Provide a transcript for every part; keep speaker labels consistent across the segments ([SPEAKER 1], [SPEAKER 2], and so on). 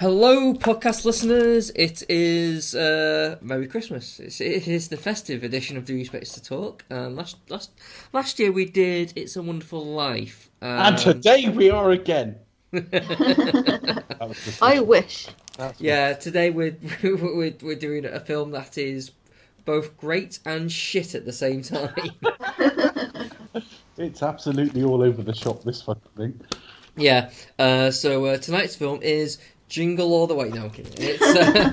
[SPEAKER 1] Hello, podcast listeners. It is uh, Merry Christmas. It's, it is the festive edition of the Respects to Talk. Um, last last last year we did It's a Wonderful Life. Um,
[SPEAKER 2] And today we are again. That was just-
[SPEAKER 3] I wish.
[SPEAKER 2] that's-
[SPEAKER 1] yeah, today we're, we're we're doing a film that is both great and shit at the same time.
[SPEAKER 2] It's absolutely all over the shop, this fucking thing.
[SPEAKER 1] yeah. Uh, so uh, tonight's film is Jingle All the Way. No, I'm kidding. It's, uh,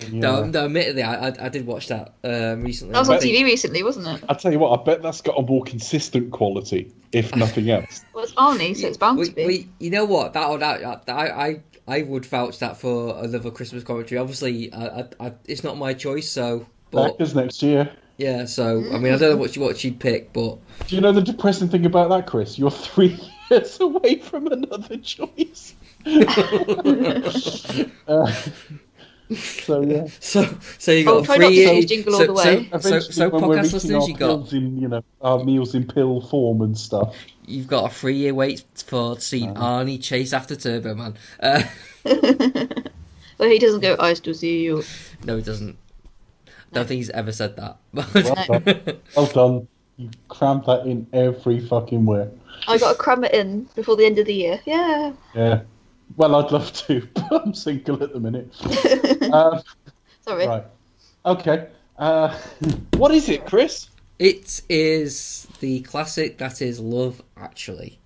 [SPEAKER 2] Yeah.
[SPEAKER 1] no, no, admittedly, I, I I did watch that um, recently.
[SPEAKER 3] That was on
[SPEAKER 1] I think-
[SPEAKER 3] TV recently, wasn't it?
[SPEAKER 2] I'll tell you what, I bet that's got a more consistent quality, if nothing else.
[SPEAKER 3] Well, it's Arnie, so it's bound
[SPEAKER 1] we,
[SPEAKER 3] to be.
[SPEAKER 1] we- you know what? That, would- that, that I, I I would vouch that for another Christmas commentary. Obviously, I, I, I, it's not my choice, so but
[SPEAKER 2] Because next year.
[SPEAKER 1] yeah. So I mean, I don't know what you what she'd pick, but
[SPEAKER 2] Do you know the depressing thing about that, Chris? You're three years away from another choice. uh, so, yeah.
[SPEAKER 1] so so you
[SPEAKER 3] Oh,
[SPEAKER 1] got
[SPEAKER 3] try
[SPEAKER 1] three
[SPEAKER 3] not to
[SPEAKER 1] years.
[SPEAKER 3] say jingle
[SPEAKER 1] so,
[SPEAKER 3] all the way.
[SPEAKER 1] So, so,
[SPEAKER 2] Eventually,
[SPEAKER 1] so
[SPEAKER 2] when we're
[SPEAKER 1] podcast
[SPEAKER 2] eating our
[SPEAKER 1] listeners, you got
[SPEAKER 2] meals in, you know, our meals in pill form and stuff.
[SPEAKER 1] you've got a three year wait for seeing Arnie chase after Turbo Man. Uh,
[SPEAKER 3] Well, he doesn't go, I still see you.
[SPEAKER 1] no, he doesn't. I don't think he's ever said that.
[SPEAKER 2] Well done. well done. You crammed that in every fucking where.
[SPEAKER 3] I got to cram it in before the end of the year. Yeah.
[SPEAKER 2] Yeah. Well, I'd love to, but I'm single at the minute. um,
[SPEAKER 3] Sorry.
[SPEAKER 2] right. Okay. Uh, what is it, Chris?
[SPEAKER 1] It is the classic that is Love Actually.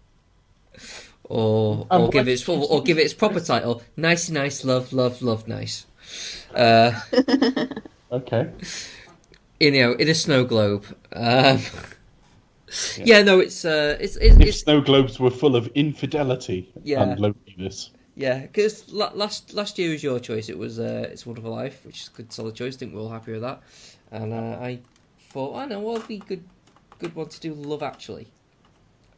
[SPEAKER 1] Or
[SPEAKER 2] Um,
[SPEAKER 1] or give
[SPEAKER 2] what-
[SPEAKER 1] its or, or give its proper title, Nice Nice Love Love Love Nice. Uh
[SPEAKER 2] Okay.
[SPEAKER 1] in you know, in a snow globe. Um yeah. no, it's uh, it's it's,
[SPEAKER 2] If
[SPEAKER 1] it's
[SPEAKER 2] snow globes were full of infidelity
[SPEAKER 1] Yeah.
[SPEAKER 2] and loneliness.
[SPEAKER 1] yeah. Because last last year was your choice. It was uh, it's a wonderful life, which is a good solid choice. I think we're all happy with that. And uh, I thought, "Oh, I know what'd be good good one to do. Love actually,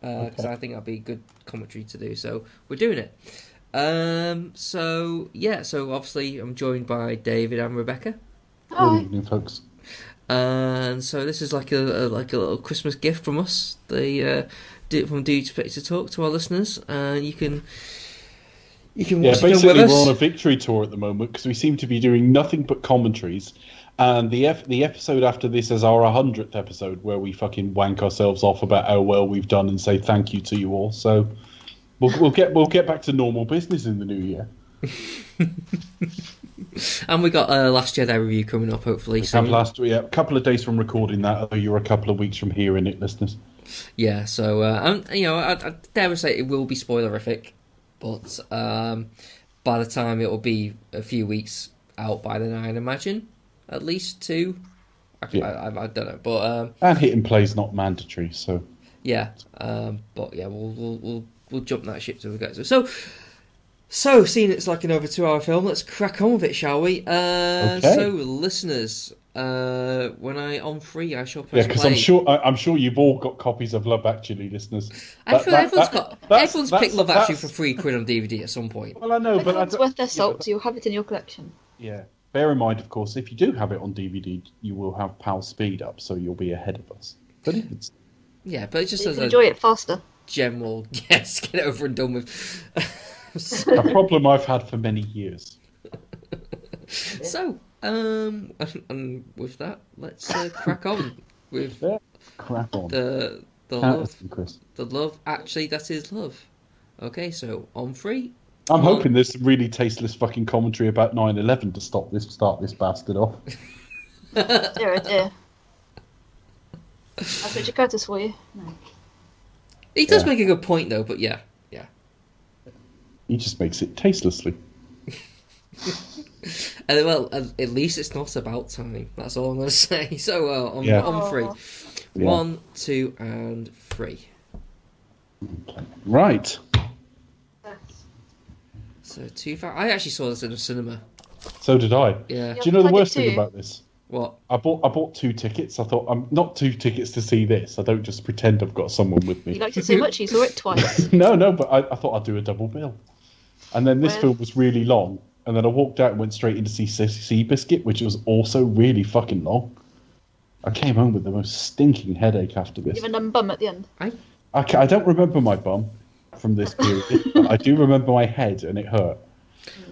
[SPEAKER 1] because
[SPEAKER 2] Okay.
[SPEAKER 1] I think that'd be a good commentary to do. So we're doing it. Um, so yeah, so obviously I'm joined by David and Rebecca.
[SPEAKER 2] Good
[SPEAKER 3] Hi.
[SPEAKER 2] evening, folks.
[SPEAKER 1] And so this is like a, a like a little Christmas gift from us. They uh, do it from Do You Expect to Talk to our listeners, and you can you can
[SPEAKER 2] Yeah,
[SPEAKER 1] watch it with
[SPEAKER 2] basically,
[SPEAKER 1] us.
[SPEAKER 2] we're on a victory tour at the moment because we seem to be doing nothing but commentaries. And the ep- the episode after this is our 100th episode where we fucking wank ourselves off about how well we've done and say thank you to you all. So we'll, we'll get we'll get back to normal business in the new year.
[SPEAKER 1] And we got uh, last year their review coming up, hopefully.
[SPEAKER 2] We have
[SPEAKER 1] So
[SPEAKER 2] last yeah, a couple of days from recording that, although you're a couple of weeks from hearing it, listeners.
[SPEAKER 1] yeah, so uh, and you know, I, I dare I say it will be spoilerific, but um, by the time it will be a few weeks out by then, I imagine at least two. I,
[SPEAKER 2] Yeah.
[SPEAKER 1] I, I, I don't know, but um,
[SPEAKER 2] And hit and play is not mandatory, so
[SPEAKER 1] Yeah, um, but yeah, we'll we'll we'll, we'll jump that ship till we get to it. So, so seeing it's like an over two-hour film, let's crack on with it, shall we? Uh,
[SPEAKER 2] Okay.
[SPEAKER 1] So, listeners, uh, when I on free, I shall
[SPEAKER 2] yeah,
[SPEAKER 1] press
[SPEAKER 2] because
[SPEAKER 1] play.
[SPEAKER 2] I'm sure I, I'm sure you've all got copies of Love Actually, listeners.
[SPEAKER 1] I
[SPEAKER 2] That-
[SPEAKER 1] feel
[SPEAKER 2] that-
[SPEAKER 1] everyone's
[SPEAKER 2] that-
[SPEAKER 1] got
[SPEAKER 2] that's-
[SPEAKER 1] everyone's
[SPEAKER 2] that's-
[SPEAKER 1] picked Love Actually for
[SPEAKER 2] that's-
[SPEAKER 1] free quid on DVD at some point.
[SPEAKER 2] Well, I know, but I
[SPEAKER 3] Everyone's
[SPEAKER 2] don't-
[SPEAKER 3] worth their
[SPEAKER 2] yeah,
[SPEAKER 3] salt,
[SPEAKER 2] but-
[SPEAKER 3] so you'll have it in your collection.
[SPEAKER 2] Yeah. Bear in mind, of course, if you do have it on DVD, you will have PAL speed up, so you'll be ahead of us. But if it's
[SPEAKER 1] Yeah, but it's just
[SPEAKER 3] you
[SPEAKER 1] as
[SPEAKER 3] can
[SPEAKER 1] a
[SPEAKER 3] enjoy it faster.
[SPEAKER 1] general, yes, get it over and done with.
[SPEAKER 2] a problem I've had for many years.
[SPEAKER 1] so, um, and, and with that, let's uh, crack on with
[SPEAKER 2] Yeah. Crap on.
[SPEAKER 1] the the
[SPEAKER 2] Can't
[SPEAKER 1] love.
[SPEAKER 2] listen, Chris.
[SPEAKER 1] The love actually that is love. Okay, so on three.
[SPEAKER 2] I'm
[SPEAKER 1] Well-
[SPEAKER 2] hoping there's some really tasteless fucking commentary about 9/11 to stop this, start this bastard off.
[SPEAKER 3] Dear, oh dear. That's Richard Curtis for you. No.
[SPEAKER 1] He does
[SPEAKER 2] Yeah.
[SPEAKER 1] make a good point though, but yeah. Yeah.
[SPEAKER 2] He just makes it tastelessly.
[SPEAKER 1] Uh, well, at, at least it's not about time. That's all I'm going to say. So uh, on,
[SPEAKER 2] Yeah.
[SPEAKER 1] on three.
[SPEAKER 2] Yeah.
[SPEAKER 1] One, two, and three.
[SPEAKER 2] Right.
[SPEAKER 1] So two. Fa- I actually saw this in a cinema.
[SPEAKER 2] So did I. Do
[SPEAKER 1] Yeah.
[SPEAKER 2] you know the
[SPEAKER 3] I did
[SPEAKER 2] worst thing
[SPEAKER 3] too.
[SPEAKER 2] about this?
[SPEAKER 1] What?
[SPEAKER 2] I bought I bought two tickets. I thought I'm not two tickets to see this. I don't just pretend I've got someone with
[SPEAKER 3] He
[SPEAKER 2] me.
[SPEAKER 3] liked it so much, he saw it twice.
[SPEAKER 2] No, no, but I, I thought I'd do a double bill. And then this
[SPEAKER 3] Well-
[SPEAKER 2] film was really long. And then I walked out and went straight in to see Seabiscuit, which was also really fucking long. I came home with the most stinking headache after this.
[SPEAKER 3] Even numb bum at the end.
[SPEAKER 2] I, ca- I don't remember my bum from this period, but I do remember my head and it hurt.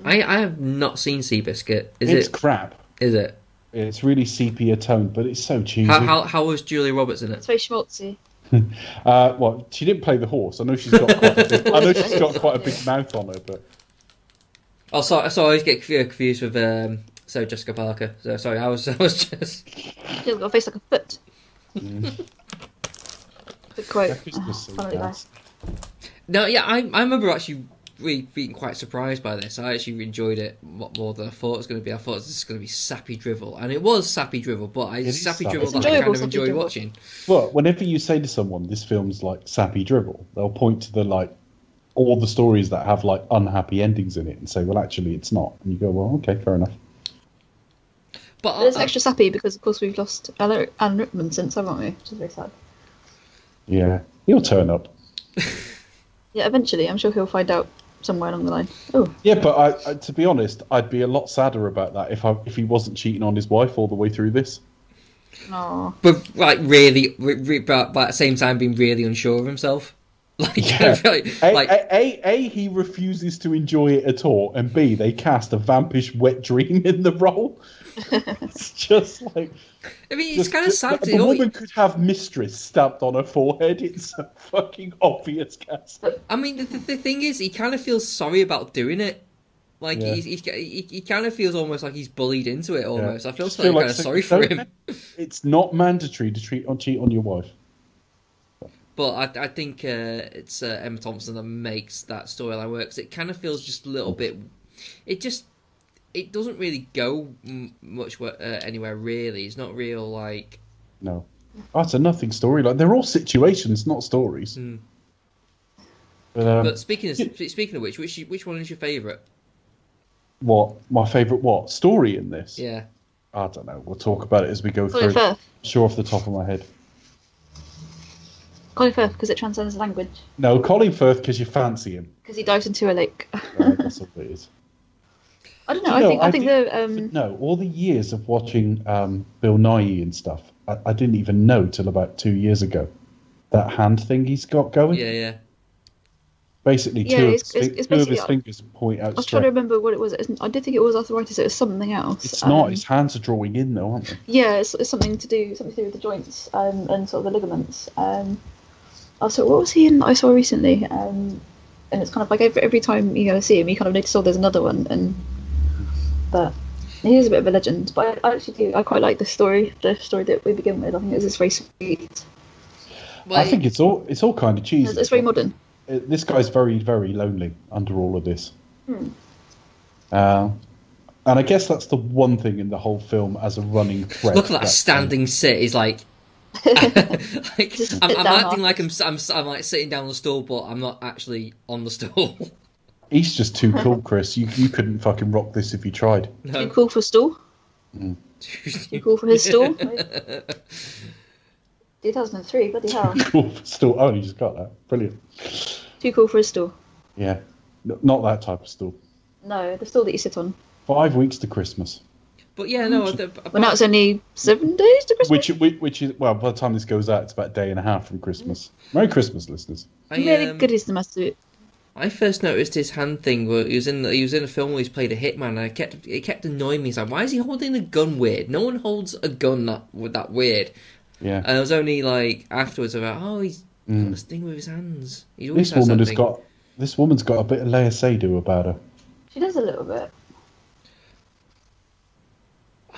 [SPEAKER 1] I, I have not seen Seabiscuit. Is
[SPEAKER 2] it's
[SPEAKER 1] it?
[SPEAKER 2] crap.
[SPEAKER 1] Is it?
[SPEAKER 2] It's really sepia toned, but it's so cheesy.
[SPEAKER 1] How, how how was Julia Roberts in it?
[SPEAKER 3] It's very schmaltzy.
[SPEAKER 2] Uh, well, she didn't play the horse. I know she's got. Quite a big, I know she's got quite a big mouth on her, but
[SPEAKER 1] Oh, sorry, so I always get confu- confused with um, so Jessica Parker. So sorry, I was I was just
[SPEAKER 3] She's got a face like a foot.
[SPEAKER 1] Mm.
[SPEAKER 3] Good quote.
[SPEAKER 2] Christmas scene,
[SPEAKER 3] Funny
[SPEAKER 2] that's-
[SPEAKER 1] no, yeah. I I remember actually really being quite surprised by this. I actually enjoyed it a lot more than I thought it was going to be. I thought this is going to be sappy drivel, and it was sappy drivel, but I
[SPEAKER 2] is
[SPEAKER 1] sappy
[SPEAKER 2] sappy.
[SPEAKER 1] drivel
[SPEAKER 2] It's
[SPEAKER 1] that I
[SPEAKER 3] enjoyable
[SPEAKER 1] kind of
[SPEAKER 3] sappy
[SPEAKER 1] enjoyed
[SPEAKER 3] drivel.
[SPEAKER 1] watching.
[SPEAKER 2] But whenever you say to someone, "This film's like sappy dribble," they'll point to the like all the stories that have like unhappy endings in it and say, "Well, actually, it's not." And you go, "Well, okay, fair enough."
[SPEAKER 1] But
[SPEAKER 3] But it's
[SPEAKER 1] uh,
[SPEAKER 3] extra sappy because, of course, we've lost Ella- Anne Rickman since, haven't we? Which is very sad.
[SPEAKER 2] Yeah, he'll turn up.
[SPEAKER 3] Yeah, eventually, I'm sure he'll find out somewhere along the line. Oh,
[SPEAKER 2] Yeah, but I, I, to be honest, I'd be a lot sadder about that if I, if he wasn't cheating on his wife all the way through this.
[SPEAKER 3] no.
[SPEAKER 1] but like really, re- re- but, but at the same time being really unsure of himself. Like,
[SPEAKER 2] Yeah.
[SPEAKER 1] like,
[SPEAKER 2] A,
[SPEAKER 1] like
[SPEAKER 2] a, a, a, he refuses to enjoy it at all, and B, they cast a vampish wet dream in the role. it's just like
[SPEAKER 1] I mean, it's
[SPEAKER 2] just-
[SPEAKER 1] kind of
[SPEAKER 2] just-
[SPEAKER 1] sad.
[SPEAKER 2] The,
[SPEAKER 1] that all-
[SPEAKER 2] woman could have mistress stamped on her forehead. It's a fucking obvious cast.
[SPEAKER 1] I mean, the, the, the thing is, he kind of feels sorry about doing it. Like
[SPEAKER 2] Yeah.
[SPEAKER 1] he's, he's, he, he kind of feels almost like he's bullied into it. Almost, I feel
[SPEAKER 2] Just
[SPEAKER 1] sort of
[SPEAKER 2] feel
[SPEAKER 1] kind of
[SPEAKER 2] so-
[SPEAKER 1] sorry for
[SPEAKER 2] don't-
[SPEAKER 1] him.
[SPEAKER 2] It's not mandatory to treat on cheat on your wife.
[SPEAKER 1] But I, I think uh, it's uh, Emma Thompson that makes that storyline work 'cause it kind of feels just a little bit. It just it doesn't really go m- much where, uh, anywhere really. It's not real like
[SPEAKER 2] No, oh, it's a nothing story. Like they're all situations, not stories.
[SPEAKER 1] Mm.
[SPEAKER 2] But, um,
[SPEAKER 1] But speaking of speaking of which, which which one is your favourite?
[SPEAKER 2] what my favorite what story in this?
[SPEAKER 1] Yeah,
[SPEAKER 2] I don't know. We'll talk about it as we go
[SPEAKER 3] Colin
[SPEAKER 2] through.
[SPEAKER 3] Firth.
[SPEAKER 2] Sure, off the top of my head.
[SPEAKER 3] Colin Firth, because it transcends language.
[SPEAKER 2] No, Colin Firth because you fancy him.
[SPEAKER 3] Because he dives into a lake.
[SPEAKER 2] Uh, that's all it is.
[SPEAKER 3] I don't know.
[SPEAKER 2] You know,
[SPEAKER 3] I think I,
[SPEAKER 2] I think-
[SPEAKER 3] think the um,
[SPEAKER 2] No, all the years of watching um, Bill Nye and stuff, I, I didn't even know till about two years ago. That hand thing he's got going.
[SPEAKER 1] yeah, yeah.
[SPEAKER 2] Basically,
[SPEAKER 3] Yeah,
[SPEAKER 2] two, of
[SPEAKER 3] it's-
[SPEAKER 2] his,
[SPEAKER 3] it's- it's
[SPEAKER 2] two of his
[SPEAKER 3] basically-
[SPEAKER 2] fingers point out
[SPEAKER 3] I was trying
[SPEAKER 2] straight.
[SPEAKER 3] to remember what it was. It's- I did think it was arthritis. It was something else.
[SPEAKER 2] It's
[SPEAKER 3] Um,
[SPEAKER 2] not. His hands are drawing in though, aren't they?
[SPEAKER 3] Yeah, it's, it's something to do something to do with the joints um, and sort of the ligaments. Um, also, what was he in? that I saw recently, um, and it's kind of like every, every time you go see him, you kind of notice oh, there's another one, and but he is a bit of a legend. But I, I actually do. I quite like the story, the story that we begin with. I think it's just very sweet.
[SPEAKER 1] Well,
[SPEAKER 2] I think it's all it's all kind of cheesy.
[SPEAKER 3] It's, it's very modern.
[SPEAKER 2] Uh, This guy's very very lonely under all of this.
[SPEAKER 3] Hmm.
[SPEAKER 2] Uh, and I guess that's the one thing in the whole film as a running thread.
[SPEAKER 1] Look at that
[SPEAKER 2] that's-
[SPEAKER 1] standing sit. He's like, like
[SPEAKER 3] Just
[SPEAKER 1] I'm,
[SPEAKER 3] sit
[SPEAKER 1] I'm
[SPEAKER 3] down
[SPEAKER 1] acting
[SPEAKER 3] after.
[SPEAKER 1] like I'm, s- I'm s- I'm like sitting down on the stool, but I'm not actually on the stool.
[SPEAKER 2] He's just too cool, Chris. You you couldn't fucking rock this if you tried.
[SPEAKER 3] Too
[SPEAKER 1] no.
[SPEAKER 3] cool for stool. Too cool for his stool. 2003. Bloody hell.
[SPEAKER 2] Cool. Still, oh, you just got that. Brilliant.
[SPEAKER 3] Too cool for a stool.
[SPEAKER 2] Yeah, N- not that type of stool.
[SPEAKER 3] No, the stool that you sit on.
[SPEAKER 2] Five weeks to Christmas,
[SPEAKER 1] But yeah, no. The, but,
[SPEAKER 3] Well, now it's only seven days to Christmas.
[SPEAKER 2] Mm. which which which is well, by the time this goes out, it's about a day and a half from Christmas. Merry Christmas, listeners.
[SPEAKER 1] I,
[SPEAKER 3] Merry
[SPEAKER 1] um,
[SPEAKER 3] goodies to my suit.
[SPEAKER 1] I first noticed his hand thing. Where he was in he was in a film where he's played a hitman, and I kept it kept annoying me. It's like, why is he holding a gun weird? No one holds a gun that that weird.
[SPEAKER 2] Yeah, Mm.
[SPEAKER 1] And it was only like afterwards about oh he's got this thing with his hands. He always
[SPEAKER 2] this
[SPEAKER 1] has
[SPEAKER 2] woman
[SPEAKER 1] that
[SPEAKER 2] has
[SPEAKER 1] thing.
[SPEAKER 2] got this woman's got a bit of Lea Seydoux about her.
[SPEAKER 3] She does a little bit.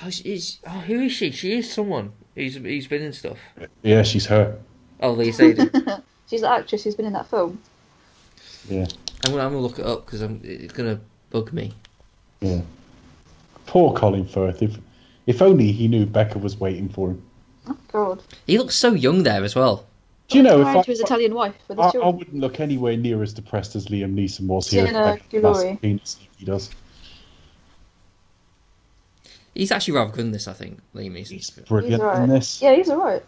[SPEAKER 1] Oh, she is, oh, who is she? She is someone who's who's been in stuff.
[SPEAKER 2] Yeah, she's her.
[SPEAKER 1] Oh, Lee Seydoux.
[SPEAKER 3] She's the actress who's been in that film.
[SPEAKER 2] Yeah,
[SPEAKER 1] I'm gonna I'm gonna look it up because I'm it's gonna bug me.
[SPEAKER 2] yeah. Poor Colin Firth. If if only he knew Becca was waiting for him.
[SPEAKER 3] Oh God.
[SPEAKER 1] He looks so young there as well.
[SPEAKER 2] Do you know if
[SPEAKER 3] married
[SPEAKER 2] I,
[SPEAKER 3] to his Italian wife with his
[SPEAKER 2] I, I
[SPEAKER 3] children.
[SPEAKER 2] wouldn't look anywhere near as depressed as Liam Neeson was here.
[SPEAKER 3] Yeah,
[SPEAKER 2] Like,
[SPEAKER 3] good
[SPEAKER 2] that's
[SPEAKER 3] lorry.
[SPEAKER 2] penis he does.
[SPEAKER 1] He's actually rather good in this, I think. Liam Neeson.
[SPEAKER 2] Brilliant
[SPEAKER 3] He's alright.
[SPEAKER 2] in this.
[SPEAKER 3] Yeah, he's alright.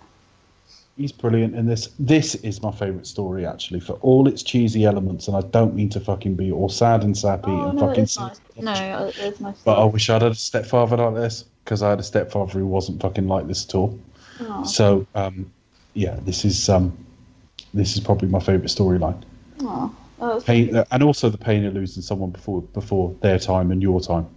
[SPEAKER 2] He's brilliant in this. This is my favourite story, actually, for all its cheesy elements, and I don't mean to fucking be all sad and sappy
[SPEAKER 3] Oh,
[SPEAKER 2] and
[SPEAKER 3] no,
[SPEAKER 2] fucking.
[SPEAKER 3] it's nice. No, uh, it's nice.
[SPEAKER 2] But I wish I'd had a stepfather like this, because I had a stepfather who wasn't fucking like this at all.
[SPEAKER 3] Oh,
[SPEAKER 2] So, um, yeah, this is um, this is probably my favourite storyline.
[SPEAKER 3] oh. Oh, that's
[SPEAKER 2] Pain,
[SPEAKER 3] difficult.
[SPEAKER 2] and also the pain of losing someone before before their time and your time.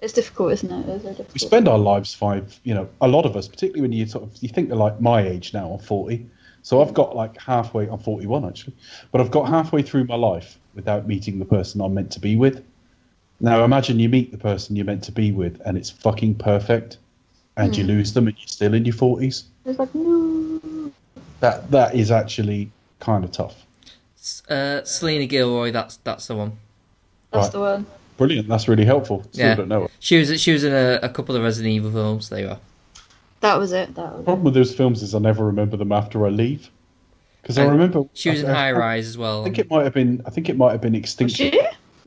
[SPEAKER 3] It's difficult, isn't it? It's very difficult.
[SPEAKER 2] we spend our lives five you know a lot of us particularly when you sort of you think they're like my age now i'm 40 so i've got like halfway i'm 41 actually but i've got halfway through my life without meeting the person i'm meant to be with now imagine you meet the person you're meant to be with and it's fucking perfect and
[SPEAKER 1] Hmm.
[SPEAKER 2] you lose them and you're still in your 40s
[SPEAKER 3] It's like no.
[SPEAKER 2] that that is actually kind of tough
[SPEAKER 1] S- Uh, Selena Gilroy, that's that's the one.
[SPEAKER 3] That's
[SPEAKER 2] Right.
[SPEAKER 3] the one.
[SPEAKER 2] brilliant that's really helpful still
[SPEAKER 1] Yeah.
[SPEAKER 2] don't know it.
[SPEAKER 1] She was she was in a, a couple of Resident Evil films. There you are.
[SPEAKER 3] That was it. That was
[SPEAKER 2] problem with those films is i never remember them after i leave because i
[SPEAKER 1] And
[SPEAKER 2] remember
[SPEAKER 1] She was in
[SPEAKER 2] I- I-
[SPEAKER 1] High Rise as well.
[SPEAKER 2] I think it might have been. I think it might have been
[SPEAKER 3] it.
[SPEAKER 2] Extinction.
[SPEAKER 3] She?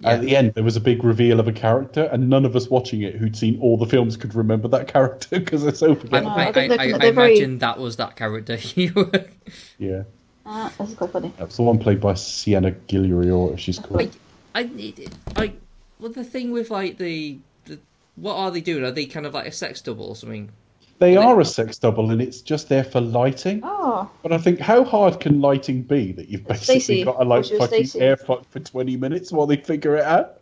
[SPEAKER 2] At the end, there was a big reveal of a character, and none of us watching it who'd seen all the films could remember that character because it's so
[SPEAKER 1] I,
[SPEAKER 2] forgettable.
[SPEAKER 1] I,
[SPEAKER 3] I
[SPEAKER 1] I,
[SPEAKER 3] think
[SPEAKER 1] I,
[SPEAKER 3] they're-
[SPEAKER 1] I
[SPEAKER 3] they're very-
[SPEAKER 1] imagine that was that character. You were-
[SPEAKER 2] Yeah,
[SPEAKER 3] Ah, this is quite funny.
[SPEAKER 2] that's the one played by Sienna Guillory, or if she's called.
[SPEAKER 1] Wait. I, it- I, well, the thing with like the, the, what are they doing? Are they kind of like a sex double or something?
[SPEAKER 2] They are a sex double, and it's just there for lighting.
[SPEAKER 3] Oh,
[SPEAKER 2] But I think how hard can lighting be that you've basically
[SPEAKER 3] Stacey.
[SPEAKER 2] got to like
[SPEAKER 3] What's your
[SPEAKER 2] fucking
[SPEAKER 3] Stacey?
[SPEAKER 2] air fuck for twenty minutes while they figure it out?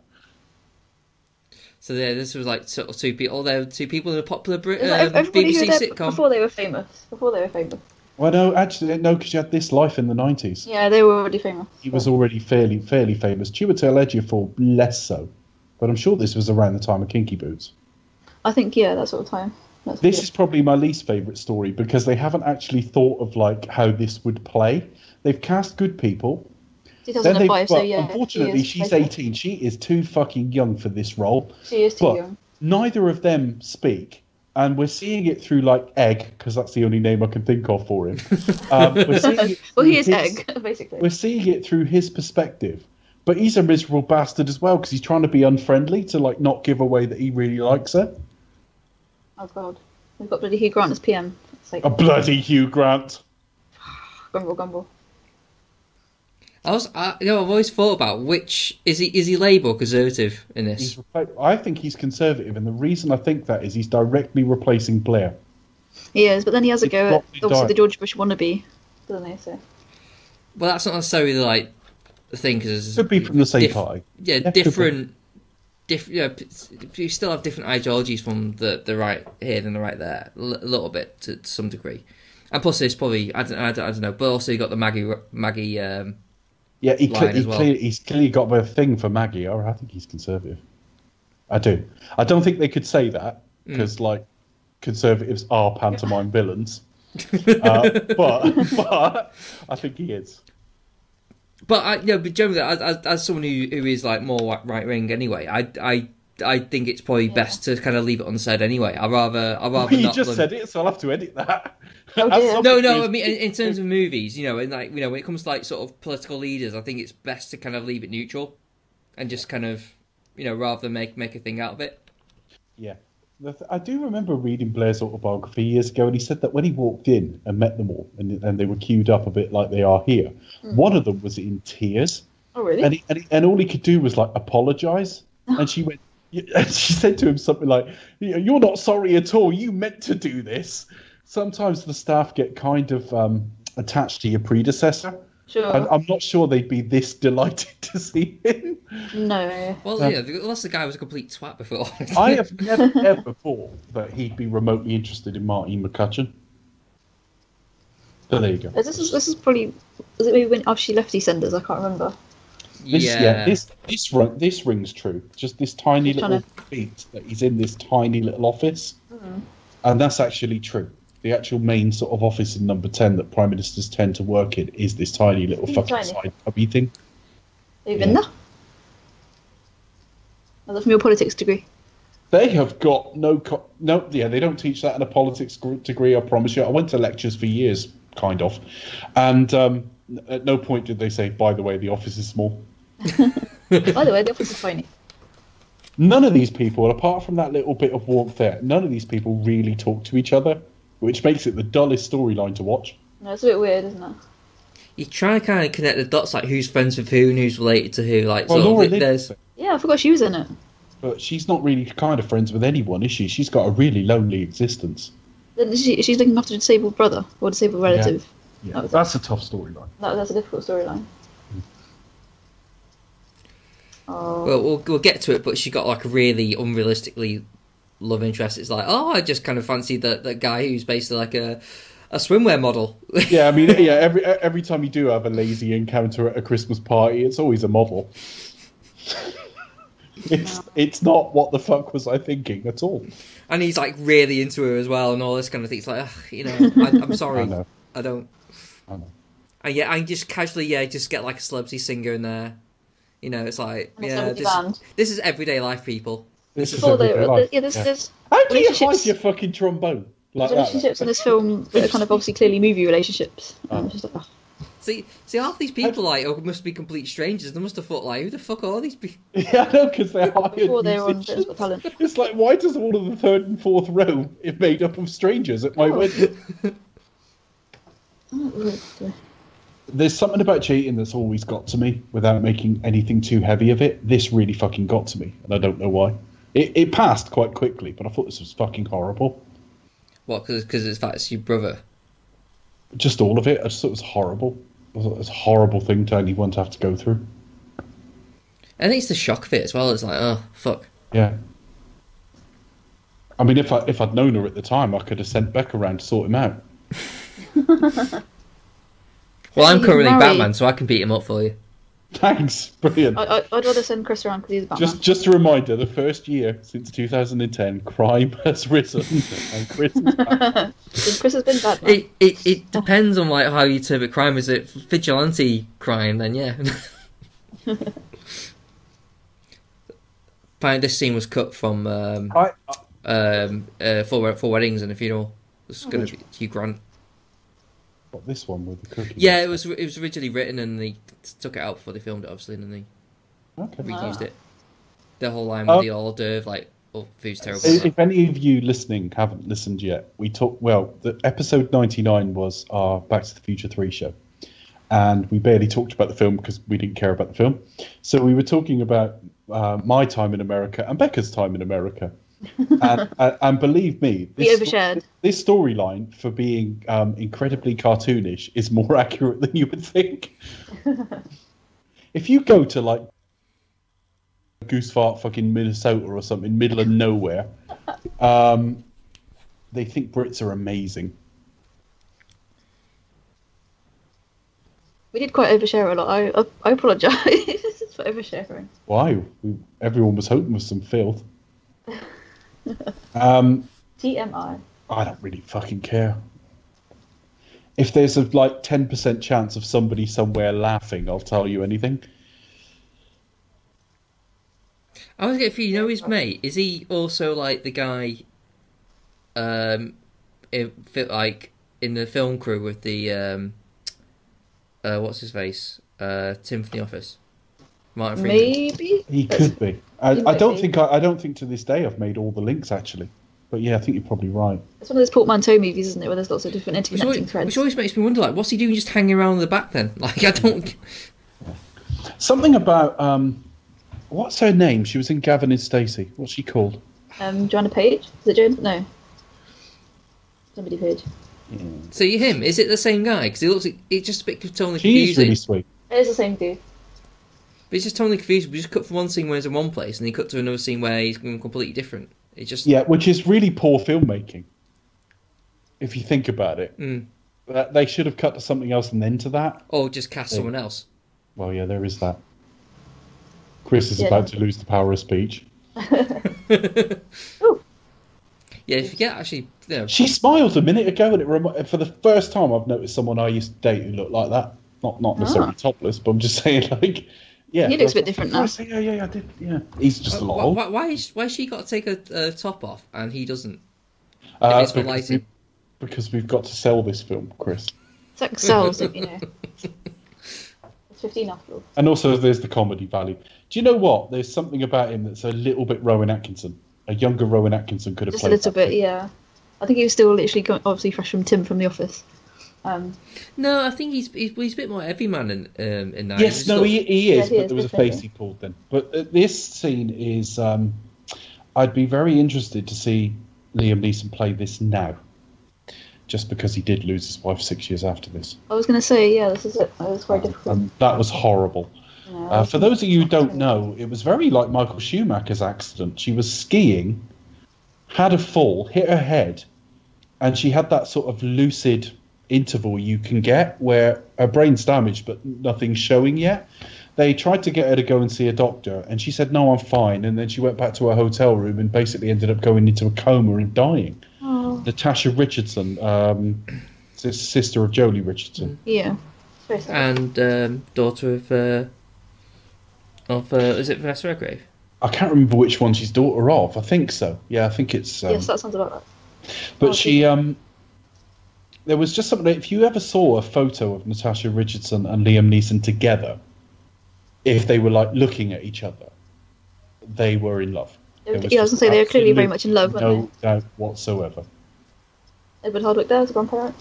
[SPEAKER 1] So there, this was like sort of two people. There were two people in a popular Brit,
[SPEAKER 3] It's like
[SPEAKER 1] um,
[SPEAKER 3] ev- everybody
[SPEAKER 1] BBC
[SPEAKER 3] who they
[SPEAKER 1] sitcom.
[SPEAKER 3] before they were famous. Before they were famous.
[SPEAKER 2] Well, no, actually, no, because you had this life in the nineties.
[SPEAKER 3] Yeah, they were already famous.
[SPEAKER 2] He was already fairly fairly famous. Chiwetel Ejiofor less so, but I'm sure this was around the time of Kinky Boots.
[SPEAKER 3] I think yeah, that sort of time. That's
[SPEAKER 2] This
[SPEAKER 3] good.
[SPEAKER 2] is probably my least favorite story because they haven't actually thought of like how this would play. They've cast good people. Then they,
[SPEAKER 3] 2005. so
[SPEAKER 2] but
[SPEAKER 3] yeah,
[SPEAKER 2] unfortunately,
[SPEAKER 3] she is
[SPEAKER 2] she's
[SPEAKER 3] later.
[SPEAKER 2] 18. She is too fucking young for this role.
[SPEAKER 3] She is too
[SPEAKER 2] but-
[SPEAKER 3] young.
[SPEAKER 2] Neither of them speak, and we're seeing it through like Egg because that's the only name I can think of for him. Um, we're seeing it through
[SPEAKER 3] well, he is
[SPEAKER 2] his-
[SPEAKER 3] egg, basically.
[SPEAKER 2] we're seeing it through his perspective. But he's a miserable bastard as well because he's trying to be unfriendly to like not give away that he really likes her.
[SPEAKER 3] Oh god, we've got bloody Hugh Grant as PM. It's like
[SPEAKER 2] A
[SPEAKER 3] Oh.
[SPEAKER 2] bloody Hugh Grant.
[SPEAKER 3] grumble, grumble.
[SPEAKER 1] I was, I, you know, I've always thought about which is he is he Labour or Conservative in
[SPEAKER 2] He's,
[SPEAKER 1] this?
[SPEAKER 2] repla- I think he's conservative, and the reason I think that is he's directly replacing Blair.
[SPEAKER 3] He is, but then he has a
[SPEAKER 2] It's
[SPEAKER 3] go at
[SPEAKER 2] properly
[SPEAKER 3] obviously
[SPEAKER 2] dark.
[SPEAKER 3] the George Bush wannabe, doesn't he? So
[SPEAKER 1] Well, that's not necessarily like the thing because
[SPEAKER 2] Could be from the same
[SPEAKER 1] Diff-
[SPEAKER 2] party.
[SPEAKER 1] yeah,
[SPEAKER 2] could be.
[SPEAKER 1] different, diff, yeah, p- you still have different ideologies from the, the right here than the right there, a li- little bit to, to some degree. And plus, it's probably I don't, I don't, I don't know, but also you got the Maggie Maggie um,
[SPEAKER 2] Yeah, he, cle-
[SPEAKER 1] line
[SPEAKER 2] he
[SPEAKER 1] as well.
[SPEAKER 2] clearly, he's clearly got a thing for Maggie. Or I think he's conservative. I do. I don't think they could say that
[SPEAKER 1] Hmm.
[SPEAKER 2] because like conservatives are pantomime villains. uh, but but I think he is.
[SPEAKER 1] But I, yeah, but generally, as, as, as someone who, who is like more right wing anyway, I, I, I think it's probably best to kind of leave it on the side anyway. I rather, I rather
[SPEAKER 2] Well, you
[SPEAKER 1] not.
[SPEAKER 2] just
[SPEAKER 1] than-
[SPEAKER 2] said it, so I'll have to edit that.
[SPEAKER 3] Oh,
[SPEAKER 2] As
[SPEAKER 3] dear.
[SPEAKER 2] someone
[SPEAKER 1] No, no.
[SPEAKER 2] who's-
[SPEAKER 1] I mean, in, in terms of movies, you know, and like you know, when it comes to like sort of political leaders, I think it's best to kind of leave it neutral, and just kind of, you know, rather than make make a thing out of it.
[SPEAKER 2] yeah, The th- I do remember reading Blair's autobiography years ago, and he said that when he walked in and met them all, and, and they were queued up a bit like they are here, one of them was in tears,
[SPEAKER 3] oh really?
[SPEAKER 2] and he, and, he, and all he could do was like apologize, and she went. And she said to him something like, "You- "You're not sorry at all. You meant to do this." Sometimes the staff get kind of um, attached to your predecessor,
[SPEAKER 3] sure.
[SPEAKER 2] and I'm not sure they'd be this delighted to see him.
[SPEAKER 3] no.
[SPEAKER 1] Well,
[SPEAKER 2] Um,
[SPEAKER 1] yeah, the- unless the guy was a complete twat before.
[SPEAKER 2] I have never ever thought that he'd be remotely interested in Martin McCutcheon. So there you go.
[SPEAKER 3] Is This is this is probably was it maybe when after she left EastEnders? I can't remember.
[SPEAKER 2] This,
[SPEAKER 1] yeah.
[SPEAKER 2] this this ru- this rings true. Just this tiny
[SPEAKER 3] Just
[SPEAKER 2] little beat that he's in this tiny little office,
[SPEAKER 3] Mm-hmm.
[SPEAKER 2] and that's actually true. The actual main sort of office in Number Ten that prime ministers tend to work in is this tiny little
[SPEAKER 3] Really
[SPEAKER 2] fucking
[SPEAKER 3] tiny.
[SPEAKER 2] side cubby thing.
[SPEAKER 3] Have you been
[SPEAKER 2] Yeah.
[SPEAKER 3] there? Oh, That's from your politics degree.
[SPEAKER 2] They have got no co- no yeah they don't teach that in a politics gr- degree I promise you I went to lectures for years kind of and um, n- at no point did they say by the way the office is small
[SPEAKER 3] By the way, the office is tiny.
[SPEAKER 2] none of these people apart from that little bit of warmth there none of these people really talk to each other which makes it the dullest storyline to watch
[SPEAKER 3] No, it's a bit weird, isn't it?
[SPEAKER 1] you try to kind of connect the dots, like who's friends with who and who's related to who. Like,
[SPEAKER 2] well
[SPEAKER 1] sort of,
[SPEAKER 2] Laura Lynn
[SPEAKER 1] there's
[SPEAKER 3] Yeah, I forgot she was in it.
[SPEAKER 2] but she's not really kind of friends with anyone is she she's got a really lonely existence
[SPEAKER 3] Then she, she's looking after a disabled brother or disabled relative.
[SPEAKER 2] yeah
[SPEAKER 3] That was-
[SPEAKER 2] that's a tough storyline Mm.
[SPEAKER 3] That, that's a difficult storyline. Oh,
[SPEAKER 1] Well, we'll we'll get to it, but she got like really unrealistically love interest. It's like, oh, I just kind of fancied that that guy who's basically like a a swimwear model.
[SPEAKER 2] Yeah, I mean, yeah. Every every time you do have a lazy encounter at a Christmas party, it's always a model. it's it's not what the fuck was I thinking at all.
[SPEAKER 1] and he's like really into her as well, and all this kind of thing. It's like, ugh, you know, I, I'm sorry,
[SPEAKER 2] I know.
[SPEAKER 1] I don't.
[SPEAKER 2] I know.
[SPEAKER 1] And yeah, I just casually, yeah, just get like a celebrity singer in there. You know, it's like,
[SPEAKER 3] And a
[SPEAKER 1] yeah,
[SPEAKER 3] celebrity
[SPEAKER 1] this,
[SPEAKER 3] band.
[SPEAKER 1] this is everyday life, people.
[SPEAKER 2] This is
[SPEAKER 3] Well, the,
[SPEAKER 2] everyday
[SPEAKER 3] the-
[SPEAKER 2] life.
[SPEAKER 3] yeah, there's,
[SPEAKER 2] Yeah.
[SPEAKER 3] there's
[SPEAKER 2] How do you hide
[SPEAKER 3] relationships-
[SPEAKER 2] your fucking trombone like
[SPEAKER 3] there's relationships
[SPEAKER 2] that?
[SPEAKER 3] in this film that are kind of obviously clearly movie relationships.
[SPEAKER 2] Oh.
[SPEAKER 3] Um, it's just like, oh,
[SPEAKER 1] See, see, half these people like oh, must be complete strangers. They must have thought like, who the fuck are these people?
[SPEAKER 2] Yeah, I know because they're hired
[SPEAKER 3] before they were on
[SPEAKER 2] musicians.
[SPEAKER 3] Britain's Got Talent.
[SPEAKER 2] It's like why does all of the third and fourth row is made up of strangers at my
[SPEAKER 3] Oh.
[SPEAKER 2] wedding?
[SPEAKER 3] Oh, really? Yeah.
[SPEAKER 2] There's something about cheating that's always got to me without making anything too heavy of it. This really fucking got to me, and I don't know why. It, it passed quite quickly, but I thought this was fucking horrible.
[SPEAKER 1] What? Because it's that's your brother.
[SPEAKER 2] Just all of it, I just thought it was horrible. I thought it was a horrible thing to anyone to have to go through.
[SPEAKER 1] I think it's the shock of it as well. It's like, oh fuck.
[SPEAKER 2] Yeah. I mean, if I if I'd known her at the time, I could have sent Beck around to sort him out.
[SPEAKER 1] Well, I'm
[SPEAKER 3] He's
[SPEAKER 1] currently
[SPEAKER 3] married.
[SPEAKER 1] Batman, so I can beat him up for you.
[SPEAKER 2] Thanks, brilliant.
[SPEAKER 3] I, I, I'd rather send Chris around because he's Batman.
[SPEAKER 2] Just, just a reminder: the first year since 2010, crime has risen, and Chris is back.
[SPEAKER 3] Chris has been Batman.
[SPEAKER 1] It it, it depends on like how you term it crime. Is it vigilante crime? Then yeah. Apparently, this scene was cut from um,
[SPEAKER 2] I, I,
[SPEAKER 1] um, uh, four, four weddings and a funeral. It's going to be Hugh Grant.
[SPEAKER 2] but this one with the cookie.
[SPEAKER 1] Yeah, it was it was originally written and they took it out before they filmed it, obviously, and then they
[SPEAKER 2] Okay.
[SPEAKER 1] reused
[SPEAKER 3] Ah.
[SPEAKER 1] it. The whole line with
[SPEAKER 2] Oh.
[SPEAKER 1] the hors d'oeuvre, like, oh, food's terrible.
[SPEAKER 2] If if any of you listening haven't listened yet, we talked. Well, the episode 99 was our Back to the Future 3 show, and we barely talked about the film because we didn't care about the film. So we were talking about uh, my time in America and Becca's time in America. and, and, and believe me,
[SPEAKER 3] We overshared.
[SPEAKER 2] this storyline for being um, incredibly cartoonish is more accurate than you would think. if you go to like goose fart fucking Minnesota or something, middle of nowhere, um, they think Brits are amazing.
[SPEAKER 3] We did quite overshare a lot. I I, I apologise for oversharing.
[SPEAKER 2] Why? We, everyone was hoping for some filth. um,
[SPEAKER 3] TMI.
[SPEAKER 2] I don't really fucking care. If there's a like ten percent chance of somebody somewhere laughing, I'll tell you anything.
[SPEAKER 1] I was getting for you know his mate. Is he also like the guy, um, in, fi- like in the film crew with the um, uh, what's his face, uh, Tim from The Office, Martin Freeman.
[SPEAKER 3] Maybe.
[SPEAKER 2] He could be. I,
[SPEAKER 3] He
[SPEAKER 2] I
[SPEAKER 3] might
[SPEAKER 2] don't
[SPEAKER 3] be.
[SPEAKER 2] think I, I don't think to this day I've made all the links actually. But yeah, I think you're probably right.
[SPEAKER 3] It's one of those portmanteau movies, isn't it, where there's lots of different
[SPEAKER 1] Which
[SPEAKER 3] interconnecting
[SPEAKER 1] always,
[SPEAKER 3] threads.
[SPEAKER 1] which always makes me wonder, like, what's he doing just hanging around in the back then? Like, I don't.
[SPEAKER 2] Something about um, what's her name? She was in Gavin and Stacey. What's she called?
[SPEAKER 3] Um, Joanna Page? Is it Joan? No. Somebody Page. Mm.
[SPEAKER 1] So you him? Is it the same guy? Because he looks, it's just a bit totally
[SPEAKER 2] She's
[SPEAKER 1] confusing.
[SPEAKER 2] really sweet.
[SPEAKER 3] It is the same dude.
[SPEAKER 1] But it's just totally confusing. We just cut from one scene where he's in one place, and he cut to another scene where he's completely different. It's just
[SPEAKER 2] Yeah, which is really poor filmmaking. If you think about it,
[SPEAKER 1] Mm.
[SPEAKER 2] that they should have cut to something else and then to that.
[SPEAKER 1] oh, just cast someone else.
[SPEAKER 2] Well, yeah, there is that. Chris is
[SPEAKER 3] Yeah.
[SPEAKER 2] about to lose the power of speech.
[SPEAKER 1] yeah, if you get actually, you know,
[SPEAKER 2] She smiled a minute ago, and it remi- for the first time I've noticed someone I used to date who looked like that. Not not necessarily
[SPEAKER 3] Ah.
[SPEAKER 2] topless, but I'm just saying, like, yeah.
[SPEAKER 3] He looks a bit different now.
[SPEAKER 2] I see, yeah, yeah, yeah, I did. Yeah, he's just a lot.
[SPEAKER 1] why,
[SPEAKER 2] old.
[SPEAKER 1] why, why, is, why has she got to take a, a top off and he doesn't?
[SPEAKER 2] Uh,
[SPEAKER 1] it's for
[SPEAKER 2] because,
[SPEAKER 1] lighting.
[SPEAKER 2] we, because we've got to sell this film, Chris.
[SPEAKER 3] Sex sells, don't you know. It's 15 after all.
[SPEAKER 2] And also, there's the comedy value. Do you know what? There's something about him that's a little bit Rowan Atkinson. A younger Rowan Atkinson could have
[SPEAKER 3] Just a
[SPEAKER 2] played.
[SPEAKER 3] little
[SPEAKER 2] that.
[SPEAKER 3] bit, yeah. I think he was still literally going, obviously fresh from Tim from The Office. Um,
[SPEAKER 1] No, I think he's he's, he's a bit more everyman in um, in that.
[SPEAKER 2] Yes,
[SPEAKER 1] He's
[SPEAKER 2] no,
[SPEAKER 1] still-
[SPEAKER 2] he, he
[SPEAKER 3] Yeah,
[SPEAKER 2] is,
[SPEAKER 3] he
[SPEAKER 2] but
[SPEAKER 3] is,
[SPEAKER 2] there was a
[SPEAKER 3] definitely.
[SPEAKER 2] face he pulled then. But uh, this scene is. Um, I'd be very interested to see Liam Neeson play this now, just because he did lose his wife six years after this.
[SPEAKER 3] I was going to say, yeah, this is it. It was quite difficult.
[SPEAKER 2] Um, that was horrible.
[SPEAKER 3] Yeah,
[SPEAKER 2] Uh, for those of you who don't know, it was very like Michael Schumacher's accident. She was skiing, had a fall, hit her head, and she had that sort of lucid interval you can get where her brain's damaged but nothing's showing yet. They tried to get her to go and see a doctor, and she said, No, I'm fine. And then she went back to her hotel room and basically ended up going into a coma and dying.
[SPEAKER 3] Oh,
[SPEAKER 2] Natasha Richardson, um, sis- sister of Jolie Richardson.
[SPEAKER 3] yeah. Very sad.
[SPEAKER 1] and um, daughter of uh, of uh, is it Vanessa Redgrave?
[SPEAKER 2] I can't remember which one she's daughter of. I think so. Yeah, I think it's. Um,
[SPEAKER 3] yes, that sounds about right.
[SPEAKER 2] But
[SPEAKER 3] Oh,
[SPEAKER 2] she, um, there was just something. If you ever saw a photo of Natasha Richardson and Liam Neeson together, if they were like looking at each other, they were in love.
[SPEAKER 3] They were-
[SPEAKER 2] There
[SPEAKER 3] yeah, I was gonna
[SPEAKER 2] just
[SPEAKER 3] say they were clearly very
[SPEAKER 2] absolutely
[SPEAKER 3] much in love, weren't
[SPEAKER 2] No doubt whatsoever.
[SPEAKER 3] Edward Hardwick there as a grandparent.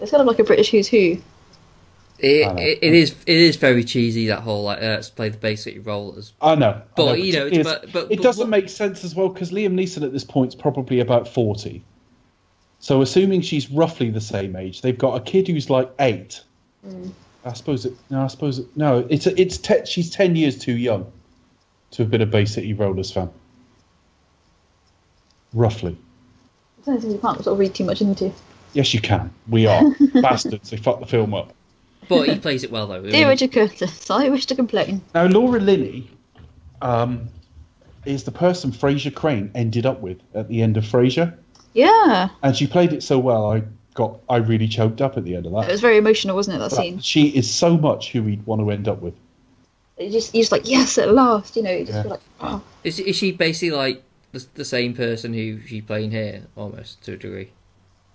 [SPEAKER 3] It's kind of like a British Who's Who.
[SPEAKER 1] It,
[SPEAKER 2] I know.
[SPEAKER 1] it, it is it is very cheesy that whole like uh, let's play the basic role as
[SPEAKER 2] I know.
[SPEAKER 1] But,
[SPEAKER 2] I know,
[SPEAKER 1] you know,
[SPEAKER 2] it, is-
[SPEAKER 1] but- but-
[SPEAKER 2] it
[SPEAKER 1] but
[SPEAKER 2] doesn't
[SPEAKER 1] what-
[SPEAKER 2] make sense as well because Liam Neeson at this point's probably about forty. So assuming she's roughly the same age, they've got a kid who's like eight. I suppose it. No, I suppose it, no. It's it's te- she's ten years too young to have been a Bay City Rollers fan. Roughly,
[SPEAKER 3] It's something you can't sort of read too much into.
[SPEAKER 2] yes, you can. We are bastards. They fucked the film up.
[SPEAKER 1] But he plays it well though.
[SPEAKER 3] Dear Richard Curtis, I wish to complain.
[SPEAKER 2] Now, Laura Linney um, is the person Fraser Crane ended up with at the end of Frasier.
[SPEAKER 3] Yeah,
[SPEAKER 2] and she played it so well. I got I really choked up at the end of
[SPEAKER 3] it
[SPEAKER 2] that.
[SPEAKER 3] was very emotional, wasn't it? That
[SPEAKER 2] That-
[SPEAKER 3] scene.
[SPEAKER 2] she is so much who we'd want to end up with.
[SPEAKER 3] It just you're just like yes, at last. You know, you just
[SPEAKER 2] Yeah.
[SPEAKER 3] feel like oh,
[SPEAKER 1] Is is she basically like the, the same person who she's playing here almost to a degree?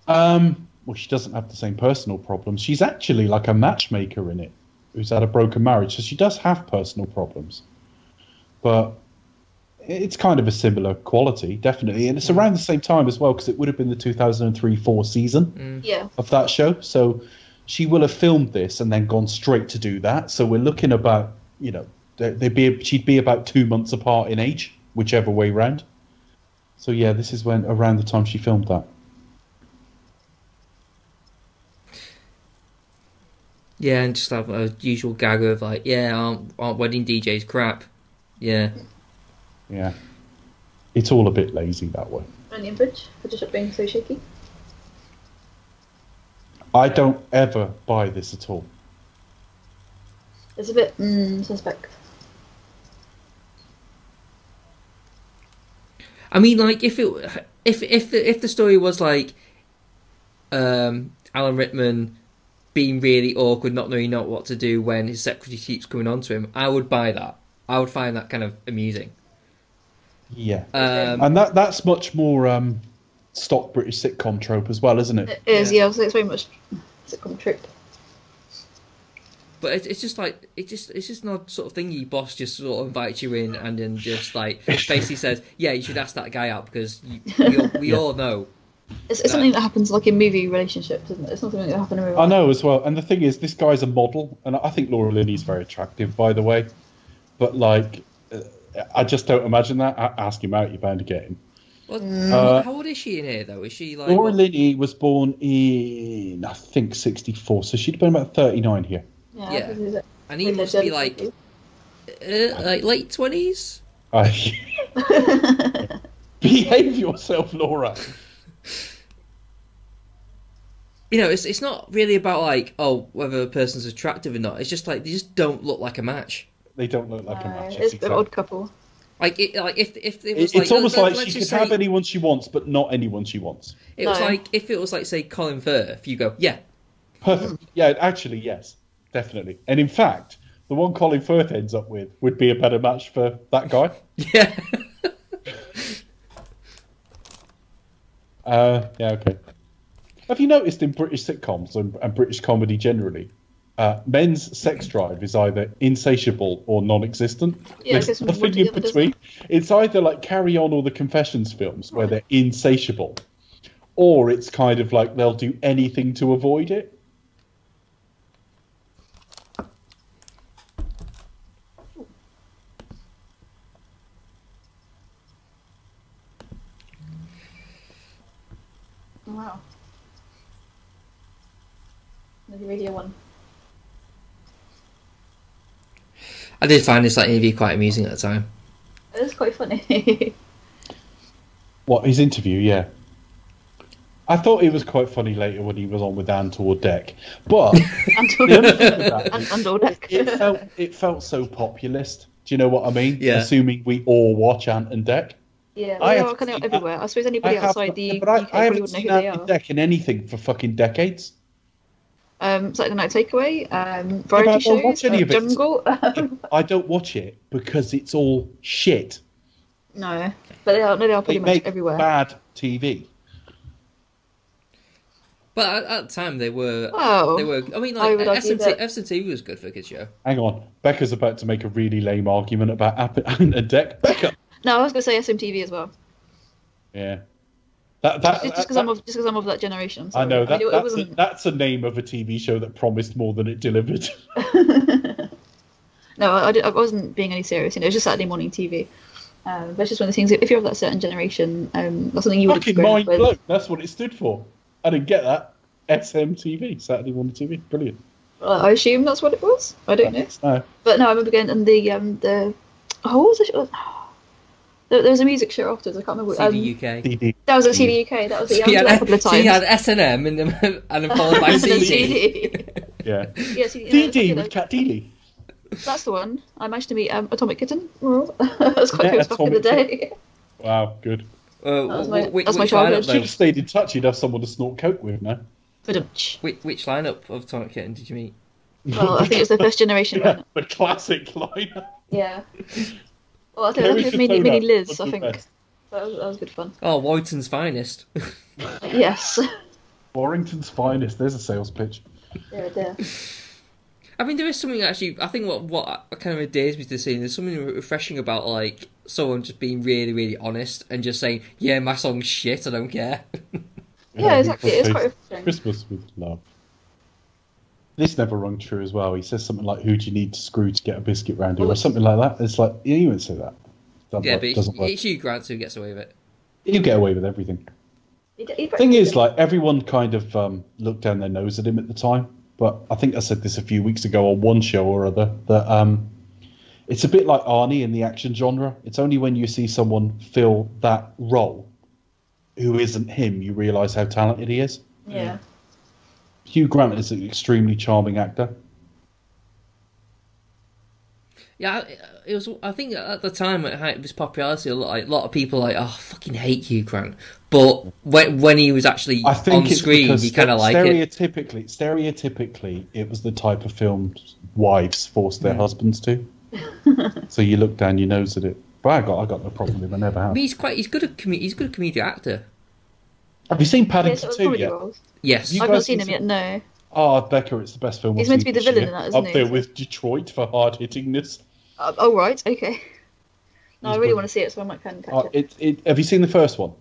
[SPEAKER 2] Um, well, she doesn't have the same personal problems. She's actually like a matchmaker in it, who's had a broken marriage, so she does have personal problems, but it's kind of a similar quality, definitely, and it's around the same time as well because it would have been the 2003-4 season.
[SPEAKER 3] yeah.
[SPEAKER 2] of that show. So she will have filmed this and then gone straight to do that. So we're looking about, you know, they- they'd be she'd be about two months apart in age, whichever way round. So yeah, this is when around the time she filmed that.
[SPEAKER 1] Yeah, and just have a usual gag of like, yeah, aren't, aren't wedding DJs crap? Yeah,
[SPEAKER 2] Yeah, it's all a bit lazy that way.
[SPEAKER 3] Onion Bridge for just being so shaky.
[SPEAKER 2] I don't ever buy this at all.
[SPEAKER 3] It's a bit mm, suspect.
[SPEAKER 1] I mean, like if it if if the if the story was like, um, Alan Rickman being really awkward, not knowing not what to do when his secretary keeps coming on to him, I would buy that. I would find that kind of amusing.
[SPEAKER 2] Yeah,
[SPEAKER 1] Um,
[SPEAKER 2] and that that's much more um, stock British sitcom trope as well, isn't it?
[SPEAKER 3] It is,
[SPEAKER 1] Yeah.
[SPEAKER 3] yeah. so it's very much sitcom trope.
[SPEAKER 1] But it's, it's just like it just it's just not sort of thing your boss just sort of invites you in and then just like basically says, yeah, you should ask that guy out because you, we all, we all know.
[SPEAKER 3] It's, it's something that happens like in movie relationships, isn't it? It's not something that happens in real
[SPEAKER 2] I
[SPEAKER 3] life.
[SPEAKER 2] know as well. And the thing is, this guy's a model, and I think Laura Linney's very attractive, by the way. But like, uh, I just don't imagine that. A- ask him out, you're bound to get him.
[SPEAKER 1] What,
[SPEAKER 2] Uh,
[SPEAKER 1] how old is she in here though? Is she like?
[SPEAKER 2] Laura
[SPEAKER 1] what-
[SPEAKER 2] Linney was born in, I think, '64, so she'd been about 39 here.
[SPEAKER 1] yeah.
[SPEAKER 3] this is it.
[SPEAKER 1] and he must be like uh, like late twenties.
[SPEAKER 2] I behave yourself, Laura.
[SPEAKER 1] You know, it's it's not really about like oh whether a person's attractive or not. It's just like they just don't look like a match.
[SPEAKER 2] They don't look like a
[SPEAKER 3] No,
[SPEAKER 2] match.
[SPEAKER 3] it's
[SPEAKER 2] It's,
[SPEAKER 3] an odd couple.
[SPEAKER 1] Like it, like if if it was like
[SPEAKER 2] it's almost
[SPEAKER 1] let-
[SPEAKER 2] like
[SPEAKER 1] let's
[SPEAKER 2] she could
[SPEAKER 1] just
[SPEAKER 2] have
[SPEAKER 1] say-
[SPEAKER 2] anyone she wants, but not anyone she wants.
[SPEAKER 1] It was
[SPEAKER 3] No.
[SPEAKER 1] like if it was like say Colin Firth, you go yeah
[SPEAKER 2] Perfect. Yeah, actually, yes, definitely. And in fact, the one Colin Firth ends up with would be a better match for that guy.
[SPEAKER 1] yeah.
[SPEAKER 2] Uh, yeah, okay. Have you noticed in British sitcoms and, and British comedy generally, uh, men's sex drive is either insatiable or non-existent.
[SPEAKER 3] Yeah, I
[SPEAKER 2] There's
[SPEAKER 3] guess when
[SPEAKER 2] nothing
[SPEAKER 3] one
[SPEAKER 2] in
[SPEAKER 3] together doesn't-
[SPEAKER 2] between. It's either like Carry On or the Confessions films where they're insatiable, or it's kind of like they'll do anything to avoid it.
[SPEAKER 3] Oh, Wow. Maybe Radio One.
[SPEAKER 1] I did find this like interview quite amusing at the time.
[SPEAKER 3] It was quite funny.
[SPEAKER 2] What his interview? Yeah. I thought it was quite funny later when he was on with Anne toward deck, but
[SPEAKER 3] and,
[SPEAKER 2] the only thing about it
[SPEAKER 3] and,
[SPEAKER 2] is
[SPEAKER 3] and all deck.
[SPEAKER 2] it felt it felt so populist. Do you know what I mean?
[SPEAKER 1] Yeah.
[SPEAKER 2] Assuming we all watch Ant and Deck.
[SPEAKER 3] Yeah,
[SPEAKER 2] I
[SPEAKER 3] they
[SPEAKER 2] have
[SPEAKER 3] are kind
[SPEAKER 2] seen
[SPEAKER 3] of
[SPEAKER 2] that.
[SPEAKER 3] everywhere. I suppose
[SPEAKER 2] I
[SPEAKER 3] anybody
[SPEAKER 2] have-
[SPEAKER 3] outside the
[SPEAKER 2] but I,
[SPEAKER 3] UK
[SPEAKER 2] I
[SPEAKER 3] probably
[SPEAKER 2] haven't
[SPEAKER 3] would know
[SPEAKER 2] seen
[SPEAKER 3] who they
[SPEAKER 2] Ant and
[SPEAKER 3] are.
[SPEAKER 2] Deck in anything for fucking decades.
[SPEAKER 3] Um, Saturday Night Takeaway, um, variety
[SPEAKER 2] I don't
[SPEAKER 3] shows,
[SPEAKER 2] watch any
[SPEAKER 3] uh,
[SPEAKER 2] of it.
[SPEAKER 3] Jungle.
[SPEAKER 2] I don't watch it because it's all shit.
[SPEAKER 3] no, but they are, no, they are pretty
[SPEAKER 2] They
[SPEAKER 3] much
[SPEAKER 2] make
[SPEAKER 3] everywhere.
[SPEAKER 2] bad TV.
[SPEAKER 1] But at, at the time they were
[SPEAKER 3] Wow.
[SPEAKER 1] they were. I mean,
[SPEAKER 3] Oh. I
[SPEAKER 1] like
[SPEAKER 3] would argue
[SPEAKER 1] SMT,
[SPEAKER 3] that-
[SPEAKER 1] SMT was good for a kid show.
[SPEAKER 2] Hang on, Becca's about to make a really lame argument about App- Ant and Deck. Becca.
[SPEAKER 3] No, I was going to say SMTV as well.
[SPEAKER 2] Yeah. That that.
[SPEAKER 3] Just because
[SPEAKER 2] that-
[SPEAKER 3] I'm of just 'cause I'm of that
[SPEAKER 2] Uh,
[SPEAKER 3] generation. I'm
[SPEAKER 2] I
[SPEAKER 3] sorry.
[SPEAKER 2] know that,
[SPEAKER 3] mean, it- it
[SPEAKER 2] that's, a,
[SPEAKER 3] wasn't-
[SPEAKER 2] that's a name of a TV show that promised more than it delivered.
[SPEAKER 3] No, I, I did- I wasn't being any serious. You know, it was just Saturday morning TV. Um, but it's just one of the things. If you're of that certain generation, um, that's something you would have
[SPEAKER 2] Fucking
[SPEAKER 3] grown up
[SPEAKER 2] mind
[SPEAKER 3] with.
[SPEAKER 2] blown. That's what it stood for. I didn't get that. SMTV, Saturday Morning TV. Brilliant.
[SPEAKER 3] Well, I assume that's what it was. I don't know.
[SPEAKER 2] No.
[SPEAKER 3] But no, I remember going and the um the oh what was the show? There, there was a music show afterwards. I can't remember. Um,
[SPEAKER 1] CD UK.
[SPEAKER 2] CD.
[SPEAKER 3] That was at CD UK. That was it.
[SPEAKER 1] So
[SPEAKER 3] Yeah, I
[SPEAKER 1] you
[SPEAKER 3] went to that a
[SPEAKER 1] Mm. had, so
[SPEAKER 3] couple of
[SPEAKER 1] you had
[SPEAKER 3] times.
[SPEAKER 1] SNM and then, and then followed by
[SPEAKER 3] And then
[SPEAKER 1] CD.
[SPEAKER 3] CD.
[SPEAKER 2] Yeah.
[SPEAKER 3] Yeah, CD. yeah, that's
[SPEAKER 2] DD
[SPEAKER 3] it.
[SPEAKER 2] with Cat Dealey.
[SPEAKER 3] That's the one. I managed to meet um, Atomic Kitten. that was quite
[SPEAKER 2] Yeah,
[SPEAKER 3] close back in the
[SPEAKER 2] Atomic
[SPEAKER 3] day.
[SPEAKER 2] Wow, good.
[SPEAKER 1] Uh,
[SPEAKER 3] That was
[SPEAKER 1] wh-
[SPEAKER 3] my-
[SPEAKER 1] wh- which,
[SPEAKER 3] that's my
[SPEAKER 1] which lineup,
[SPEAKER 3] childhood.
[SPEAKER 2] Should
[SPEAKER 1] though?
[SPEAKER 2] have stayed in touch. You'd have someone to snort coke with now.
[SPEAKER 3] Ba-dum-tsh.
[SPEAKER 1] Which, which lineup of Tonic Kitten did you meet?
[SPEAKER 3] well, I think it was the first generation
[SPEAKER 2] yeah,
[SPEAKER 3] one.
[SPEAKER 2] the classic line.
[SPEAKER 3] Yeah. Well, I think
[SPEAKER 2] Kerry
[SPEAKER 3] that was Mini,
[SPEAKER 2] Katona
[SPEAKER 3] Mini Liz,
[SPEAKER 2] was
[SPEAKER 3] I
[SPEAKER 2] the
[SPEAKER 3] think.
[SPEAKER 2] best.
[SPEAKER 3] That was, that was good fun.
[SPEAKER 1] Oh, Woyton's finest.
[SPEAKER 3] Yes.
[SPEAKER 2] Warrington's finest. There's a sales pitch.
[SPEAKER 3] yeah, yeah.
[SPEAKER 1] I mean, there is something actually. I think what what kind of endears me to seeing there's something refreshing about like someone just being really really honest and just saying, "Yeah, my song's shit. I don't care."
[SPEAKER 3] Yeah, exactly. It's
[SPEAKER 2] Christmas-
[SPEAKER 3] quite refreshing.
[SPEAKER 2] Christmas with love. This never rung true as well. He says something like, "Who do you need to screw to get a biscuit round here?" or something like that. It's like you even say that. Doesn't
[SPEAKER 1] yeah,
[SPEAKER 2] work-
[SPEAKER 1] but it's,
[SPEAKER 2] doesn't work.
[SPEAKER 1] it's Hugh Grant who gets away with it.
[SPEAKER 2] You get away with everything.
[SPEAKER 3] He d- he
[SPEAKER 2] thing
[SPEAKER 3] practically
[SPEAKER 2] is,
[SPEAKER 3] did.
[SPEAKER 2] like everyone kind of um, looked down their nose at him at the time. But I think I said this a few weeks ago on one show or other that um, it's a bit like Arnie in the action genre. It's only when you see someone fill that role who isn't him you realise how talented he is.
[SPEAKER 3] yeah.
[SPEAKER 2] Hugh Grant is an extremely charming actor.
[SPEAKER 1] Yeah, I- it was. I think at the time it had his popularity, a lot, like, a lot of people like, oh, I fucking hate Hugh Grant. But when when he was actually
[SPEAKER 2] I think
[SPEAKER 1] on
[SPEAKER 2] it's
[SPEAKER 1] screen,
[SPEAKER 2] because
[SPEAKER 1] you kind of like it.
[SPEAKER 2] stereotypically, stereotypically, it was the type of film wives forced their husbands to. so you look down your nose at it. But I got, I got no problem with him. I never
[SPEAKER 1] I
[SPEAKER 2] have.
[SPEAKER 1] mean, he's quite. He's good. At com- he's a good comedic actor.
[SPEAKER 2] Have you seen
[SPEAKER 3] Yeah, sort
[SPEAKER 2] Paddington
[SPEAKER 3] of
[SPEAKER 2] Two
[SPEAKER 3] comedy
[SPEAKER 2] yet?
[SPEAKER 3] roles.
[SPEAKER 1] Yes.
[SPEAKER 2] You
[SPEAKER 3] I've
[SPEAKER 2] guys
[SPEAKER 3] not seen
[SPEAKER 2] can
[SPEAKER 3] him yet, no.
[SPEAKER 2] Oh, Becca, it's the best film.
[SPEAKER 3] He's
[SPEAKER 2] I've
[SPEAKER 3] meant
[SPEAKER 2] seen
[SPEAKER 3] to be the
[SPEAKER 2] this year.
[SPEAKER 3] villain in that, isn't
[SPEAKER 2] Up
[SPEAKER 3] he?
[SPEAKER 2] there with Detroit for hard hittingness.
[SPEAKER 3] Uh, oh, right, okay. No, I
[SPEAKER 2] He's
[SPEAKER 3] really
[SPEAKER 2] good.
[SPEAKER 3] want to see it, so I might kind of catch
[SPEAKER 2] Oh,
[SPEAKER 3] it.
[SPEAKER 2] it, it, have you seen the first one?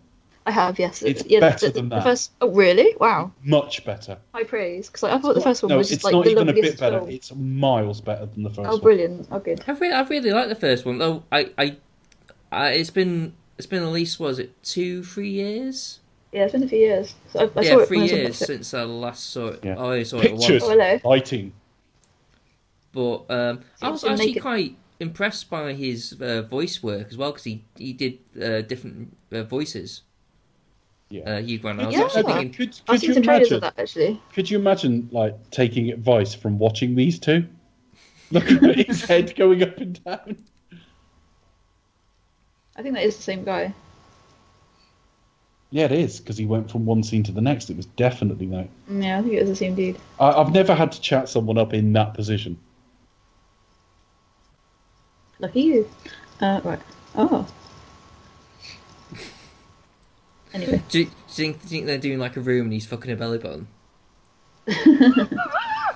[SPEAKER 3] I have, yes.
[SPEAKER 2] it's
[SPEAKER 3] yeah, the-
[SPEAKER 2] better
[SPEAKER 3] the,
[SPEAKER 2] than
[SPEAKER 3] the
[SPEAKER 2] that.
[SPEAKER 3] first. Oh, really? Wow.
[SPEAKER 2] Much better.
[SPEAKER 3] High praise. Because I thought the first one
[SPEAKER 2] no,
[SPEAKER 3] was just
[SPEAKER 2] it's
[SPEAKER 3] like
[SPEAKER 2] not
[SPEAKER 3] the
[SPEAKER 2] even a
[SPEAKER 3] loveliest
[SPEAKER 2] bit better.
[SPEAKER 3] film.
[SPEAKER 2] It's miles better than the first
[SPEAKER 3] Oh,
[SPEAKER 2] one.
[SPEAKER 3] brilliant! Oh, good.
[SPEAKER 1] I've really, I've really liked the first one though. I, I, I, it's been, it's been at least was it two, three years?
[SPEAKER 3] Yeah, it's been a few years. So I, I saw
[SPEAKER 1] yeah,
[SPEAKER 3] it
[SPEAKER 1] three
[SPEAKER 3] when I was on
[SPEAKER 1] years
[SPEAKER 3] Netflix.
[SPEAKER 1] since I last saw it.
[SPEAKER 2] Yeah.
[SPEAKER 1] I only saw it once,
[SPEAKER 2] Pictures,
[SPEAKER 3] Oh, hello.
[SPEAKER 2] lighting.
[SPEAKER 1] but um, I was
[SPEAKER 3] So you
[SPEAKER 1] actually
[SPEAKER 3] make it-
[SPEAKER 1] quite impressed by his uh, voice work as well because he he did uh, different uh, voices.
[SPEAKER 2] Yeah.
[SPEAKER 1] Uh, Hugh Grant. I was
[SPEAKER 3] Yeah.
[SPEAKER 1] actually
[SPEAKER 3] Yeah.
[SPEAKER 1] thinking,
[SPEAKER 2] Could,
[SPEAKER 3] I've
[SPEAKER 2] could
[SPEAKER 3] seen
[SPEAKER 2] you
[SPEAKER 3] some trailers
[SPEAKER 2] imagine?
[SPEAKER 3] of that actually.
[SPEAKER 2] Could you imagine like taking advice from watching these two? Look at his head going up and down.
[SPEAKER 3] I think that is the same guy.
[SPEAKER 2] Yeah, it is because he went from one scene to the next. It was definitely that.
[SPEAKER 3] Mm, Yeah, I think it was the same dude.
[SPEAKER 2] I, I've never had to chat someone up in that position.
[SPEAKER 3] Lucky you. Uh, right. Oh. Anyway,
[SPEAKER 1] do, you- do you think, do you think they're doing like a room and he's fucking a belly button?
[SPEAKER 2] I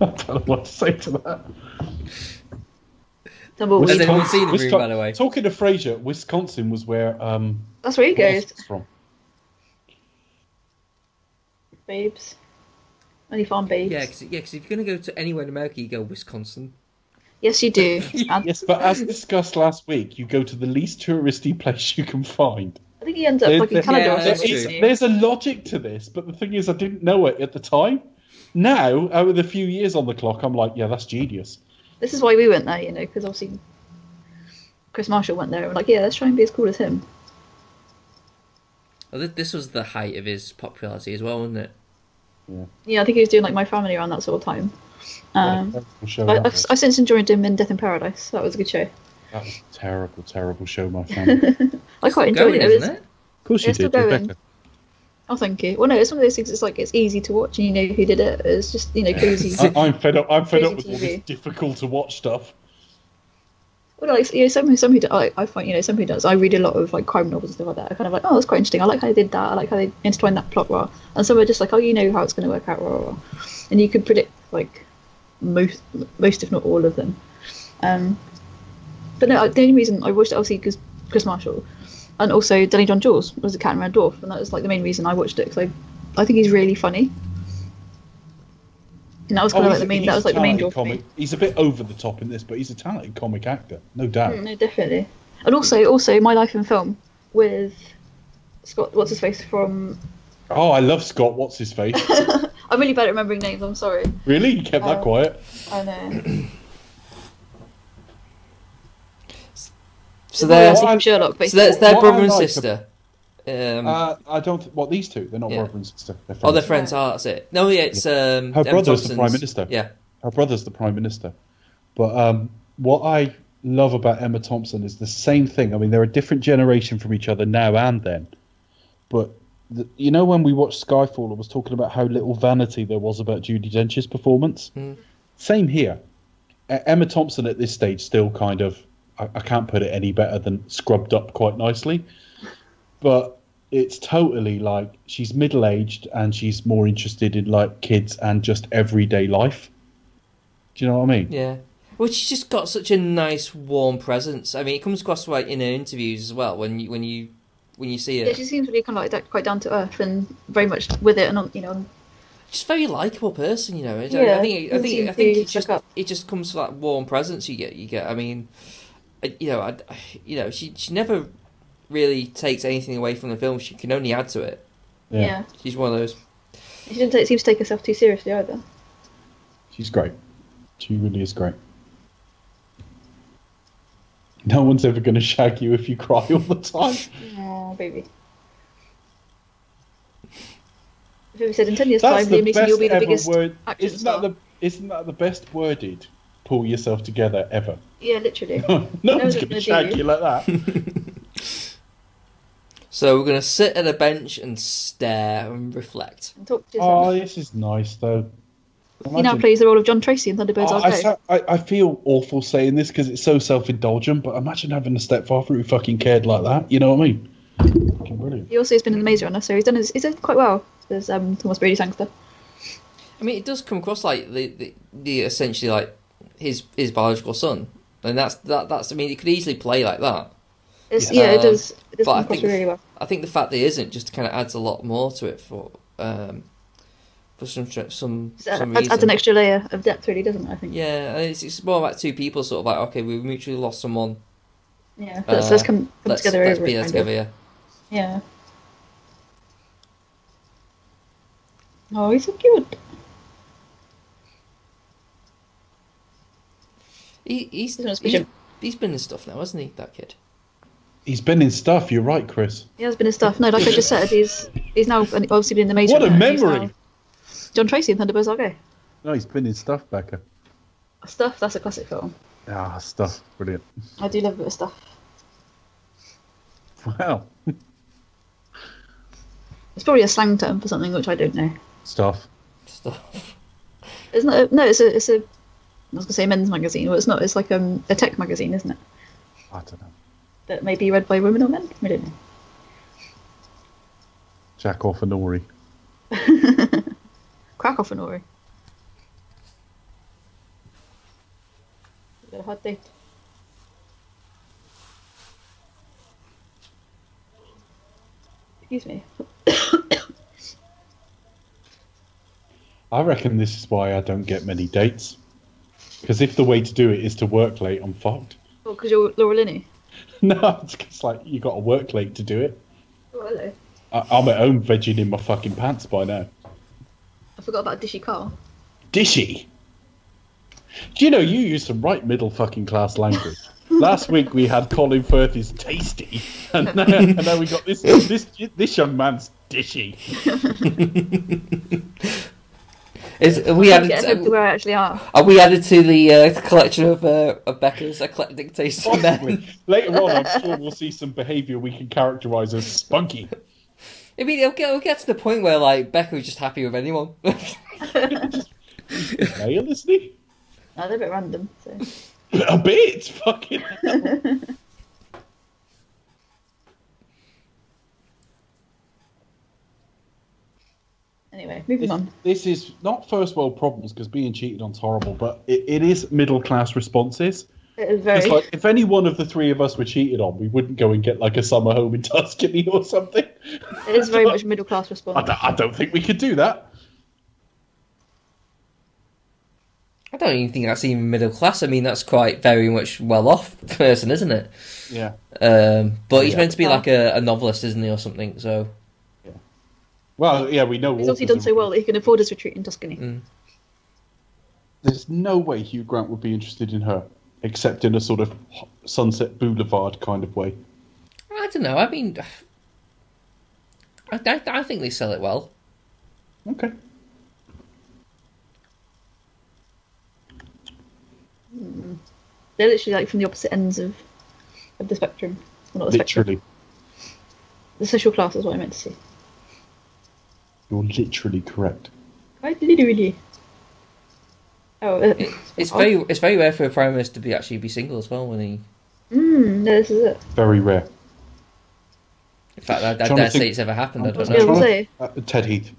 [SPEAKER 2] don't know what to say to that.
[SPEAKER 1] Has
[SPEAKER 3] Tumbleweed.
[SPEAKER 1] anyone seen the room,
[SPEAKER 2] Wisconsin-
[SPEAKER 1] by the way?
[SPEAKER 2] Talking of Frasier, Wisconsin was where um,
[SPEAKER 3] That's where he goes,
[SPEAKER 2] Ross was from.
[SPEAKER 3] babes. Only farm babes.
[SPEAKER 1] Yeah, because if you're gonna go to anywhere in America, you go Wisconsin.
[SPEAKER 3] Yes, you do. And
[SPEAKER 2] Yes, but as discussed last week, you go to the least touristy place you can find.
[SPEAKER 3] I think he ends up
[SPEAKER 2] There-
[SPEAKER 3] like in
[SPEAKER 2] there-
[SPEAKER 3] Canada
[SPEAKER 1] Yeah,
[SPEAKER 3] or
[SPEAKER 1] that's
[SPEAKER 2] There
[SPEAKER 3] something.
[SPEAKER 1] true.
[SPEAKER 2] is,
[SPEAKER 3] doesn't he?
[SPEAKER 2] there's a logic to this, but the thing is, I didn't know it at the time. Now, out of the few years on the clock, I'm like, yeah, that's genius.
[SPEAKER 3] This is why we went there, you know, because obviously Chris Marshall went there and we're like, yeah, let's try and be as cool as him.
[SPEAKER 1] Oh, th- This was the height of his popularity as well, wasn't it?
[SPEAKER 3] Yeah, I think he was doing like my family around that sort of time. Um,
[SPEAKER 2] Terrible show
[SPEAKER 3] I,
[SPEAKER 2] that
[SPEAKER 3] I've,
[SPEAKER 2] was.
[SPEAKER 3] I've since enjoyed him in Death in Paradise. That was a good show.
[SPEAKER 2] That was a terrible, terrible show, my friend. of
[SPEAKER 3] I quite
[SPEAKER 1] Still going,
[SPEAKER 3] enjoyed it. It was-
[SPEAKER 1] isn't it?
[SPEAKER 2] course you
[SPEAKER 3] It's still
[SPEAKER 2] did, Rebecca.
[SPEAKER 3] going. Oh, thank you. Well, no, it's one of those things. It's like it's easy to watch, and you know who did it. It's just you know
[SPEAKER 1] Oh,
[SPEAKER 3] crazy.
[SPEAKER 2] I, I'm fed up. I'm fed up with
[SPEAKER 3] Crazy
[SPEAKER 2] all
[SPEAKER 3] TV.
[SPEAKER 2] this difficult to watch stuff.
[SPEAKER 3] well, no, like you know, some who- some who do, I, I find you know some who does. I read a lot of like crime novels and stuff like that. I kind of like, oh, that's quite interesting. I like how they did that. I like how they intertwined that plot. Rah. And some are just like, oh, you know how it's going to work out. Rah, rah. And you could predict like most most if not all of them. Um, but no, the only reason I watched it obviously because Chris Marshall, and also Danny John Jules was the Cat and Red Dwarf, and that was like the main reason I watched it because I I think he's really funny. And that was kind
[SPEAKER 2] Oh,
[SPEAKER 3] of like
[SPEAKER 2] he's-
[SPEAKER 3] the main
[SPEAKER 2] he's
[SPEAKER 3] that was
[SPEAKER 2] a
[SPEAKER 3] like the main draw
[SPEAKER 2] talented
[SPEAKER 3] for me.
[SPEAKER 2] comic. He's a bit over the top in this, but he's a talented comic actor, no doubt.
[SPEAKER 3] Mm, No, definitely. And also, also my life in film with Scott. What's his face from?
[SPEAKER 2] Oh, I love Scott. What's his face?
[SPEAKER 3] I'm really bad at remembering names. I'm sorry.
[SPEAKER 2] really? You kept that
[SPEAKER 3] Uh,
[SPEAKER 2] quiet.
[SPEAKER 3] I know.
[SPEAKER 1] So they're,
[SPEAKER 2] What I-
[SPEAKER 3] Sherlock. But
[SPEAKER 1] so they're, they're
[SPEAKER 2] What I
[SPEAKER 1] brother and
[SPEAKER 2] like-
[SPEAKER 1] sister. Um,
[SPEAKER 2] Uh, I don't. Th- what these two? They're not
[SPEAKER 1] Yeah.
[SPEAKER 2] brother and sister. They're
[SPEAKER 1] oh, they're
[SPEAKER 2] friends.
[SPEAKER 1] friends. Oh, that's it. No, yeah, it's um,
[SPEAKER 2] Her
[SPEAKER 1] Emma
[SPEAKER 2] brother is the
[SPEAKER 1] Thompson's-
[SPEAKER 2] Prime Minister.
[SPEAKER 1] Yeah,
[SPEAKER 2] Her brother's the prime minister. But um, what I love about Emma Thompson is the same thing. I mean, they're a different generation from each other now and then. But the, you know, when we watched Skyfall, I was talking about how little vanity there was about Judy Dench's performance.
[SPEAKER 1] Mm.
[SPEAKER 2] Same here. E- Emma Thompson at this stage still kind of, I, I can't put it any better than scrubbed up quite nicely. But it's totally like she's middle aged and she's more interested in like kids and just everyday life. Do you know what I mean?
[SPEAKER 1] yeah. Well, she's just got such a nice, warm presence. I mean, it comes across like in her interviews as well when you when you when you see
[SPEAKER 3] Yeah,
[SPEAKER 1] her.
[SPEAKER 3] she seems really kind of like that, quite down to earth and very much with it, and on, you know,
[SPEAKER 1] Just very likable person, you know. I, I
[SPEAKER 3] Yeah,
[SPEAKER 1] think I
[SPEAKER 3] doesn't
[SPEAKER 1] think
[SPEAKER 3] seem
[SPEAKER 1] I think
[SPEAKER 3] too
[SPEAKER 1] it just
[SPEAKER 3] stuck up.
[SPEAKER 1] it just comes to that warm presence you get. You get. I mean, I, you know, I, you know, she she never really takes anything away from the film. She can only add to it.
[SPEAKER 3] yeah.
[SPEAKER 1] She's one of those.
[SPEAKER 3] She didn't take, seem to take herself too seriously either.
[SPEAKER 2] She's great. She really is great. No one's ever going to shag you if you cry all the time.
[SPEAKER 3] Oh, baby. If we said in ten years'
[SPEAKER 2] That's
[SPEAKER 3] time, Liam
[SPEAKER 2] the
[SPEAKER 3] Neeson, you'll
[SPEAKER 2] best
[SPEAKER 3] be the
[SPEAKER 2] ever
[SPEAKER 3] biggest.
[SPEAKER 2] word.
[SPEAKER 3] action
[SPEAKER 2] Isn't that
[SPEAKER 3] star.
[SPEAKER 2] the isn't that the best worded? Pull yourself together ever.
[SPEAKER 3] Yeah, literally.
[SPEAKER 2] no one's
[SPEAKER 3] one's
[SPEAKER 2] going to
[SPEAKER 3] gonna
[SPEAKER 2] shag
[SPEAKER 3] do.
[SPEAKER 2] you like that.
[SPEAKER 1] So we're gonna sit at a bench and stare and reflect.
[SPEAKER 3] And talk to yourself.
[SPEAKER 2] oh, this is nice though.
[SPEAKER 3] he now
[SPEAKER 2] Imagine-
[SPEAKER 3] plays the role of John Tracy in Thunderbirds
[SPEAKER 2] Oh,
[SPEAKER 3] Are
[SPEAKER 2] I,
[SPEAKER 3] Go.
[SPEAKER 2] so- I, I feel awful saying this because it's so self indulgent, but imagine having a stepfather who fucking cared like that. You know what I mean? Fucking brilliant.
[SPEAKER 3] He also has been in the Maze Runner, so he's done his, he's done quite well. There's um, Thomas Brady Sangster.
[SPEAKER 1] I mean, it does come across like the, the, the essentially like his his biological son, and that's that that's. I mean, it could easily play like that.
[SPEAKER 3] It's,
[SPEAKER 1] Yeah.
[SPEAKER 3] yeah, it does. It does
[SPEAKER 1] but I
[SPEAKER 3] come across
[SPEAKER 1] think-
[SPEAKER 3] really well.
[SPEAKER 1] I think the fact that he isn't just kind of adds a lot more to it for um for some tr- some
[SPEAKER 3] It
[SPEAKER 1] some
[SPEAKER 3] adds,
[SPEAKER 1] reason.
[SPEAKER 3] adds an extra layer of depth, really, doesn't it? I think.
[SPEAKER 1] yeah, and it's, it's more like two people sort of like okay, we've mutually lost someone.
[SPEAKER 3] Yeah. Let's,
[SPEAKER 1] Uh,
[SPEAKER 3] let's come, come
[SPEAKER 1] let's
[SPEAKER 3] together
[SPEAKER 1] let's
[SPEAKER 3] over
[SPEAKER 1] be
[SPEAKER 3] it.
[SPEAKER 1] there
[SPEAKER 3] kind of.
[SPEAKER 1] together. Yeah.
[SPEAKER 3] Yeah. Oh, he's so cute.
[SPEAKER 1] He, he's,
[SPEAKER 3] He's on a
[SPEAKER 1] he's
[SPEAKER 3] spaceship.
[SPEAKER 1] he's been in stuff now, hasn't he? That kid.
[SPEAKER 2] He's been in stuff. You're right, Chris.
[SPEAKER 3] He has been his stuff. No, like I just said, he's he's now and obviously been in the Maze
[SPEAKER 2] What a
[SPEAKER 3] Runner. and he's
[SPEAKER 2] memory.
[SPEAKER 3] now John Tracy in Thunderbirds Are Go.
[SPEAKER 2] No, he's been in stuff, Becca.
[SPEAKER 3] Stuff. That's a classic film.
[SPEAKER 2] Ah, stuff. Brilliant.
[SPEAKER 3] I do love a bit of stuff.
[SPEAKER 2] Wow.
[SPEAKER 3] It's probably a slang term for something which I don't know.
[SPEAKER 2] Stuff.
[SPEAKER 1] Stuff.
[SPEAKER 3] It's not. A, no, it's a. It's a. I was gonna say men's magazine, but it's not. It's like um, a tech magazine, isn't it?
[SPEAKER 2] I don't know.
[SPEAKER 3] That may be read by women or men. I don't know.
[SPEAKER 2] Jack off and Ori.
[SPEAKER 3] Crack off an Ori. Bit of hot date. Excuse me.
[SPEAKER 2] I reckon this is why I don't get many dates. Because if the way to do it is to work late, I'm fucked.
[SPEAKER 3] Oh, because you're Laura Linney.
[SPEAKER 2] No, it's 'cause, like you got to work late to do it.
[SPEAKER 3] Oh, hello.
[SPEAKER 2] I, I'm at home vegging in my fucking pants by now.
[SPEAKER 3] I forgot about Dishy Carl.
[SPEAKER 2] Dishy. Do you know you use some right middle fucking class language? Last week we had Colin Firth is tasty, and now, and now we got this this this young man's dishy.
[SPEAKER 1] Is, are we
[SPEAKER 3] Trying
[SPEAKER 1] added?
[SPEAKER 3] to
[SPEAKER 2] um,
[SPEAKER 3] get a hook to where I actually are.
[SPEAKER 1] Are we added to the uh, collection of, uh, of Becca's eclectic taste in men?
[SPEAKER 2] Possibly. Later on, I'm sure we'll see some behaviour we can characterise as spunky.
[SPEAKER 1] I mean, it'll get, it'll get to the point where like Becca was just happy with anyone.
[SPEAKER 2] Male, isn't he?
[SPEAKER 3] No, they're a bit random. So.
[SPEAKER 2] A bit, fucking. hell.
[SPEAKER 3] Anyway, moving
[SPEAKER 2] This,
[SPEAKER 3] on.
[SPEAKER 2] this is not first world problems because being cheated on's horrible, but it, it is middle class responses.
[SPEAKER 3] It is
[SPEAKER 2] It's
[SPEAKER 3] very.
[SPEAKER 2] like if any one of the three of us were cheated on, we wouldn't go and get like a summer home in Tuscany or something.
[SPEAKER 3] It is very much middle class
[SPEAKER 2] I
[SPEAKER 3] response.
[SPEAKER 2] don't, I don't think we could do that.
[SPEAKER 1] I don't even think that's even middle class. I mean, that's quite very much well off person, isn't it?
[SPEAKER 2] Yeah.
[SPEAKER 1] Um, but he's
[SPEAKER 2] Yeah.
[SPEAKER 1] meant to be like a, a novelist, isn't he, or something? So
[SPEAKER 2] Well, yeah, we know.
[SPEAKER 3] He's obviously done so well that he can afford his retreat in Tuscany.
[SPEAKER 1] Mm.
[SPEAKER 2] There's no way Hugh Grant would be interested in her, except in a sort of Sunset Boulevard kind of way.
[SPEAKER 1] I don't know. I mean, I, I, I think they sell it well.
[SPEAKER 2] Okay.
[SPEAKER 3] They're literally like from the opposite ends of, of the spectrum. Well, not the spectrum.
[SPEAKER 2] Literally.
[SPEAKER 3] The social class is what I meant to say.
[SPEAKER 2] You're literally correct.
[SPEAKER 3] I really, really. Oh, uh,
[SPEAKER 1] It, it's very it's very rare for a prime minister to be actually be single as well. When he,
[SPEAKER 3] mm, no, this is it.
[SPEAKER 2] Very rare.
[SPEAKER 1] in fact, I, I
[SPEAKER 2] Trying to
[SPEAKER 1] dare say
[SPEAKER 2] think-
[SPEAKER 1] it's ever happened. I
[SPEAKER 2] I'm
[SPEAKER 1] don't
[SPEAKER 3] Yeah,
[SPEAKER 1] know.
[SPEAKER 2] trying to-
[SPEAKER 3] we'll see.
[SPEAKER 2] Uh, Ted Heath.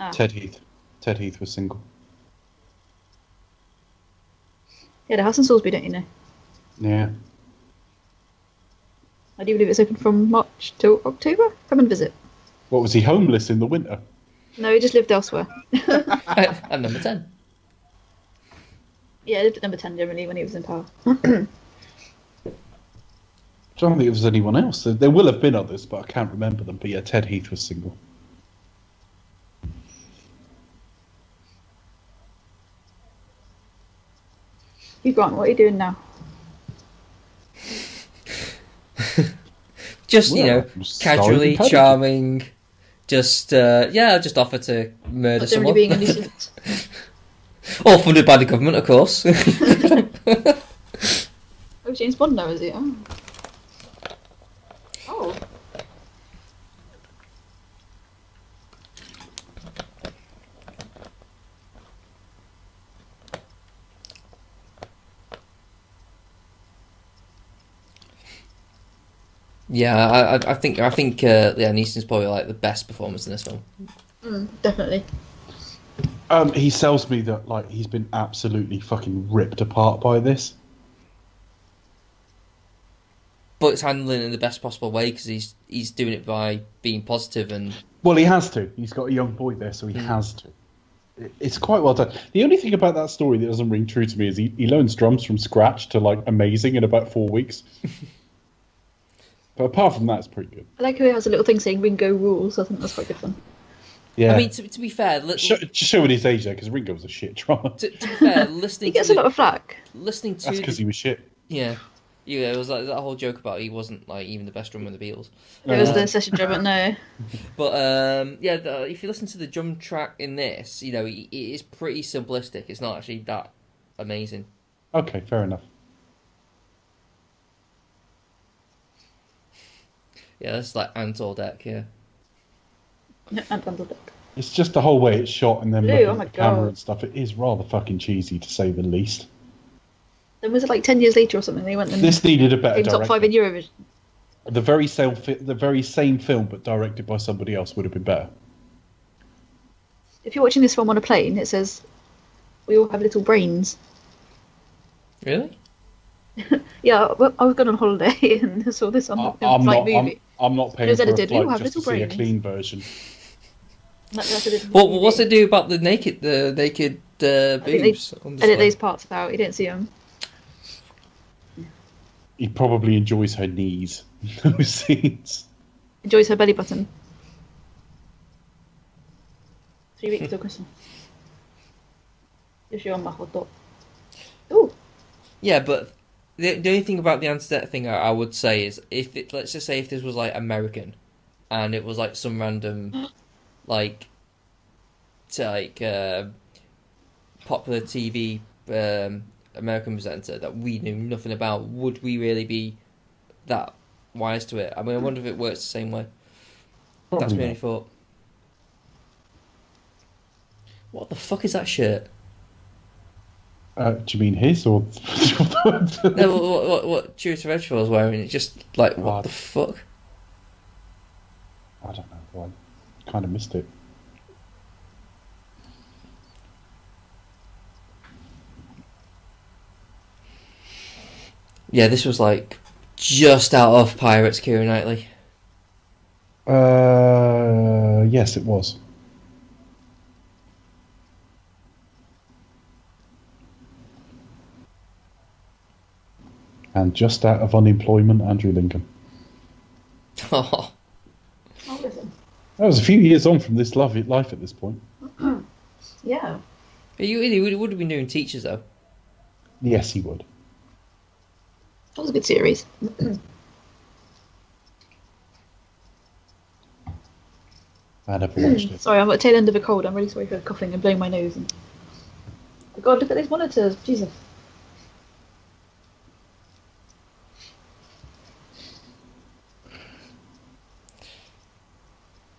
[SPEAKER 3] Ah.
[SPEAKER 2] Ted Heath. Ted Heath was single.
[SPEAKER 3] Yeah, the house in Salisbury, don't you know?
[SPEAKER 2] Yeah.
[SPEAKER 3] I do believe it's open from March till October. Come and visit.
[SPEAKER 2] What was he homeless in the winter?
[SPEAKER 3] No, he just lived elsewhere.
[SPEAKER 1] At number ten,
[SPEAKER 3] Yeah, he lived at number 10 generally when he was in power.
[SPEAKER 2] I don't think it was anyone else. There- There will have been others, but I can't remember them. But yeah, Ted Heath was single.
[SPEAKER 3] You Grant, what are you doing now?
[SPEAKER 1] just you
[SPEAKER 2] Well,
[SPEAKER 1] know,
[SPEAKER 2] I'm sorry,
[SPEAKER 1] casually
[SPEAKER 2] competitive.
[SPEAKER 1] charming. Just uh, yeah, I'll just offer to murder
[SPEAKER 3] Not generally
[SPEAKER 1] someone,
[SPEAKER 3] being a nuisance.
[SPEAKER 1] all funded by the government, of course.
[SPEAKER 3] Oh, James Bond now, is he? Oh. oh.
[SPEAKER 1] yeah, I, I- I think I think uh, yeah, Neeson's probably like the best performance in this film.
[SPEAKER 3] Mm, definitely.
[SPEAKER 2] Um, he sells me that like he's been absolutely fucking ripped apart by this.
[SPEAKER 1] but it's handling it in the best possible way because he's he's doing it by being positive and
[SPEAKER 2] Well, he has to. He's got a young boy there, so he has to. It- It's quite well done. The only thing about that story that doesn't ring true to me is he, he learns drums from scratch to like amazing in about four weeks. but apart from that, it's pretty good.
[SPEAKER 3] I like how he has a little thing saying Ringo rules. I think that's quite good fun.
[SPEAKER 2] Yeah.
[SPEAKER 1] I mean to, to be fair, li-
[SPEAKER 2] Show, just showing his age there because Ringo's a shit drummer.
[SPEAKER 1] to, to be fair,
[SPEAKER 3] He
[SPEAKER 1] listening to
[SPEAKER 3] gets a
[SPEAKER 1] the-
[SPEAKER 3] lot of flack.
[SPEAKER 1] listening to
[SPEAKER 2] That's because
[SPEAKER 1] the-
[SPEAKER 2] he was shit.
[SPEAKER 1] yeah. Yeah, it was like that whole joke about he wasn't like even the best drummer in the Beatles.
[SPEAKER 3] It was
[SPEAKER 2] Uh,
[SPEAKER 3] the session drummer, no.
[SPEAKER 1] But um, yeah, the, if you listen to the drum track in this, you know it, it is pretty simplistic. It's not actually that amazing.
[SPEAKER 2] Okay, fair enough.
[SPEAKER 1] Yeah, that's like Antor Deck. Yeah,
[SPEAKER 3] No, I'm done with it.
[SPEAKER 2] It's just the whole way it's shot and then
[SPEAKER 3] Ew,
[SPEAKER 2] looking
[SPEAKER 3] oh
[SPEAKER 2] at
[SPEAKER 3] my
[SPEAKER 2] the camera
[SPEAKER 3] God.
[SPEAKER 2] and stuff. It is rather fucking cheesy to say the least.
[SPEAKER 3] Then was it like 10 years later or something? They went and
[SPEAKER 2] This needed a better
[SPEAKER 3] came top five
[SPEAKER 2] director.
[SPEAKER 3] in Eurovision.
[SPEAKER 2] The very same, fi- the very same film, but directed by somebody else would have been better.
[SPEAKER 3] If you're watching this film on a plane, it says, We all have little brains.
[SPEAKER 1] really?
[SPEAKER 3] Yeah, well, I was gone on holiday and saw this on
[SPEAKER 2] I-
[SPEAKER 3] a
[SPEAKER 2] I'm not.
[SPEAKER 3] flight movie.
[SPEAKER 2] I'm, I'm not paying
[SPEAKER 3] Who's
[SPEAKER 2] for a
[SPEAKER 3] edited?
[SPEAKER 2] flight
[SPEAKER 3] You have
[SPEAKER 2] just to
[SPEAKER 3] little
[SPEAKER 2] see a
[SPEAKER 3] brains.
[SPEAKER 2] clean version.
[SPEAKER 3] Like, like I did in the
[SPEAKER 1] What
[SPEAKER 3] movie.
[SPEAKER 1] what's it do about the naked the naked uh,
[SPEAKER 3] think they
[SPEAKER 1] boobs? on
[SPEAKER 3] Edit
[SPEAKER 1] display?
[SPEAKER 3] these parts out. You didn't see them.
[SPEAKER 2] He probably enjoys her knees. in Those scenes.
[SPEAKER 3] Enjoys her belly button. Three weeks till Christmas. If you're on my hot dog.
[SPEAKER 1] Yeah, but the, the only thing about the anti-debt thing I, I would say is if it, let's just say if this was like American, and it was like some random, like, to like uh, popular TV um, American presenter that we knew nothing about, would we really be that wise to it? I mean, I wonder if it works the same way. That's
[SPEAKER 2] Probably
[SPEAKER 1] my only
[SPEAKER 2] not.
[SPEAKER 1] thought. What the fuck is that shirt?
[SPEAKER 2] Uh, do you mean his or?
[SPEAKER 1] No, what, what, what, what Juice Vegetable was wearing, it's just like, what
[SPEAKER 2] Odd.
[SPEAKER 1] the fuck?
[SPEAKER 2] I don't know. I kind of missed it.
[SPEAKER 1] Yeah, this was like just out of Pirates Kira Knightley.
[SPEAKER 2] Uh, yes, it was. And just out of unemployment, Andrew Lincoln.
[SPEAKER 1] Oh,
[SPEAKER 3] Oh, listen.
[SPEAKER 2] That was a few years on from this love life at this point.
[SPEAKER 3] Yeah.
[SPEAKER 1] you really would, would have been doing teachers though.
[SPEAKER 2] Yes, he would.
[SPEAKER 3] That was a good series.
[SPEAKER 2] I never watched it.
[SPEAKER 3] Sorry, I'm at the tail end of a cold. I'm really sorry for coughing and blowing my nose. And... Oh God, look at these monitors. Jesus.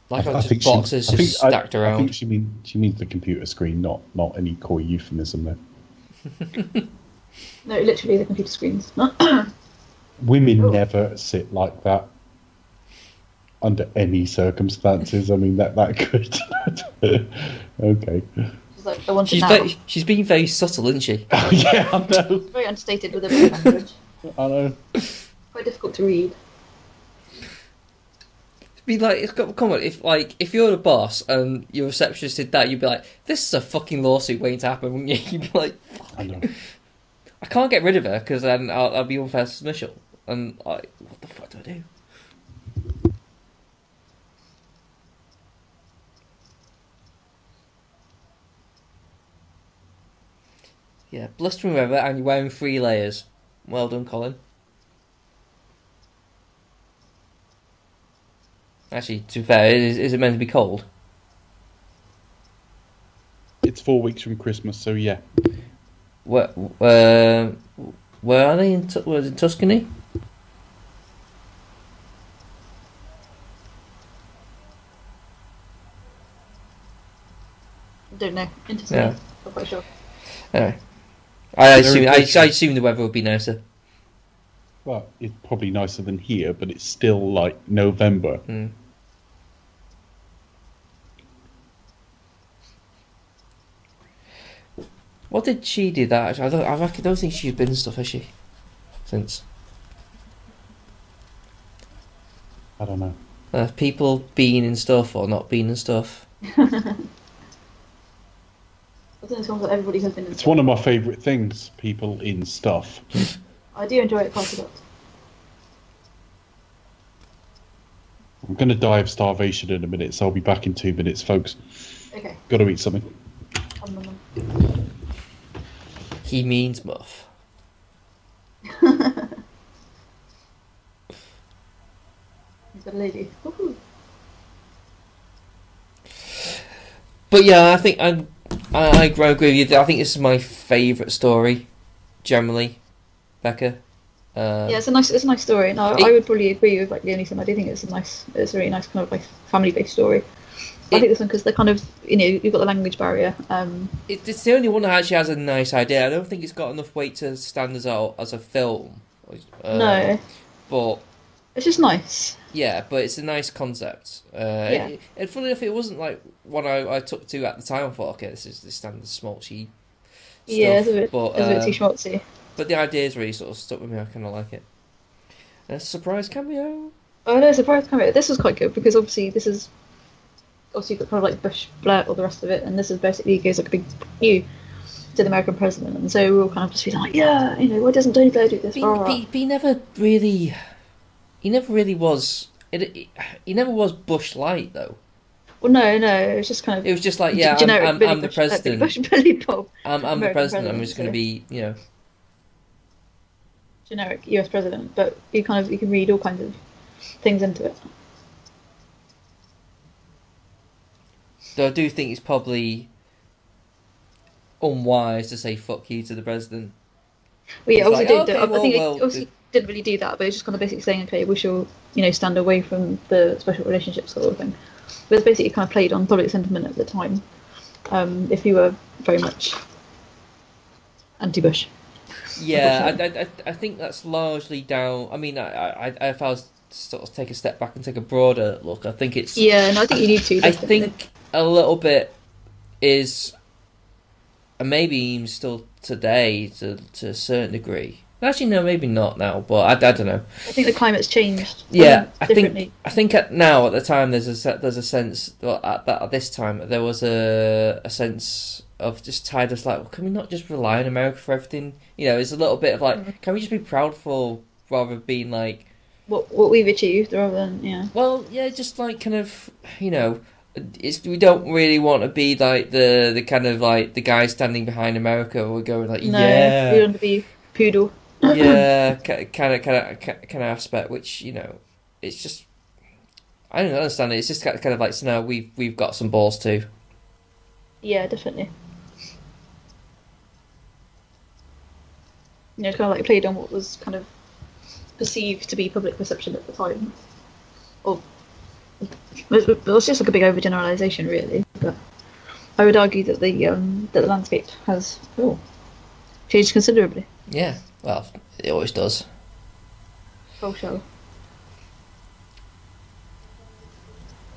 [SPEAKER 1] Like on
[SPEAKER 2] think
[SPEAKER 1] just
[SPEAKER 2] she-
[SPEAKER 1] boxes
[SPEAKER 2] I
[SPEAKER 1] just
[SPEAKER 2] think- I-
[SPEAKER 1] stacked
[SPEAKER 2] I think
[SPEAKER 1] around.
[SPEAKER 2] she mean she means the computer screen, not not any coy euphemism there.
[SPEAKER 3] No, literally the computer screens.
[SPEAKER 2] Women
[SPEAKER 3] Oh.
[SPEAKER 2] never sit like that under any circumstances. I mean that that could. okay.
[SPEAKER 3] She's like, I want it
[SPEAKER 1] She's
[SPEAKER 3] now.
[SPEAKER 1] very, she's being very subtle, isn't she?
[SPEAKER 2] Oh yeah, I know.
[SPEAKER 3] Very understated with a bit of language.
[SPEAKER 2] I know.
[SPEAKER 3] Quite difficult to read.
[SPEAKER 1] Be like, it's got, come on, if like if you're the boss and your receptionist did that, you'd be like, this is a fucking lawsuit waiting to happen, wouldn't you? You'd be like,
[SPEAKER 2] I know.
[SPEAKER 1] I can't get rid of her because then I'll, I'll be unfair to Mitchell. And I, what the fuck do I do? Yeah, blistering weather, and you're wearing three layers. Well done, Colin. Actually, to be fair, is, is it meant to be cold?
[SPEAKER 2] It's four weeks from Christmas, so yeah.
[SPEAKER 1] Where, um where are they? In, Tu- was it Tuscany?
[SPEAKER 3] I don't know. Interesting.
[SPEAKER 1] Yeah.
[SPEAKER 3] Not quite sure.
[SPEAKER 1] Anyway. I, I
[SPEAKER 2] They're
[SPEAKER 1] assume I,
[SPEAKER 2] impatient.
[SPEAKER 1] I assume the weather would be nicer.
[SPEAKER 2] Well, it's probably nicer than here, but it's still like November.
[SPEAKER 1] Mm. What did she do that? I don't, I reckon- don't think she's been stuff, has she? Since
[SPEAKER 2] I don't know.
[SPEAKER 1] uh, people been in stuff or not been in stuff.
[SPEAKER 3] I think it's one that everybody has been in.
[SPEAKER 2] It's one of my favourite things. People in stuff.
[SPEAKER 3] I do enjoy it quite a lot.
[SPEAKER 2] I'm going to die of starvation in a minute, so I'll be back in two minutes, folks.
[SPEAKER 3] Okay.
[SPEAKER 2] Got to eat something.
[SPEAKER 3] Um, um, um.
[SPEAKER 1] He means muff.
[SPEAKER 3] He's got a lady. Woohoo.
[SPEAKER 1] But yeah, I think I I, I agree with you. there. I think this is my favourite story, generally, Becca. Uh,
[SPEAKER 3] Yeah, it's a nice, it's a nice story. No,
[SPEAKER 1] It-
[SPEAKER 3] I would probably agree with like the only thing. I do think it's a nice, it's a really nice kind of like family-based story. I
[SPEAKER 1] It-
[SPEAKER 3] think this one because they're kind of, you know, you've got the language barrier. Um,
[SPEAKER 1] It, it's the only one that actually has a nice idea. I don't think it's got enough weight to stand as out as a film. Uh,
[SPEAKER 3] no,
[SPEAKER 1] But
[SPEAKER 3] it's just nice.
[SPEAKER 1] yeah, but it's a nice concept. Uh,
[SPEAKER 3] Yeah.
[SPEAKER 1] it, and funny enough, it wasn't like one I, I took to at the time. I thought, okay, this is the standard smolchy.
[SPEAKER 3] Yeah, it's a
[SPEAKER 1] stuff,
[SPEAKER 3] bit,
[SPEAKER 1] but,
[SPEAKER 3] it's a bit
[SPEAKER 1] uh,
[SPEAKER 3] too schmaltzy.
[SPEAKER 1] but the ideas really sort of stuck with me. I kind of like it. A surprise cameo.
[SPEAKER 3] Oh no, surprise cameo. This was quite good because obviously this is obviously you've got kind of like Bush, Blair, all the rest of it, and this is basically goes like a big you to the American president, and so we all kind of just feeling like, yeah, you know, why doesn't Tony Blair do this?
[SPEAKER 1] But,
[SPEAKER 3] Rah, rah,
[SPEAKER 1] he- but, he- but he never really, he never really was. It, it, he never was Bush light though.
[SPEAKER 3] rah." Well, no, no, it's just kind of
[SPEAKER 1] It was just like, yeah, I'm,
[SPEAKER 3] generic
[SPEAKER 1] I'm,
[SPEAKER 3] Billy
[SPEAKER 1] I'm the
[SPEAKER 3] Bush, uh, Billy
[SPEAKER 1] president.
[SPEAKER 3] Bush, Billy Bob.
[SPEAKER 1] I'm, I'm the
[SPEAKER 3] American
[SPEAKER 1] president. I'm
[SPEAKER 3] president,
[SPEAKER 1] just going to
[SPEAKER 3] so-
[SPEAKER 1] be, you know,
[SPEAKER 3] generic U.S. president, but you kind of you can read all kinds of things into it.
[SPEAKER 1] Though I do think it's probably unwise to say fuck you to the president.
[SPEAKER 3] Well, yeah,
[SPEAKER 1] It's
[SPEAKER 3] obviously
[SPEAKER 1] like,
[SPEAKER 3] did.
[SPEAKER 1] okay,
[SPEAKER 3] I think
[SPEAKER 1] well,
[SPEAKER 3] it
[SPEAKER 1] well,
[SPEAKER 3] obviously didn't really do that, but it's just kind of basically saying, okay, we shall, you know, stand away from the special relationship sort of thing. But it's basically kind of played on public sentiment at the time. Um, if you were very much anti-Bush,
[SPEAKER 1] Yeah, I, I, I- I think that's largely down. I mean, I, I, I- if I was to sort of take a step back and take a broader look, I think it's.
[SPEAKER 3] yeah, and I think you need to.
[SPEAKER 1] I
[SPEAKER 3] definitely.
[SPEAKER 1] think a little bit is, and maybe even still today to to a certain degree. Actually, no, maybe not now, but I, I don't know.
[SPEAKER 3] I think the climate's changed.
[SPEAKER 1] Yeah,
[SPEAKER 3] um,
[SPEAKER 1] I
[SPEAKER 3] differently.
[SPEAKER 1] think I think at now at the time there's a se- there's a sense well, at that at this time there was a a sense of just tired of like well, can we not just rely on America for everything? You know, it's a little bit of like can we just be proudful rather than being like
[SPEAKER 3] what what we've achieved rather than yeah.
[SPEAKER 1] well yeah just like kind of you know it's we don't really want to be like the the kind of like the guy standing behind America or going like
[SPEAKER 3] No,
[SPEAKER 1] yeah
[SPEAKER 3] we want to be poodle.
[SPEAKER 1] yeah, kind of, kind of, kind of aspect, which you know, it's just I don't understand it. It's just kind of, kind of like, so now we've we've got some balls too.
[SPEAKER 3] Yeah, definitely. You know, it's kind of like played on what was kind of perceived to be public perception at the time. Or it was, it was just like a big overgeneralization, really. But I would argue that the um, that the landscape has oh, changed considerably.
[SPEAKER 1] Yeah, well, it always does.
[SPEAKER 3] Full shell.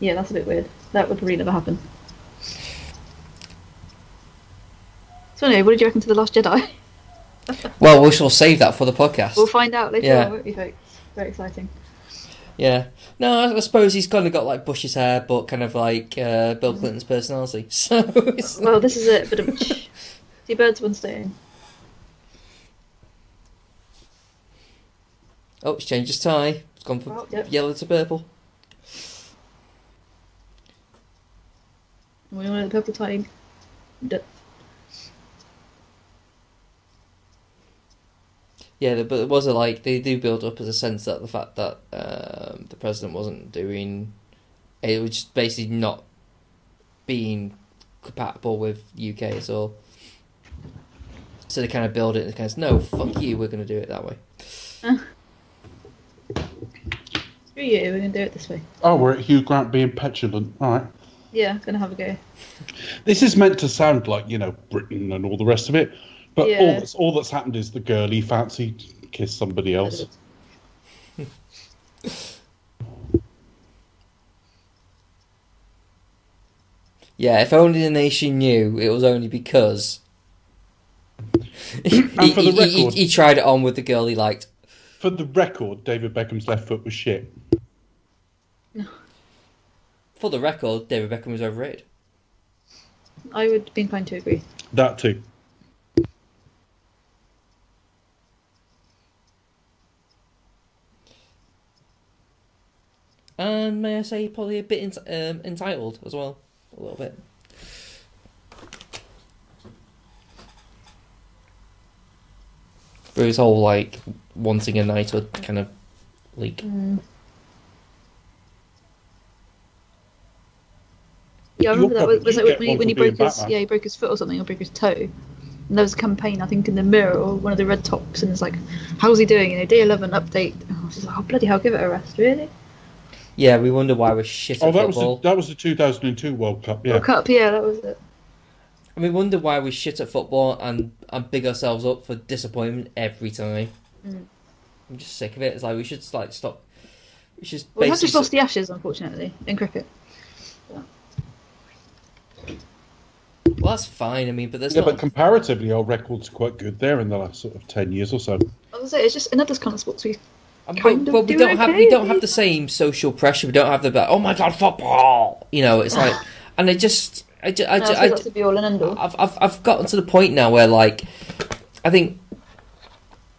[SPEAKER 3] Yeah, that's a bit weird. That would really never happen. So anyway, what did you reckon to the Last Jedi?
[SPEAKER 1] Well, we shall save that for the podcast.
[SPEAKER 3] We'll find out later
[SPEAKER 1] Yeah.
[SPEAKER 3] on, won't we, folks? Very exciting.
[SPEAKER 1] Yeah, no, I, I suppose he's kind of got like Bush's hair, but kind of like uh, Bill Clinton's personality. So it's,
[SPEAKER 3] Well, this is it. But um, see, birds one staying.
[SPEAKER 1] oh, it's changed his tie. It's gone from
[SPEAKER 3] Well, yep.
[SPEAKER 1] yellow to purple.
[SPEAKER 3] And we all know the purple tide. D-
[SPEAKER 1] Yeah, there- but it was a, like they do build up as a sense that the fact that um, the president wasn't doing it was just basically not being compatible with UK at all. So they kind of build it and kind of no fuck you, we're going to do it that way.
[SPEAKER 3] Screw you. We're gonna do it this way.
[SPEAKER 2] Oh, we're at Hugh Grant being petulant. All right.
[SPEAKER 3] Yeah, gonna have a go.
[SPEAKER 2] This is meant to sound like you know Britain and all the rest of it, but all
[SPEAKER 3] Yeah.
[SPEAKER 2] that's all that's happened is the girly fancy kissed somebody else.
[SPEAKER 1] Yeah, if only the nation knew it was only because he,
[SPEAKER 2] And for the
[SPEAKER 1] he- he- he-
[SPEAKER 2] record-
[SPEAKER 1] he tried it on with the girl he liked.
[SPEAKER 2] For the record, David Beckham's left foot was shit.
[SPEAKER 1] For the record, David Beckham was overrated.
[SPEAKER 3] I would be inclined to agree.
[SPEAKER 2] That too.
[SPEAKER 1] And may I say, probably a bit ent- um, entitled as well, a little bit. For his whole like wanting a knighthood kind of leak.
[SPEAKER 3] Yeah, I
[SPEAKER 2] You're
[SPEAKER 3] remember that
[SPEAKER 2] probably-
[SPEAKER 3] was, was
[SPEAKER 2] you
[SPEAKER 3] it
[SPEAKER 2] get
[SPEAKER 3] when,
[SPEAKER 2] one
[SPEAKER 3] he,
[SPEAKER 2] for
[SPEAKER 3] when he broke
[SPEAKER 2] being
[SPEAKER 3] his
[SPEAKER 2] Batman.
[SPEAKER 3] yeah he broke his foot or something or broke his toe. And there was a campaign I think in the Mirror or one of the red tops and it's like, how's he doing? You know, day eleven update. And I was just like, oh bloody hell, give it a rest, really.
[SPEAKER 1] Yeah, we wonder why we're shit at
[SPEAKER 2] Oh, that was
[SPEAKER 1] football,
[SPEAKER 2] the, that was the 2002 World Cup. Yeah.
[SPEAKER 3] World Cup, yeah, that was it.
[SPEAKER 1] and we wonder why we're shit at football and and big ourselves up for disappointment every time.
[SPEAKER 3] Mm.
[SPEAKER 1] I'm just sick of it. It's like we should like stop. We should
[SPEAKER 3] We have
[SPEAKER 1] basically
[SPEAKER 3] just lost the Ashes, unfortunately, in cricket.
[SPEAKER 1] Well, that's fine. I mean, but that's
[SPEAKER 2] Yeah,
[SPEAKER 1] not.
[SPEAKER 2] but comparatively, our record's quite good there in the last sort of 10 years or so.
[SPEAKER 3] I was gonna say, it's just another kind of sports we
[SPEAKER 1] And
[SPEAKER 3] kind
[SPEAKER 1] but,
[SPEAKER 3] of
[SPEAKER 1] but we
[SPEAKER 3] do
[SPEAKER 1] don't have we
[SPEAKER 3] okay.
[SPEAKER 1] don't have the same social pressure. We don't have the like, oh my god football. You know, it's like, and I just I just, I
[SPEAKER 3] no, I
[SPEAKER 1] just,
[SPEAKER 3] suppose that's a be all and end all.
[SPEAKER 1] have I've I've gotten to the point now where like, I think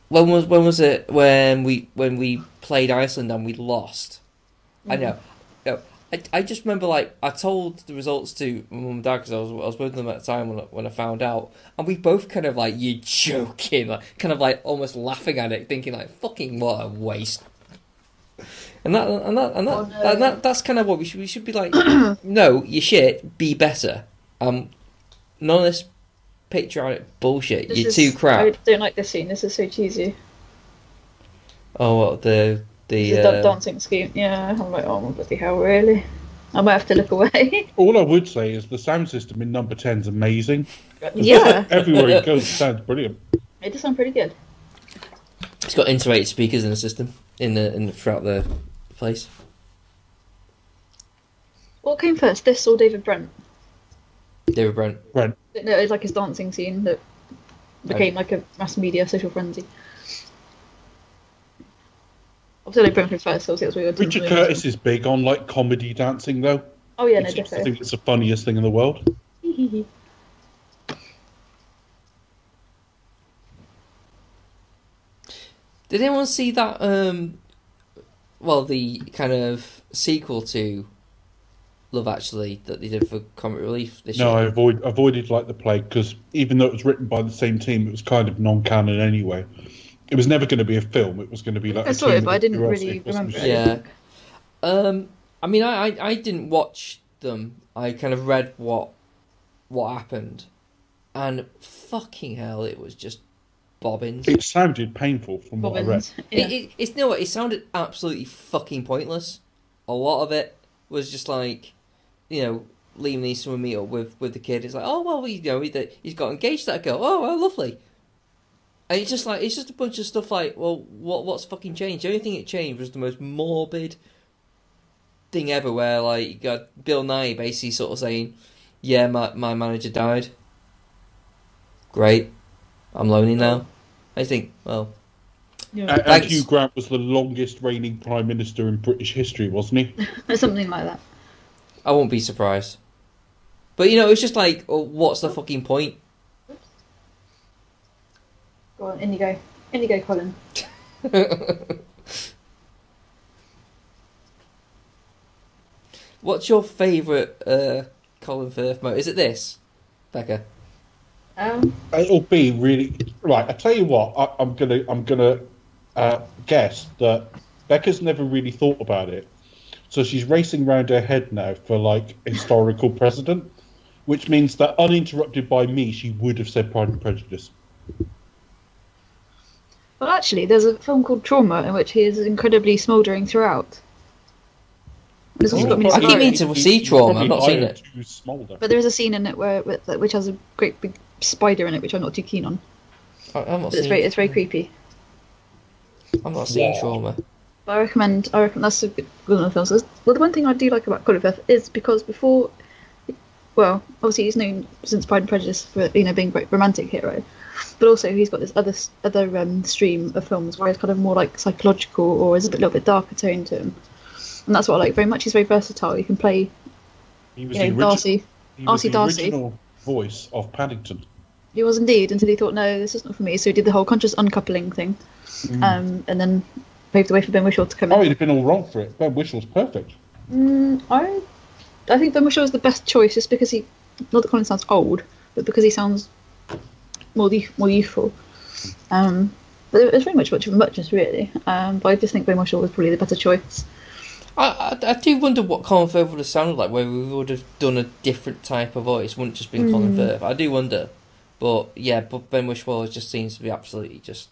[SPEAKER 1] when was when was
[SPEAKER 3] Mm.
[SPEAKER 1] it when we when we played Iceland and we lost? I know, no, I, I just remember like I told the results to my mum and dad because I was I was with them at the time when I- when I found out, and we both kind of like you joking, like kind of like almost laughing at it, thinking like fucking what a waste. And that and that and that,
[SPEAKER 3] Oh, no.
[SPEAKER 1] and that that's kind of what we should we should be like. no, you shit, be better. Um, none of this patriotic bullshit.
[SPEAKER 3] This
[SPEAKER 1] You're
[SPEAKER 3] is-
[SPEAKER 1] too crap.
[SPEAKER 3] I don't like this scene. This is so cheesy.
[SPEAKER 1] Oh, what the the,
[SPEAKER 3] The
[SPEAKER 1] uh,
[SPEAKER 3] da- dancing scheme. Yeah, I'm like, oh my bloody hell, really? I might have to look away.
[SPEAKER 2] All I would say is the sound system in number 10 is amazing.
[SPEAKER 3] yeah,
[SPEAKER 2] Everywhere it goes, it sounds brilliant.
[SPEAKER 3] it does sound pretty good.
[SPEAKER 1] it's got integrated speakers in the system in the in throughout the place.
[SPEAKER 3] What came first, this or David Brent?
[SPEAKER 1] David Brent.
[SPEAKER 3] No, it's like his dancing scene that became like a mass media social frenzy. Obviously, David Brent came first, so obviously that's what we were doing.
[SPEAKER 2] Richard Curtis is big on like comedy dancing, though.
[SPEAKER 3] Oh yeah, no,
[SPEAKER 2] It's- I
[SPEAKER 3] definitely.
[SPEAKER 2] think it's the funniest thing in the world.
[SPEAKER 1] Did anyone see that? Um, well, the kind of sequel to Love Actually that they did for Comic Relief this
[SPEAKER 2] No, I
[SPEAKER 1] year.
[SPEAKER 2] avoid, avoided like the plague because even though it was written by the same team, it was kind of non-canon anyway. It was never going to be a film. It was going to be like
[SPEAKER 3] I
[SPEAKER 2] a
[SPEAKER 3] saw it,
[SPEAKER 2] team
[SPEAKER 3] but
[SPEAKER 2] of
[SPEAKER 3] I didn't
[SPEAKER 2] girls
[SPEAKER 3] really
[SPEAKER 2] who was-
[SPEAKER 3] remember it.
[SPEAKER 1] Yeah. Um, I mean, I, I I didn't watch them. I kind of read what what happened, and fucking hell, it was just bobbins.
[SPEAKER 2] It sounded painful from what I read.
[SPEAKER 3] Bobbins. Yeah.
[SPEAKER 1] It, it, it's no, it sounded absolutely fucking pointless. A lot of it was just like, you know, Liam Neeson would meet up with with the kid. It's like, oh well, you know, he, he's got engaged to that girl. Oh, well, lovely. And it's just like it's just a bunch of stuff like, well, what what's fucking changed? The only thing it changed was the most morbid thing ever, where like you got Bill Nye basically sort of saying, yeah, my my manager died. Great, I'm lonely now. I think, well,
[SPEAKER 3] Yeah.
[SPEAKER 2] And, and
[SPEAKER 1] Thanks.
[SPEAKER 2] Hugh Grant was the longest reigning prime minister in British history, wasn't he?
[SPEAKER 1] uh,
[SPEAKER 3] Something like that.
[SPEAKER 1] I won't be surprised. But you know, it's just like, oh, what's the fucking point?
[SPEAKER 3] Go on, in you go. In you go, Colin.
[SPEAKER 1] What's your favourite uh, Colin Firth moment? Is it this, Becca?
[SPEAKER 3] Um,
[SPEAKER 2] It'll be really right. I tell you what, I, I'm gonna I'm gonna uh, guess that Becca's never really thought about it, so she's racing round her head now for like historical precedent, which means that uninterrupted by me, she would have said Pride and Prejudice.
[SPEAKER 3] well, actually, there's a film called Trauma in which he is incredibly smouldering throughout. There's
[SPEAKER 2] Oh.
[SPEAKER 3] also got me
[SPEAKER 1] I keep
[SPEAKER 3] inspiring.
[SPEAKER 1] meaning to see Trauma, I've not seen it.
[SPEAKER 2] Too smolder.
[SPEAKER 3] But there is a scene in it where with- that- which has a great big spider in it, which I'm not too keen on.
[SPEAKER 1] I, I'm not
[SPEAKER 3] But it's
[SPEAKER 1] seeing.
[SPEAKER 3] very it's very creepy.
[SPEAKER 1] I'm not seeing
[SPEAKER 2] Yeah.
[SPEAKER 1] trauma.
[SPEAKER 3] But I recommend I recommend that's a good good one film. So that's- well, the one thing I do like about Colin Firth is because before, well, obviously he's known since Pride and Prejudice for you know being a great romantic hero, but also he's got this other s- other um, stream of films where it's kind of more like psychological or is a bit, little bit darker tone to him, and that's what I like very much. He's very versatile. He can play
[SPEAKER 2] He was,
[SPEAKER 3] you know
[SPEAKER 2] the, origi-
[SPEAKER 3] Darcy.
[SPEAKER 2] he was
[SPEAKER 3] Darcy
[SPEAKER 2] the
[SPEAKER 3] Darcy.
[SPEAKER 2] original voice of Paddington.
[SPEAKER 3] He was indeed until he thought, no, this is not for me. So he did the whole conscious uncoupling thing, um, and then paved the way for Ben Whishaw to come
[SPEAKER 2] Mm. Oh,
[SPEAKER 3] in.
[SPEAKER 2] he'd have been all wrong for it. Ben Whistl's perfect.
[SPEAKER 3] Mm, I, I think Ben Whishaw was the best choice, just because he, not that Colin sounds old, but because he sounds more youth, more youthful. Um, but it was very much much of a muchness, really. Um, but I just think Ben Whishaw was probably the better choice.
[SPEAKER 1] I, I, I do wonder what Colin Firth would have sounded like, where we would have done a different type of voice, wouldn't just been Colin
[SPEAKER 3] Mm.
[SPEAKER 1] Firth. I do wonder. But yeah, but Ben Wishwell just seems to be absolutely just.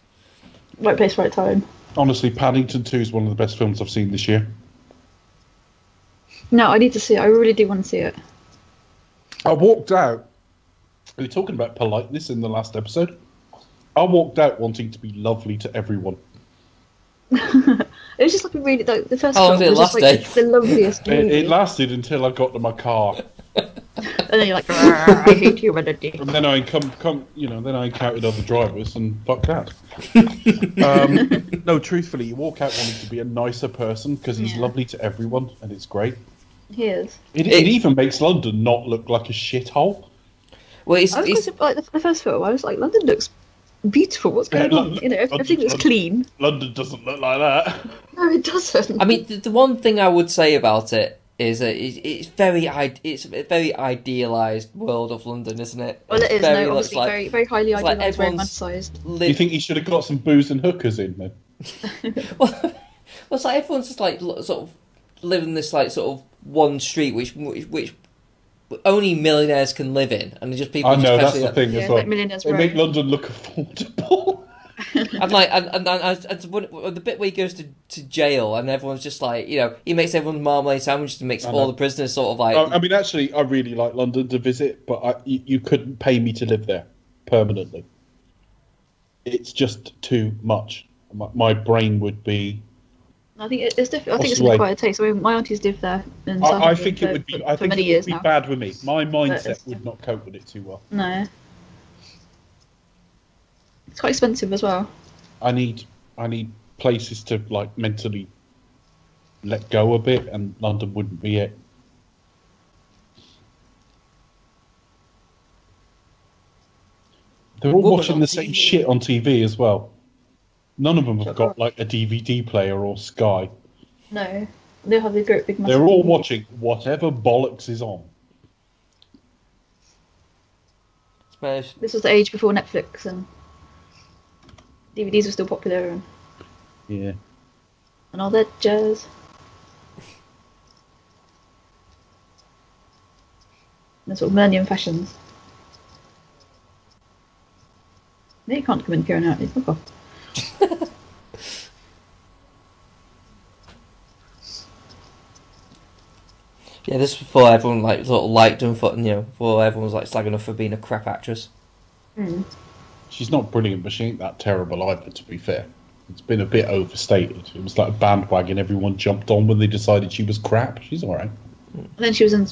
[SPEAKER 3] Right place, right time.
[SPEAKER 2] Honestly, Paddington 2 is one of the best films I've seen this year.
[SPEAKER 3] No, I need to see it. I really do want to see it.
[SPEAKER 2] I walked out. We were talking about politeness in the last episode. I walked out wanting to be lovely to everyone.
[SPEAKER 3] It was just like a really like the first
[SPEAKER 1] How long
[SPEAKER 3] film
[SPEAKER 1] did it
[SPEAKER 3] was just
[SPEAKER 1] last,
[SPEAKER 3] like
[SPEAKER 1] Dave?
[SPEAKER 3] the loveliest
[SPEAKER 2] It,
[SPEAKER 3] movie,
[SPEAKER 2] it lasted until I got to my car,
[SPEAKER 3] and then you're like, "Argh, I hate humanity.
[SPEAKER 2] and then I come, come, you know, then I encountered other drivers and fucked out. um, no, truthfully, you walk out wanting to be a nicer person because he's
[SPEAKER 3] Yeah.
[SPEAKER 2] lovely to everyone, and it's great.
[SPEAKER 3] He is.
[SPEAKER 2] It, it,
[SPEAKER 1] It-
[SPEAKER 2] even makes London not look like a shithole.
[SPEAKER 1] Well, it's,
[SPEAKER 3] I was
[SPEAKER 1] it's-
[SPEAKER 3] quite surprised, like the, the first film. I was like, London looks beautiful. What's
[SPEAKER 2] Yeah,
[SPEAKER 3] going
[SPEAKER 2] Lon-
[SPEAKER 3] on? You know, ev-
[SPEAKER 2] London-
[SPEAKER 3] everything looks
[SPEAKER 2] London-
[SPEAKER 3] clean.
[SPEAKER 2] London doesn't look like that.
[SPEAKER 3] No, it doesn't.
[SPEAKER 1] I mean, the, the one thing I would say about it is that it- it's very id- it's a very idealized world of London, isn't it?
[SPEAKER 3] Well, it
[SPEAKER 1] It's
[SPEAKER 3] is
[SPEAKER 1] very
[SPEAKER 3] no,
[SPEAKER 1] much
[SPEAKER 3] obviously
[SPEAKER 1] like
[SPEAKER 3] very, very highly
[SPEAKER 1] it's like
[SPEAKER 3] idealised, very
[SPEAKER 1] everyone's-
[SPEAKER 3] romanticised.
[SPEAKER 1] li-
[SPEAKER 2] Do you think he should have got some booze and hookers in then?
[SPEAKER 1] well, well, it's like everyone's just like lo- sort of living this like sort of one street, which which, which only millionaires can live in, and just people.
[SPEAKER 2] I
[SPEAKER 1] just
[SPEAKER 2] know that's
[SPEAKER 1] fancy
[SPEAKER 2] the
[SPEAKER 1] that-
[SPEAKER 2] thing
[SPEAKER 3] Yeah,
[SPEAKER 2] as well.
[SPEAKER 3] like Millionaires
[SPEAKER 2] they make
[SPEAKER 3] Row.
[SPEAKER 2] London look affordable.
[SPEAKER 1] And like, and and, and, and, and when, when the bit where he goes to, to jail, and everyone's just like, you know, he makes everyone marmalade sandwiches and makes
[SPEAKER 2] I
[SPEAKER 1] all
[SPEAKER 2] know. Oh, um,
[SPEAKER 1] the prisoners sort of like.
[SPEAKER 2] I, I mean, actually, I really like London to visit, but I, you, you couldn't pay me to live there permanently. It's just too much. My, my brain would be.
[SPEAKER 3] I think it- it's diff- I think it's an
[SPEAKER 2] Osway.
[SPEAKER 3] acquired taste. I mean, my aunties lived there. In South
[SPEAKER 2] I, I
[SPEAKER 3] London
[SPEAKER 2] think
[SPEAKER 3] for-
[SPEAKER 2] it would be.
[SPEAKER 3] for,
[SPEAKER 2] I
[SPEAKER 3] for
[SPEAKER 2] think
[SPEAKER 3] many
[SPEAKER 2] it would
[SPEAKER 3] years
[SPEAKER 2] be
[SPEAKER 3] now.
[SPEAKER 2] bad with me. My mindset
[SPEAKER 3] it's-
[SPEAKER 2] would not cope with it too well.
[SPEAKER 3] No, it's quite expensive as well.
[SPEAKER 2] I need. I need places to like mentally let go a bit, and London wouldn't be it. They're all
[SPEAKER 1] Woman
[SPEAKER 2] watching
[SPEAKER 1] on
[SPEAKER 2] the same
[SPEAKER 1] TV.
[SPEAKER 2] shit on TV as well. None of them have
[SPEAKER 3] Shut
[SPEAKER 2] got
[SPEAKER 3] up.
[SPEAKER 2] like a DVD player or Sky.
[SPEAKER 3] No, they'll have the great big.
[SPEAKER 2] They're
[SPEAKER 3] massive-
[SPEAKER 2] all watching whatever bollocks is on.
[SPEAKER 1] smash-
[SPEAKER 3] This was the age before Netflix and DVDs were still popular and,
[SPEAKER 2] Yeah.
[SPEAKER 3] and all that jazz. And sort of millennium fashions. No, you can't come in here and out. Fuck off.
[SPEAKER 1] Yeah, this is before everyone like sort of liked him for you know before everyone was like slagging off for being a crap actress.
[SPEAKER 3] Mm.
[SPEAKER 2] She's not brilliant, but she ain't that terrible either, to be fair. It's been a bit overstated. It was like a bandwagon everyone jumped on when they decided she was crap. She's alright.
[SPEAKER 3] And then she was in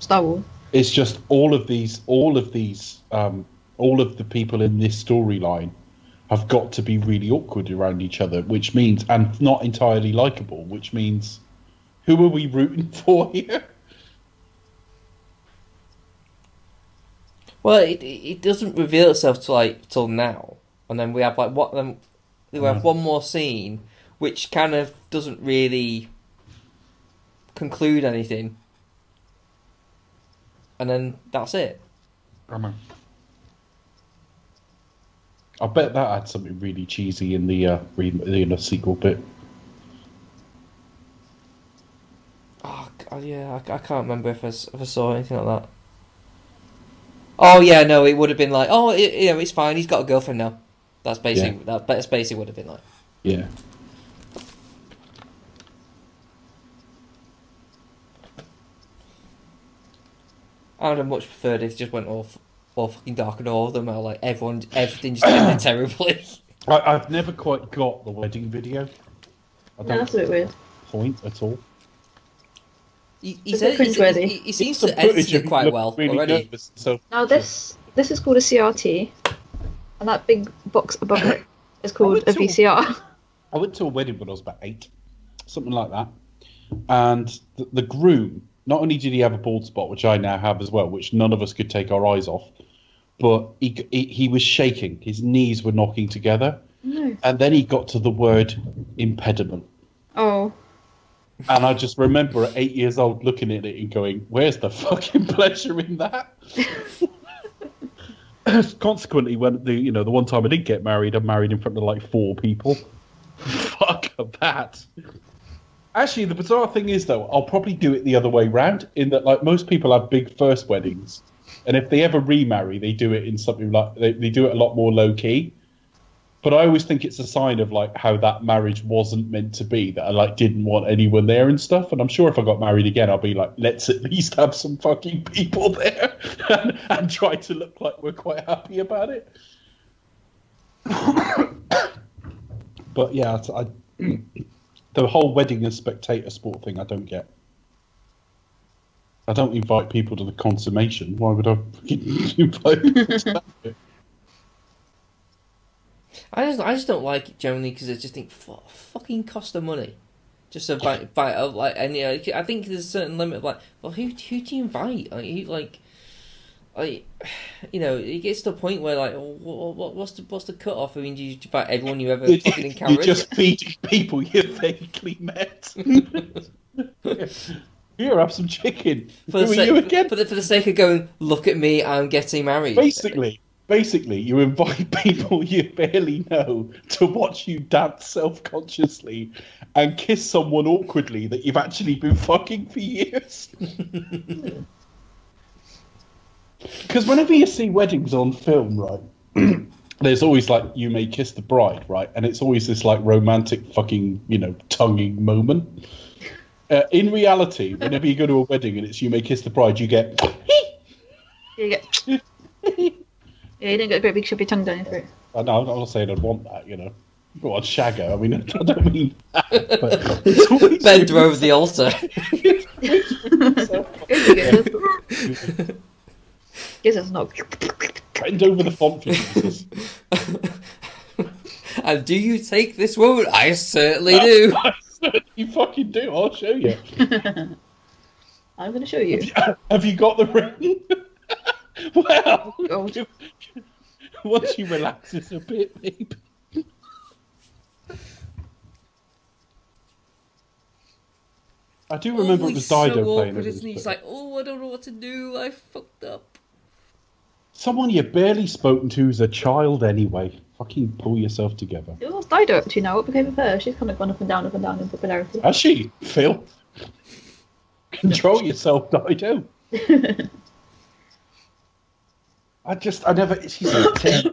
[SPEAKER 3] Star Wars.
[SPEAKER 2] it's just all of these all of these um, all of the people in this storyline have got to be really awkward around each other which means and not entirely likable which means who are we rooting for here
[SPEAKER 1] Well, it, it it doesn't reveal itself till like till now, and then we have like what then we have
[SPEAKER 2] Mm.
[SPEAKER 1] one more scene which kind of doesn't really conclude anything, and then that's it.
[SPEAKER 2] i bet that had something really cheesy in the uh, re- in the sequel bit
[SPEAKER 1] Oh God, yeah, I, I can't remember if I, s- if I saw anything like that. Oh yeah, no, it would have been like, oh, it, you know, it's fine. He's got a girlfriend now. That's basically that. That's basically would have been like.
[SPEAKER 2] yeah
[SPEAKER 1] I would have much preferred if it just went all, f- all fucking dark and all of them. Or like everyone, everything just ended terribly.
[SPEAKER 2] I, i've never quite got the wedding video i
[SPEAKER 3] No,
[SPEAKER 2] don't
[SPEAKER 3] that's a bit weird.
[SPEAKER 2] point at all
[SPEAKER 1] He, he,
[SPEAKER 3] It's
[SPEAKER 1] said,
[SPEAKER 3] a bit
[SPEAKER 1] he, said-
[SPEAKER 3] cringeworthy.
[SPEAKER 1] he, he seems
[SPEAKER 2] Some
[SPEAKER 1] to edit
[SPEAKER 2] footage of
[SPEAKER 1] it
[SPEAKER 2] him
[SPEAKER 1] quite
[SPEAKER 2] looking
[SPEAKER 1] well
[SPEAKER 2] really
[SPEAKER 1] already.
[SPEAKER 2] nervous, so
[SPEAKER 3] Now this this is called a CRT, and that big box above it is called a
[SPEAKER 2] What's your-
[SPEAKER 3] VCR.
[SPEAKER 2] I went to a wedding when I was about eight, something like that. And the, the groom, not only did he have a bald spot, which I now have as well, which none of us could take our eyes off, but he, he, he was shaking. His knees were knocking together.
[SPEAKER 3] No.
[SPEAKER 2] And then he got to the word impediment.
[SPEAKER 3] Oh,
[SPEAKER 2] And I just remember at eight years old looking at it and going, where's the fucking pleasure in that? Consequently, when the you know the one time I did get married, I married in front of like four people. Fuck that. Actually, the bizarre thing is though, I'll probably do it the other way round. In that, like most people have big first weddings, and if they ever remarry, they do it in something like they, they do it a lot more low key but I always think it's a sign of like how that marriage wasn't meant to be that I like didn't want anyone there and stuff. And I'm sure if I got married again, I'll be like, let's at least have some fucking people there and, and try to look like we're quite happy about it. but yeah, it's- I, the whole wedding and spectator sport thing, I don't get. I don't invite people to the consummation. Why would I fucking invite people to that? bit?
[SPEAKER 1] I just, I just don't like it generally because I just think "Fu- fucking cost of money. Just invite, invite uh, like, and you know, I think there's a certain limit. Of, like, well, who who do you invite? Like, who, like, like, you know, it gets to a point where like, what, what what's the what's the cut off? I mean, do you invite everyone you ever
[SPEAKER 2] You-
[SPEAKER 1] fucking
[SPEAKER 2] You're
[SPEAKER 1] encountered?
[SPEAKER 2] just feeding people you vaguely met. Here, have some chicken.
[SPEAKER 1] For the,
[SPEAKER 2] Who are
[SPEAKER 1] sake,
[SPEAKER 2] you again?
[SPEAKER 1] For, the, for the sake of going, look at me, I'm getting married.
[SPEAKER 2] Basically, basically, you invite people you barely know to watch you dance self-consciously and kiss someone awkwardly that you've actually been fucking for years. Because whenever you see weddings on film, right? There's always like you may kiss the bride, right? And it's always this like romantic fucking you know tonguing moment. Uh, in reality, whenever you go to a wedding and it's you may kiss the bride, you get
[SPEAKER 3] You get. Yeah, you don't get a great big chubby tongue down your throat.
[SPEAKER 2] I know, I'm not saying I'd want that, you know. Go on, Shagger. I mean, I don't mean that. But it's always
[SPEAKER 1] Bend her over the altar.
[SPEAKER 3] Gives us not.
[SPEAKER 2] Bend over the font for Jesus.
[SPEAKER 1] and do you take this woman? I certainly do.
[SPEAKER 2] you fucking do. I'll show you.
[SPEAKER 3] I'm going to show you.
[SPEAKER 2] Have you got the ring? well,
[SPEAKER 3] Oh,
[SPEAKER 2] once you relax it a bit, maybe. I do remember
[SPEAKER 1] Oh,
[SPEAKER 2] it was
[SPEAKER 1] he's so
[SPEAKER 2] Dido playing.
[SPEAKER 1] awkward,
[SPEAKER 2] over
[SPEAKER 1] isn't
[SPEAKER 2] this
[SPEAKER 1] he? He's
[SPEAKER 2] bit.
[SPEAKER 1] like, oh, I don't know what to do. I fucked up.
[SPEAKER 2] Someone you barely spoken to as a child, anyway. Fucking pull yourself together.
[SPEAKER 3] it was Dido actually now. What became of her? She's kind of gone up and down, up and down in popularity.
[SPEAKER 2] Has she, Phil? Control yourself, Dido. I just, I never. She's 18. Keira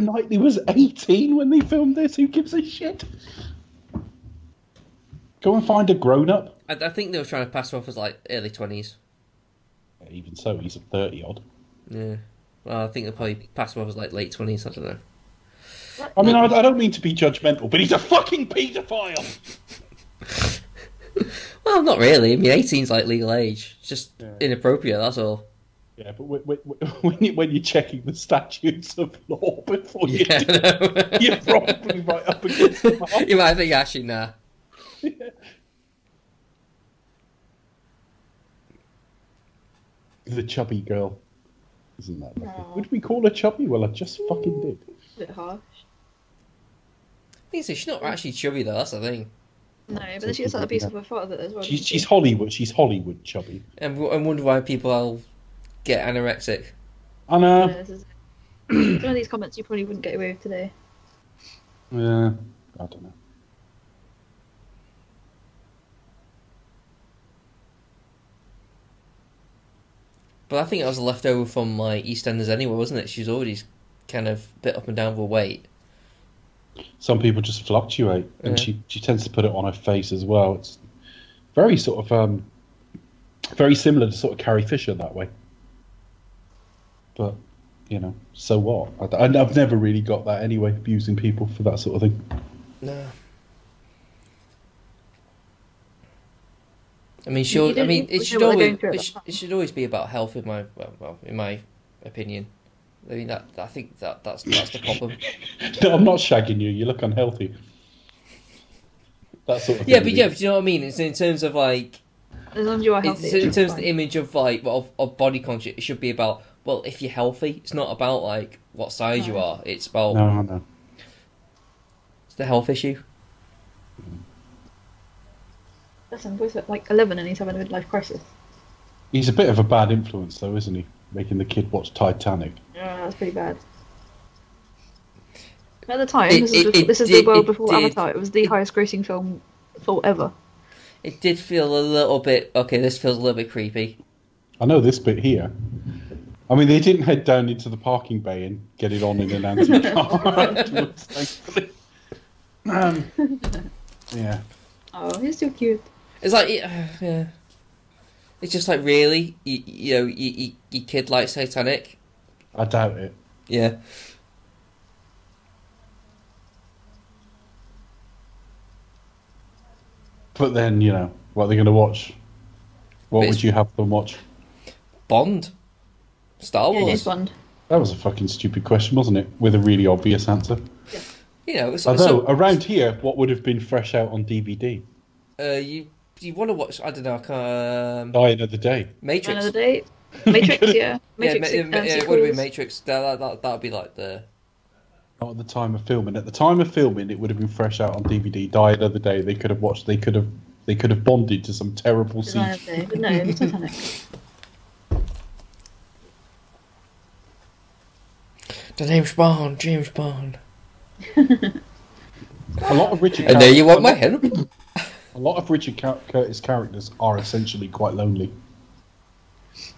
[SPEAKER 2] Knightley was 18 when they filmed this. Who gives a shit? Go and find a grown up.
[SPEAKER 1] I, I think they were trying to pass her off as like early 20s.
[SPEAKER 2] Even so, he's a 30 odd.
[SPEAKER 1] Yeah. Well, I think they probably passed him off as like late 20s. I don't know.
[SPEAKER 2] I mean, I, I don't mean to be judgmental, but he's a fucking paedophile.
[SPEAKER 1] Well, not really. I mean, 18's like legal age. It's just
[SPEAKER 2] Yeah.
[SPEAKER 1] inappropriate, that's all.
[SPEAKER 2] Yeah, but when, when, when you- when you're checking the statutes of law before you
[SPEAKER 1] Yeah,
[SPEAKER 2] do,
[SPEAKER 1] I know.
[SPEAKER 2] you're probably right up against the mark.
[SPEAKER 1] you might think, actually, nah.
[SPEAKER 2] The chubby girl. Isn't that lovely?
[SPEAKER 3] Aw.
[SPEAKER 2] Would we call her chubby? Well, I just fucking did.
[SPEAKER 3] A bit harsh.
[SPEAKER 1] I think so. She's not actually chubby, though. That's the thing.
[SPEAKER 3] No, but then she gets that abuse of her father as well.
[SPEAKER 2] She's, she's Hollywood. She's Hollywood chubby.
[SPEAKER 1] And w- I wonder why people get anorexic.
[SPEAKER 2] I
[SPEAKER 3] Yeah,
[SPEAKER 2] know.
[SPEAKER 3] this is- Some of these comments you probably wouldn't get away with today.
[SPEAKER 2] Yeah. I don't know.
[SPEAKER 1] But I think it was left over from like EastEnders anyway, wasn't it? She's already kind of a bit up and down with her weight.
[SPEAKER 2] Some people just fluctuate, and
[SPEAKER 1] Yeah.
[SPEAKER 2] she, she tends to put it on her face as well. It's very sort of um, very similar to sort of Carrie Fisher that way. But you know, so what? I d- I, have never really got that anyway. Abusing people for that sort of thing.
[SPEAKER 1] No. I mean,
[SPEAKER 3] You
[SPEAKER 1] she. I
[SPEAKER 3] don't
[SPEAKER 1] mean,
[SPEAKER 3] think
[SPEAKER 1] it
[SPEAKER 3] we
[SPEAKER 1] should
[SPEAKER 3] know what they're
[SPEAKER 1] always.
[SPEAKER 3] going through at
[SPEAKER 1] It,
[SPEAKER 3] that
[SPEAKER 1] sh-
[SPEAKER 3] time.
[SPEAKER 1] it should always be about health, in my well, well, in my opinion. I mean, that I think that that's that's the problem.
[SPEAKER 2] No, I'm not shagging you. You look unhealthy. That sort of
[SPEAKER 1] yeah,
[SPEAKER 2] thing.
[SPEAKER 1] but yeah, but you know what I mean. It's in terms of like,
[SPEAKER 3] As long as you are
[SPEAKER 1] it's,
[SPEAKER 3] healthy.
[SPEAKER 1] in
[SPEAKER 3] it's
[SPEAKER 1] terms of
[SPEAKER 3] fine.
[SPEAKER 1] the image of like well, of, of body conscious. It should be about well, if you're healthy, it's not about like what size you
[SPEAKER 3] No.
[SPEAKER 1] are. It's about
[SPEAKER 2] No, I know.
[SPEAKER 1] it's the health issue.
[SPEAKER 3] Listen, boy's at like 11 and he's having a midlife crisis.
[SPEAKER 2] He's a bit of a bad influence, though, isn't he? Making the kid watch Titanic.
[SPEAKER 3] Yeah, that's pretty bad. At the time,
[SPEAKER 1] It-
[SPEAKER 3] this,
[SPEAKER 1] it-
[SPEAKER 3] is, before,
[SPEAKER 1] it
[SPEAKER 3] this is
[SPEAKER 1] did-
[SPEAKER 3] the world
[SPEAKER 1] it
[SPEAKER 3] before
[SPEAKER 1] did-
[SPEAKER 3] Avatar. It was the highest grossing film forever.
[SPEAKER 1] It did feel a little bit okay. This feels a little bit creepy.
[SPEAKER 2] I know this bit here. I mean, they didn't head down into the parking bay and get it on in an antique car afterwards, thankfully. Um, yeah.
[SPEAKER 3] Oh, he's so cute.
[SPEAKER 1] It's like, yeah, yeah. It's just like really, you, you know, you, you, your kid likes Titanic.
[SPEAKER 2] I doubt it.
[SPEAKER 1] Yeah.
[SPEAKER 2] But then, you know, what are they going to watch? What
[SPEAKER 1] It's-
[SPEAKER 2] would you have them watch?
[SPEAKER 1] Bond. Star
[SPEAKER 3] Yeah, James
[SPEAKER 1] Wars.
[SPEAKER 3] Bond.
[SPEAKER 2] That was a fucking stupid question, wasn't it? With a really obvious answer.
[SPEAKER 1] you know, so,
[SPEAKER 2] Although,
[SPEAKER 1] so,
[SPEAKER 2] around here, what would have been fresh out on DVD?
[SPEAKER 1] uh, you you want to watch, I don't know, I can't, um,
[SPEAKER 2] Die Another Day.
[SPEAKER 1] Matrix.
[SPEAKER 3] Another day. Matrix, yeah.
[SPEAKER 1] Yeah,
[SPEAKER 3] Matrix.
[SPEAKER 1] ma- uh,
[SPEAKER 3] um,
[SPEAKER 1] ma- yeah, it would have been
[SPEAKER 3] sequels.
[SPEAKER 1] Matrix. That, that, that, that'd be like the.
[SPEAKER 2] Not at the time of filming. At the time of filming, it would have been fresh out on DVD. Die another day. They could have watched. They could have They could have bonded to some terrible siege.
[SPEAKER 3] Desirably. But no, it was Titanic.
[SPEAKER 1] The name's Bond, James Bond.
[SPEAKER 2] A lot of Richard.
[SPEAKER 1] And there
[SPEAKER 2] Curtis-
[SPEAKER 1] you want my head.
[SPEAKER 2] A lot of Richard Cur- Curtis characters are essentially quite lonely.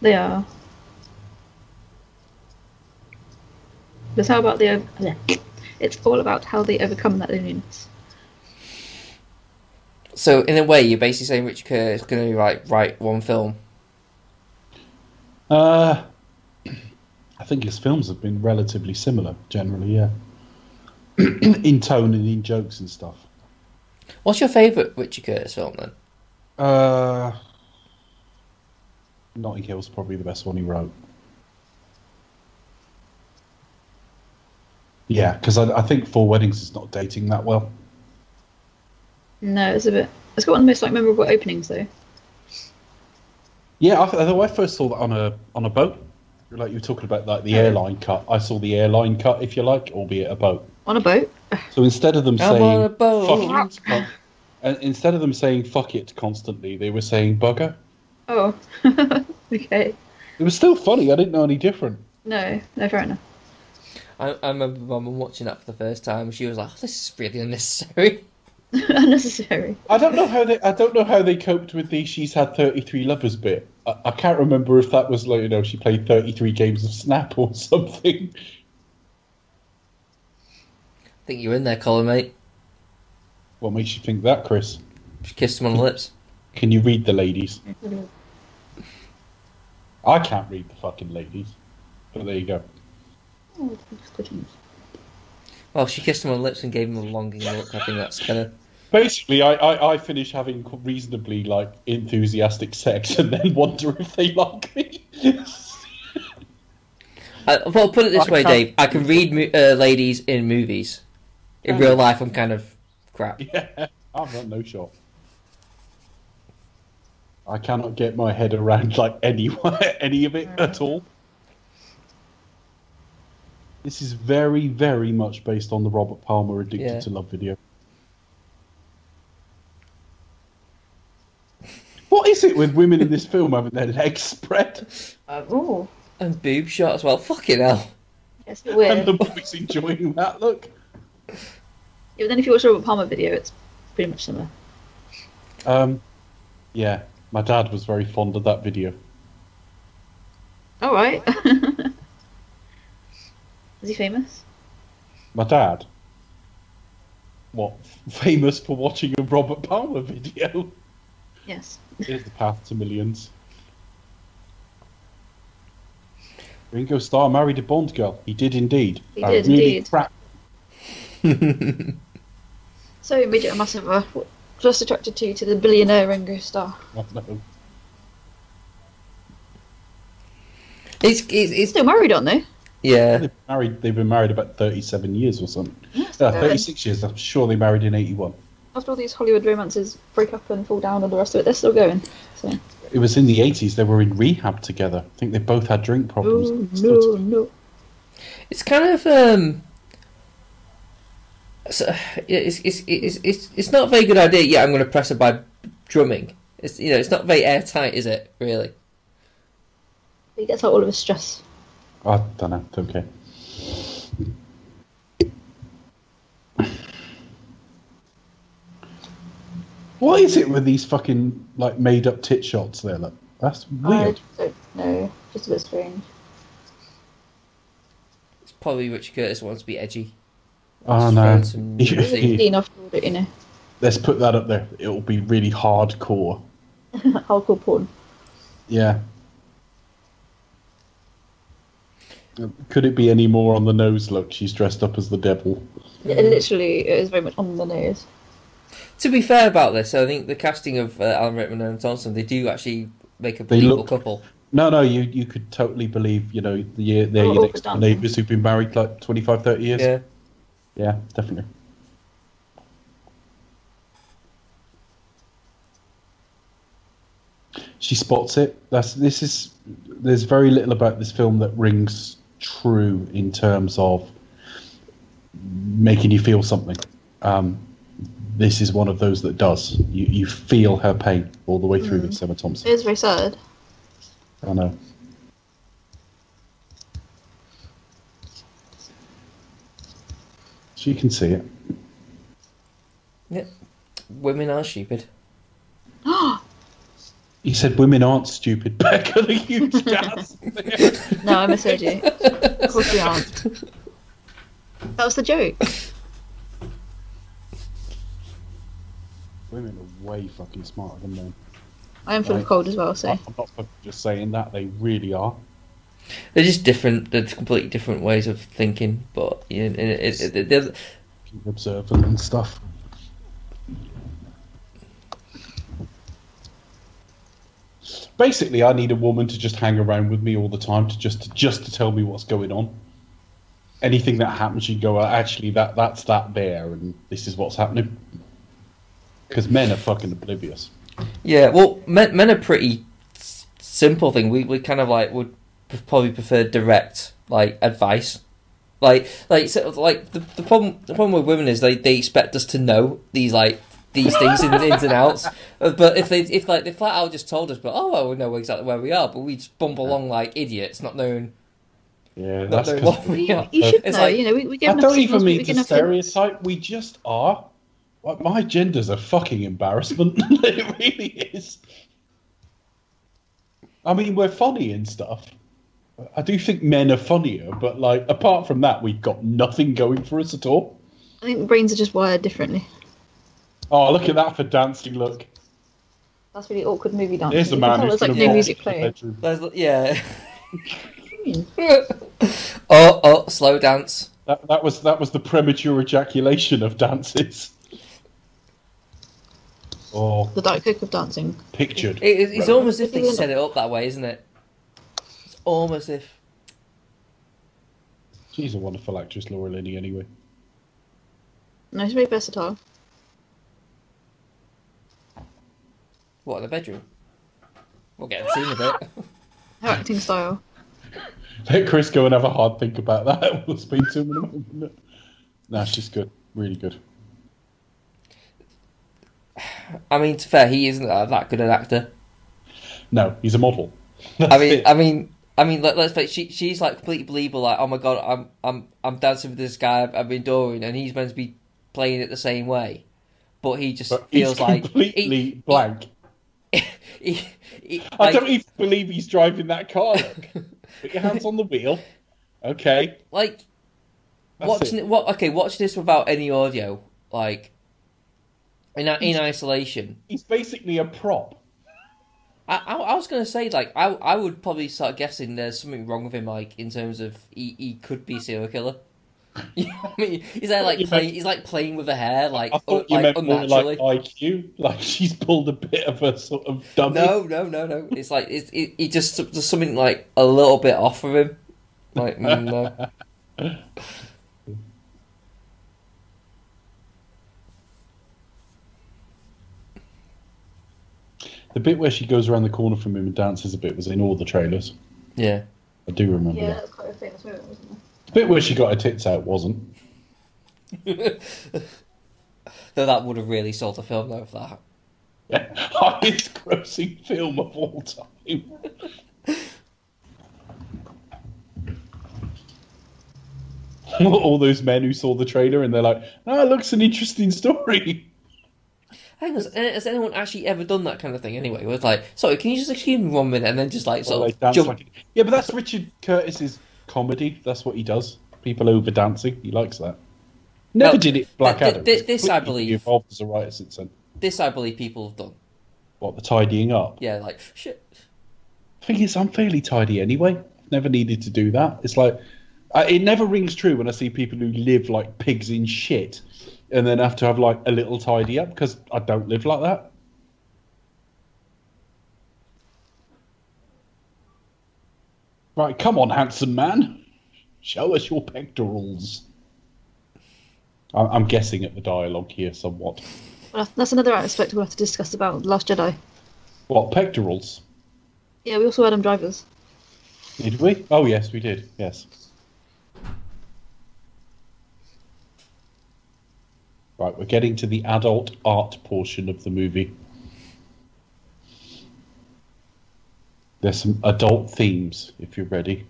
[SPEAKER 3] They are. But how about the? Over- it's all about how they overcome that loneliness.
[SPEAKER 1] So in a way, you're basically saying Richard Kerr is going to like write one film.
[SPEAKER 2] Uh, I think his films have been relatively similar, generally, yeah. in tone and in jokes and stuff.
[SPEAKER 1] What's your favourite Richard Curtis film then?
[SPEAKER 2] Uh, Notting Hill's probably the best one he wrote. Yeah, because I, I think Four Weddings is not dating that well.
[SPEAKER 3] No, it's a bit. It's got one of the most like memorable openings though.
[SPEAKER 2] Yeah, I, th- although I first saw that on a on a boat. Like you were talking about, like the airline cut. I saw the airline cut, if you like, albeit a boat.
[SPEAKER 3] On a boat.
[SPEAKER 2] So instead of them
[SPEAKER 1] I'm
[SPEAKER 2] saying
[SPEAKER 1] on a boat.
[SPEAKER 2] "fuck it," con- and instead of them saying "fuck it" constantly, they were saying "bugger."
[SPEAKER 3] Oh. okay.
[SPEAKER 2] It was still funny. I didn't know any different.
[SPEAKER 3] No. No. Fair enough.
[SPEAKER 1] I, I remember my mum watching that for the first time. and She was like, "Oh, "This is really unnecessary."
[SPEAKER 3] Unnecessary.
[SPEAKER 2] I don't know how they. I don't know how they coped with the "she's had thirty three lovers" bit. I, I can't remember if that was like you know she played thirty three games of Snap or something.
[SPEAKER 1] I think you're in there, Colin, mate.
[SPEAKER 2] What makes you think that, Chris?
[SPEAKER 1] She kissed him on the lips.
[SPEAKER 2] Can you read the ladies? I can't read the fucking ladies. But there you go.
[SPEAKER 3] Oh, goodness.
[SPEAKER 1] Well, she kissed him on the lips and gave him a longing look. I think that's kind of
[SPEAKER 2] Basically, I, I, I finish having reasonably like enthusiastic sex and then wonder if they like me.
[SPEAKER 1] I, well, put it this
[SPEAKER 2] I
[SPEAKER 1] way,
[SPEAKER 2] can't-
[SPEAKER 1] Dave. I can read mo- uh, ladies in movies. In real life, I'm kind of crap.
[SPEAKER 2] yeah, I've got no shot. I cannot get my head around like anyone, any of it at all. This is very, very much based on the Robert Palmer addicted
[SPEAKER 1] Yeah.
[SPEAKER 2] to love video. What is it with women in this film having their legs spread
[SPEAKER 3] Uh, oh.
[SPEAKER 1] And boob shot as well. Fucking hell.
[SPEAKER 3] It's a bit weird.
[SPEAKER 2] and the boys enjoying that look?
[SPEAKER 3] Yeah, but then if you watch a Robert Palmer video, it's pretty much similar.
[SPEAKER 2] Um, yeah, my dad was very fond of that video.
[SPEAKER 3] All right. Is he famous?
[SPEAKER 2] My dad, what f- famous for watching a Robert Palmer video?
[SPEAKER 3] Yes.
[SPEAKER 2] Here's the path to millions. Ringo Starr married a Bond girl. He did indeed.
[SPEAKER 3] He
[SPEAKER 2] That
[SPEAKER 3] did
[SPEAKER 2] really
[SPEAKER 3] indeed.
[SPEAKER 2] crap-
[SPEAKER 3] So Midget Massive, just attracted to to the billionaire Ringo Starr.
[SPEAKER 2] I know.
[SPEAKER 1] It's, it's, it's
[SPEAKER 3] Still married, aren't they?
[SPEAKER 1] yeah.
[SPEAKER 2] They've married. They've been married about thirty-seven years or something.
[SPEAKER 3] Yes,
[SPEAKER 2] Uh,
[SPEAKER 3] they are.
[SPEAKER 2] Thirty-six years. I'm sure they married in eighty-one.
[SPEAKER 3] After all these Hollywood romances break up and fall down and the rest of it, they're still going. So.
[SPEAKER 2] It was in the eighties. They were in rehab together. I think they both had drink problems.
[SPEAKER 3] Oh
[SPEAKER 2] Still
[SPEAKER 3] no no.
[SPEAKER 1] It's kind of um. So, it's, it's, it's, it's, it's not a very good idea. Yeah, I'm going to press it by drumming. It's you know it's not very airtight, is it? Really?
[SPEAKER 3] He gets out all of his stress.
[SPEAKER 2] I don't know. Don't care. What is it with these fucking like made up tit shots there? Look, that's weird.
[SPEAKER 3] I don't know. Just a bit strange.
[SPEAKER 1] It's probably Richard Curtis wants to be edgy.
[SPEAKER 2] oh
[SPEAKER 1] Just
[SPEAKER 2] no.
[SPEAKER 1] throwing some music.
[SPEAKER 3] Dean after all, but, you know,
[SPEAKER 2] Let's put that up there. It'll be really hardcore.
[SPEAKER 3] hardcore porn.
[SPEAKER 2] Yeah. Could it be any more on the nose? Look, she's dressed up as the devil.
[SPEAKER 3] It literally it is very much on the nose.
[SPEAKER 1] To be fair about this, I think the casting of uh, Alan Rickman and Thompson they do actually make a
[SPEAKER 2] They
[SPEAKER 1] believable
[SPEAKER 2] look-
[SPEAKER 1] couple.
[SPEAKER 2] No, no, you, you could totally believe, you know, the, they're
[SPEAKER 3] Oh,
[SPEAKER 2] your
[SPEAKER 3] oh,
[SPEAKER 2] next
[SPEAKER 3] done.
[SPEAKER 2] neighbours who've been married like 25, 30 years.
[SPEAKER 1] Yeah.
[SPEAKER 2] Yeah, definitely. She spots it. That's this is there's very little about this film that rings true in terms of making you feel something. Um, this is one of those that does. You, you feel her pain all the way through with Sarah Thompson.
[SPEAKER 3] It is very sad.
[SPEAKER 2] I know. So you can see it.
[SPEAKER 1] Women are stupid.
[SPEAKER 2] He said women aren't stupid, Becca, the huge gas.
[SPEAKER 3] No, I misheard you. of course we aren't. That was the joke.
[SPEAKER 2] women are way fucking smarter than men.
[SPEAKER 3] I am full of
[SPEAKER 2] Right. Oh,
[SPEAKER 3] cold as well, so.
[SPEAKER 2] I'm not fucking just saying that, they really are.
[SPEAKER 1] They're just different. They're completely different ways of thinking. But you know, it, it, it, they're-
[SPEAKER 2] Keep observant and stuff. Basically, I need a woman to just hang around with me all the time to just to, just to tell me what's going on. Anything that happens, she'd go, "Uh, "Actually, that that's that there, and this is what's happening." Because men are fucking oblivious.
[SPEAKER 1] yeah. Well, men, men are pretty s- simple thing. We we kind of like would p- probably prefer direct like advice. Like like sort of like the, the problem the problem with women is they, they expect us to know these like these things in the ins and outs. Uh, But if they if like they flat out just told us, but oh well, we know exactly where we are, but we just bumble along like idiots, not knowing
[SPEAKER 2] Yeah,
[SPEAKER 1] not
[SPEAKER 2] that's
[SPEAKER 1] knowing
[SPEAKER 2] 'cause-
[SPEAKER 1] what we
[SPEAKER 3] You,
[SPEAKER 1] are.
[SPEAKER 3] you should
[SPEAKER 1] It's
[SPEAKER 3] know,
[SPEAKER 1] like-
[SPEAKER 3] you know, we, we give
[SPEAKER 2] I
[SPEAKER 3] enough
[SPEAKER 2] don't
[SPEAKER 3] signals,
[SPEAKER 2] even
[SPEAKER 3] we
[SPEAKER 2] mean
[SPEAKER 3] give
[SPEAKER 2] to
[SPEAKER 3] enough hints.
[SPEAKER 2] stereotype. We just are. Like, my gender's a fucking embarrassment. it really is. I mean, we're funny and stuff. I do think men are funnier, but like, apart from that, we've got nothing going for us at all.
[SPEAKER 3] I think brains are just wired differently.
[SPEAKER 2] Oh, look at that for dancing! Look,
[SPEAKER 3] That's really awkward movie dance.
[SPEAKER 2] there's a man who's
[SPEAKER 3] There's like
[SPEAKER 2] gonna
[SPEAKER 3] no
[SPEAKER 2] walk
[SPEAKER 3] music
[SPEAKER 2] into the
[SPEAKER 3] playing.
[SPEAKER 2] bedroom.
[SPEAKER 1] There's, yeah.
[SPEAKER 3] Hmm.
[SPEAKER 1] oh, oh, slow dance.
[SPEAKER 2] That, that was that was the premature ejaculation of dances. Oh,
[SPEAKER 3] The Diet Coke of dancing.
[SPEAKER 2] pictured.
[SPEAKER 1] It, it's
[SPEAKER 2] Right.
[SPEAKER 1] almost if they set it up that way, isn't it? It's almost if.
[SPEAKER 2] She's a wonderful actress, Laura Linney. Anyway.
[SPEAKER 3] No, it's very versatile.
[SPEAKER 1] What, in the bedroom? We'll get a scene of it.
[SPEAKER 3] Her acting style.
[SPEAKER 2] Let Chris go and have a hard think about that. We'll speak to him in a moment. No, she's good. Really good.
[SPEAKER 1] I mean, to fair, he isn't uh, that good an actor.
[SPEAKER 2] No, he's a model.
[SPEAKER 1] I mean, I mean. I mean, let, let's face she she's like completely believable. Like, oh my god, I'm I'm I'm dancing with this guy I've, I've been adoring, and he's meant to be playing it the same way, but he just
[SPEAKER 2] But
[SPEAKER 1] feels
[SPEAKER 2] he's
[SPEAKER 1] like
[SPEAKER 2] completely
[SPEAKER 1] he-
[SPEAKER 2] blank.
[SPEAKER 1] he- he-
[SPEAKER 2] I
[SPEAKER 1] like-
[SPEAKER 2] don't even believe he's driving that car. Look. Put your hands on the wheel. Okay.
[SPEAKER 1] like
[SPEAKER 2] That's
[SPEAKER 1] watching it. What okay? Watch this without any audio, like in a- in isolation.
[SPEAKER 2] He's basically a prop.
[SPEAKER 1] I, I, I was gonna say like I I would probably start guessing there's something wrong with him, like in terms of he, he could be a serial killer. You know what I mean, he's there like
[SPEAKER 2] you
[SPEAKER 1] playing.
[SPEAKER 2] meant-
[SPEAKER 1] He's like playing with the hair, like
[SPEAKER 2] I
[SPEAKER 1] un,
[SPEAKER 2] thought you
[SPEAKER 1] like
[SPEAKER 2] meant more
[SPEAKER 1] unnaturally.
[SPEAKER 2] like IQ. Like she's pulled a bit of a sort of dummy.
[SPEAKER 1] no, no, no, no. It's like it's it, it just there's something like a little bit off of him. Like mm, no.
[SPEAKER 2] The bit where she goes around the corner from him and dances a bit was in all the trailers.
[SPEAKER 1] yeah.
[SPEAKER 2] I do remember
[SPEAKER 3] Yeah,
[SPEAKER 2] that.
[SPEAKER 3] that's quite a famous movie, wasn't it?
[SPEAKER 2] The bit where she got her tits out wasn't.
[SPEAKER 1] Though that would have really sold the film though. If that.
[SPEAKER 2] highest grossing film of all time. all those men who saw the trailer and they're like, "Ah, looks an interesting story."
[SPEAKER 1] Hang on, has- has anyone actually ever done that kind of thing anyway? Where it's like, sorry, can you just excuse me one minute and then just like
[SPEAKER 2] Or
[SPEAKER 1] sort
[SPEAKER 2] they
[SPEAKER 1] of
[SPEAKER 2] dance
[SPEAKER 1] jump?
[SPEAKER 2] like- yeah, but that's Richard Curtis's comedy. That's what he does. People over dancing. He likes that. Never
[SPEAKER 1] No,
[SPEAKER 2] did it. Black
[SPEAKER 1] th-
[SPEAKER 2] Adam.
[SPEAKER 1] th-
[SPEAKER 2] It's
[SPEAKER 1] this I
[SPEAKER 2] completely
[SPEAKER 1] believe.
[SPEAKER 2] Evolved as a writer since then.
[SPEAKER 1] This I believe people have done.
[SPEAKER 2] What the tidying up?
[SPEAKER 1] Yeah, like shit.
[SPEAKER 2] thing is, I'm fairly tidy anyway. I've never needed to do that. It's like I, it never rings true when I see people who live like pigs in shit, and then have to have like a little tidy up because I don't live like that. Right, come on, handsome man, show us your pectorals. I- I'm guessing at the dialogue here somewhat.
[SPEAKER 3] Well, that's another aspect we'll have to discuss about Last Jedi.
[SPEAKER 2] What pectorals?
[SPEAKER 3] Yeah, we also had them drivers.
[SPEAKER 2] Did we? Oh yes, we did. Yes. Right, we're getting to the adult art portion of the movie. There's some adult themes if you're ready.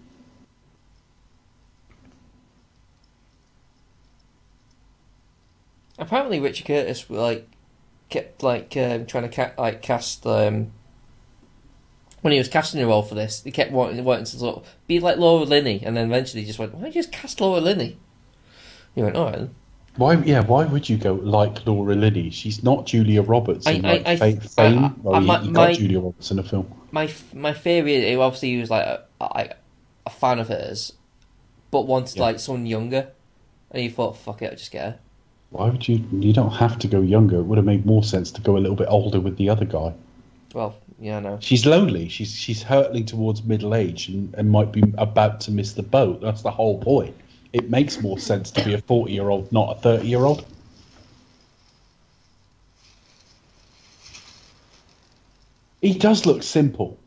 [SPEAKER 1] Apparently, Richard Curtis like kept like um, trying to ca- like cast um, when he was casting the role for this. He kept wanting, wanting to sort of be like Laura Linney, and then eventually he just went, "Why don't you just cast Laura Linney?" He went, "All right." then."
[SPEAKER 2] Why? Yeah, why would you go like Laura Linney? She's not Julia Roberts in
[SPEAKER 1] I- I-
[SPEAKER 2] like,
[SPEAKER 1] I-
[SPEAKER 2] Fa-
[SPEAKER 1] I- I-
[SPEAKER 2] Fame.
[SPEAKER 1] I-
[SPEAKER 2] well, you-
[SPEAKER 1] my-
[SPEAKER 2] you got
[SPEAKER 1] my-
[SPEAKER 2] Julia Roberts in a film.
[SPEAKER 1] My f- my theory is he obviously he was like a, a, a fan of hers, but wanted
[SPEAKER 2] Yeah.
[SPEAKER 1] like someone younger, and he thought, "Fuck it, I'll just get her."
[SPEAKER 2] Why would you? You don't have to go younger. It would have made more sense to go a little bit older with the other guy.
[SPEAKER 1] Well, yeah, I know.
[SPEAKER 2] She's lonely. She's she's hurtling towards middle age and, and might be about to miss the boat. That's the whole point. It makes more sense to be a forty year old, not a thirty year old. He does look simple.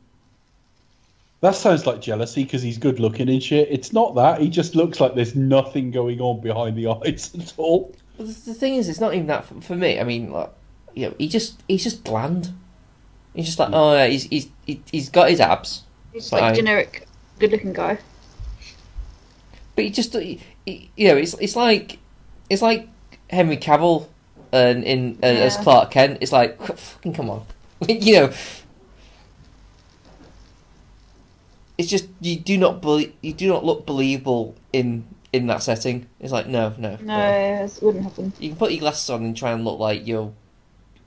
[SPEAKER 2] That sounds like jealousy because he's good looking and shit. It's not that. He just looks like there's nothing going on behind the eyes at all.
[SPEAKER 1] But the the thing is, it's not even that for, for me. I mean, like, you know, he just he's just bland. He's just like, oh, yeah, he's he's he- he's got his abs,
[SPEAKER 3] He's
[SPEAKER 1] But
[SPEAKER 3] like
[SPEAKER 1] I-
[SPEAKER 3] generic, good-looking guy.
[SPEAKER 1] but he just he, he- you know, it's it's like it's like Henry Cavill and in uh, as
[SPEAKER 3] Yeah.
[SPEAKER 1] Clark Kent. It's like c- fucking come on, you know. It's just you do not believe you do not look believable in in that setting. It's like no, no,
[SPEAKER 3] No, it wouldn't happen.
[SPEAKER 1] You can put your glasses on and try and look like you're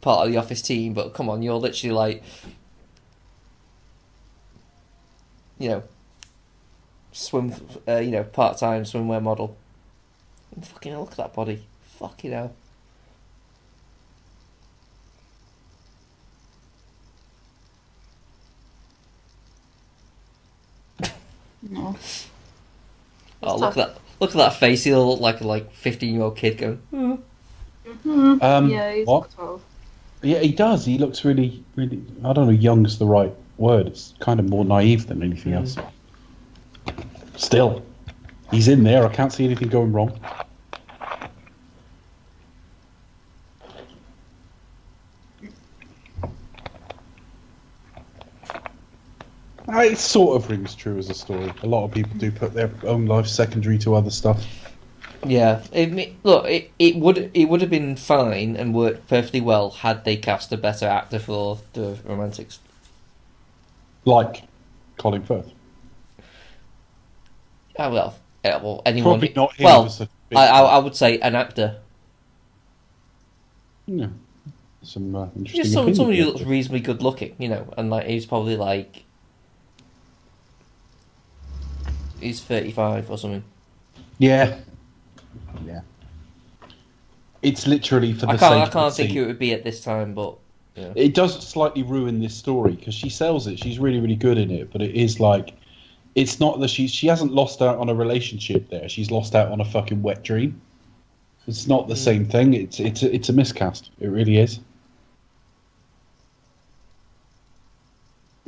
[SPEAKER 1] part of the office team, but come on, you're literally like, you know, swim, uh, you know, part time swimwear model. And fucking hell, look at that body. Fucking hell.
[SPEAKER 3] No.
[SPEAKER 1] Oh, look at that. Look at that face. He'll look like a like fifteen year old kid going. "Hmm."
[SPEAKER 3] Mhm.
[SPEAKER 2] Um,
[SPEAKER 3] yeah, he's
[SPEAKER 2] what?
[SPEAKER 3] like 12.
[SPEAKER 2] Yeah, he does. He looks really, really. I don't know. Young's the right word. It's kind of more naive than anything
[SPEAKER 1] Mm.
[SPEAKER 2] else. Mm. Still, he's in there. I can't see anything going wrong. Uh, It sort of rings true as a story. A lot of people do put their own life secondary to other stuff.
[SPEAKER 1] Yeah. It, ma- look, it, it would it would have been fine and worked perfectly well had they cast a better actor for the romantics.
[SPEAKER 2] Like Colin Firth.
[SPEAKER 1] Oh well, yeah, well, anyone.
[SPEAKER 2] Probably not him.
[SPEAKER 1] well,
[SPEAKER 2] as a big-
[SPEAKER 1] I, I, I would say an actor.
[SPEAKER 2] Yeah. Some uh, interesting.
[SPEAKER 1] Just some,
[SPEAKER 2] opinion
[SPEAKER 1] somebody who
[SPEAKER 2] there.
[SPEAKER 1] looks reasonably good looking, you know, and like he's probably like he's thirty five or something.
[SPEAKER 2] Yeah. Yeah. It's literally for the
[SPEAKER 1] I can't I
[SPEAKER 2] sake
[SPEAKER 1] can't
[SPEAKER 2] of the
[SPEAKER 1] think who
[SPEAKER 2] scene.
[SPEAKER 1] it would be at this time, but
[SPEAKER 2] It does slightly ruin this story because she sells it. She's really, really good in it, but it is like, it's not that she she hasn't lost out on a relationship there. She's lost out on a fucking wet dream. It's not the
[SPEAKER 1] Mm.
[SPEAKER 2] same thing. It's it's a, it's a miscast. It really is.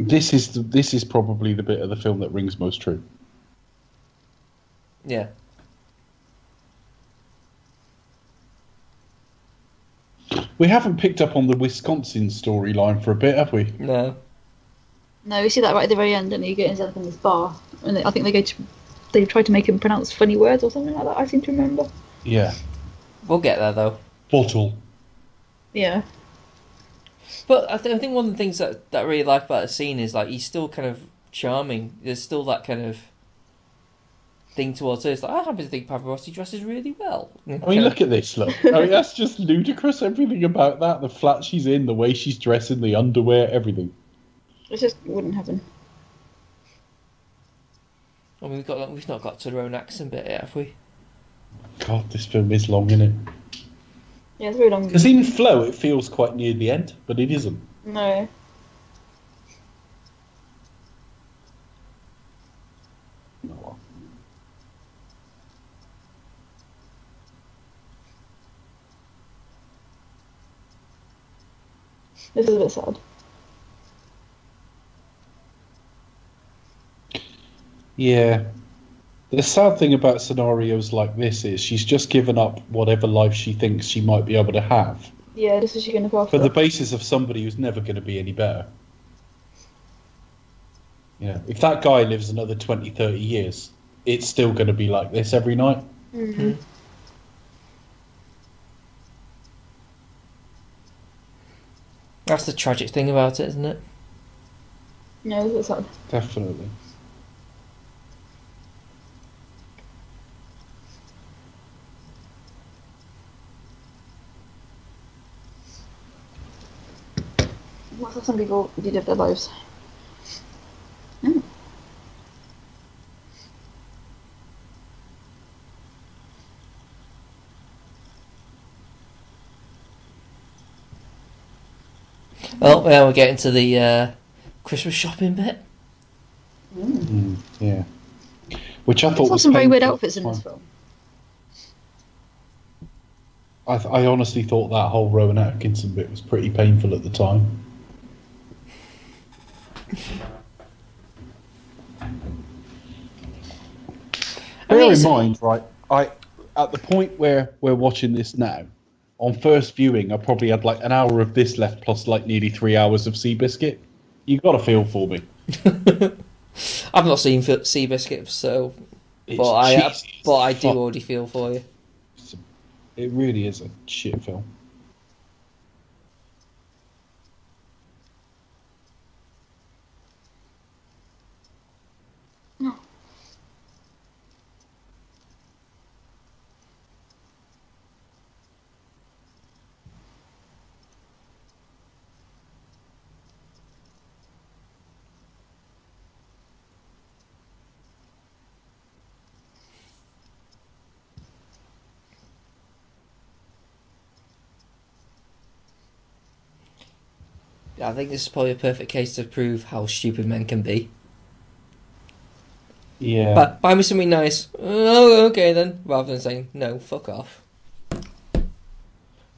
[SPEAKER 2] This is the, this is probably the bit of the film that rings most true.
[SPEAKER 1] yeah.
[SPEAKER 2] We haven't picked up on the Wisconsin storyline for a bit, have we?
[SPEAKER 1] No.
[SPEAKER 3] No, we see that right at the very end, and he gets himself in this bar, and I think they go to, they try to make him pronounce funny words or something like that. I seem to remember.
[SPEAKER 2] Yeah.
[SPEAKER 1] We'll get there though.
[SPEAKER 2] Bottle.
[SPEAKER 3] Yeah.
[SPEAKER 1] But I, th- I think one of the things that, that I really like about the scene is like he's still kind of charming. There's still that kind of thing towards her. It's like I happen to think Pavarotti dresses really well.
[SPEAKER 2] I mean, look at this. Look, I mean, that's just ludicrous. Everything about that, the flat she's in, the way she's dressing, the underwear, everything.
[SPEAKER 3] It just wouldn't happen.
[SPEAKER 1] I mean, we've got we've not got to their own accent bit yet, have we?
[SPEAKER 2] God, this film is long, isn't it?
[SPEAKER 3] Yeah, it's very long.
[SPEAKER 2] Because in flow, it feels quite near the end, but it isn't.
[SPEAKER 3] No. This is a bit sad.
[SPEAKER 2] Yeah. The sad thing about scenarios like this is she's just given up whatever life she thinks she might be able to have
[SPEAKER 3] Yeah, this is she gonna go
[SPEAKER 2] for
[SPEAKER 3] after.
[SPEAKER 2] the basis of somebody who's never going to be any better. Yeah, if that guy lives another 20, 30 years, it's still going to be like this every night.
[SPEAKER 3] Mhm.
[SPEAKER 1] That's the tragic thing about it, isn't it?
[SPEAKER 3] No, that's not.
[SPEAKER 2] Definitely.
[SPEAKER 3] What's that some people did of their lives? Mm.
[SPEAKER 1] Well, now we're getting to the uh, Christmas shopping bit.
[SPEAKER 3] Mm.
[SPEAKER 2] Mm, yeah. Which I
[SPEAKER 3] There's
[SPEAKER 2] thought
[SPEAKER 3] not
[SPEAKER 2] was
[SPEAKER 3] some very weird
[SPEAKER 2] painful.
[SPEAKER 3] outfits in this film.
[SPEAKER 2] I, th- I honestly thought that whole Rowan Atkinson bit was pretty painful at the time.
[SPEAKER 1] I mean,
[SPEAKER 2] Bear in
[SPEAKER 1] it's-
[SPEAKER 2] mind, right? I at the point where we're watching this now, on first viewing, I probably had like an hour of this left, plus like nearly three hours of Seabiscuit. You got a feel for me.
[SPEAKER 1] I've not seen Fi- Seabiscuit, so
[SPEAKER 2] It's
[SPEAKER 1] but I uh,
[SPEAKER 2] cheesy as
[SPEAKER 1] but I do
[SPEAKER 2] fuck.
[SPEAKER 1] already feel for you.
[SPEAKER 2] It really is a shit film.
[SPEAKER 1] I think this is probably a perfect case to prove how stupid men can be.
[SPEAKER 2] Yeah.
[SPEAKER 1] But buy me something nice. Oh, okay then. Rather than saying no, fuck off.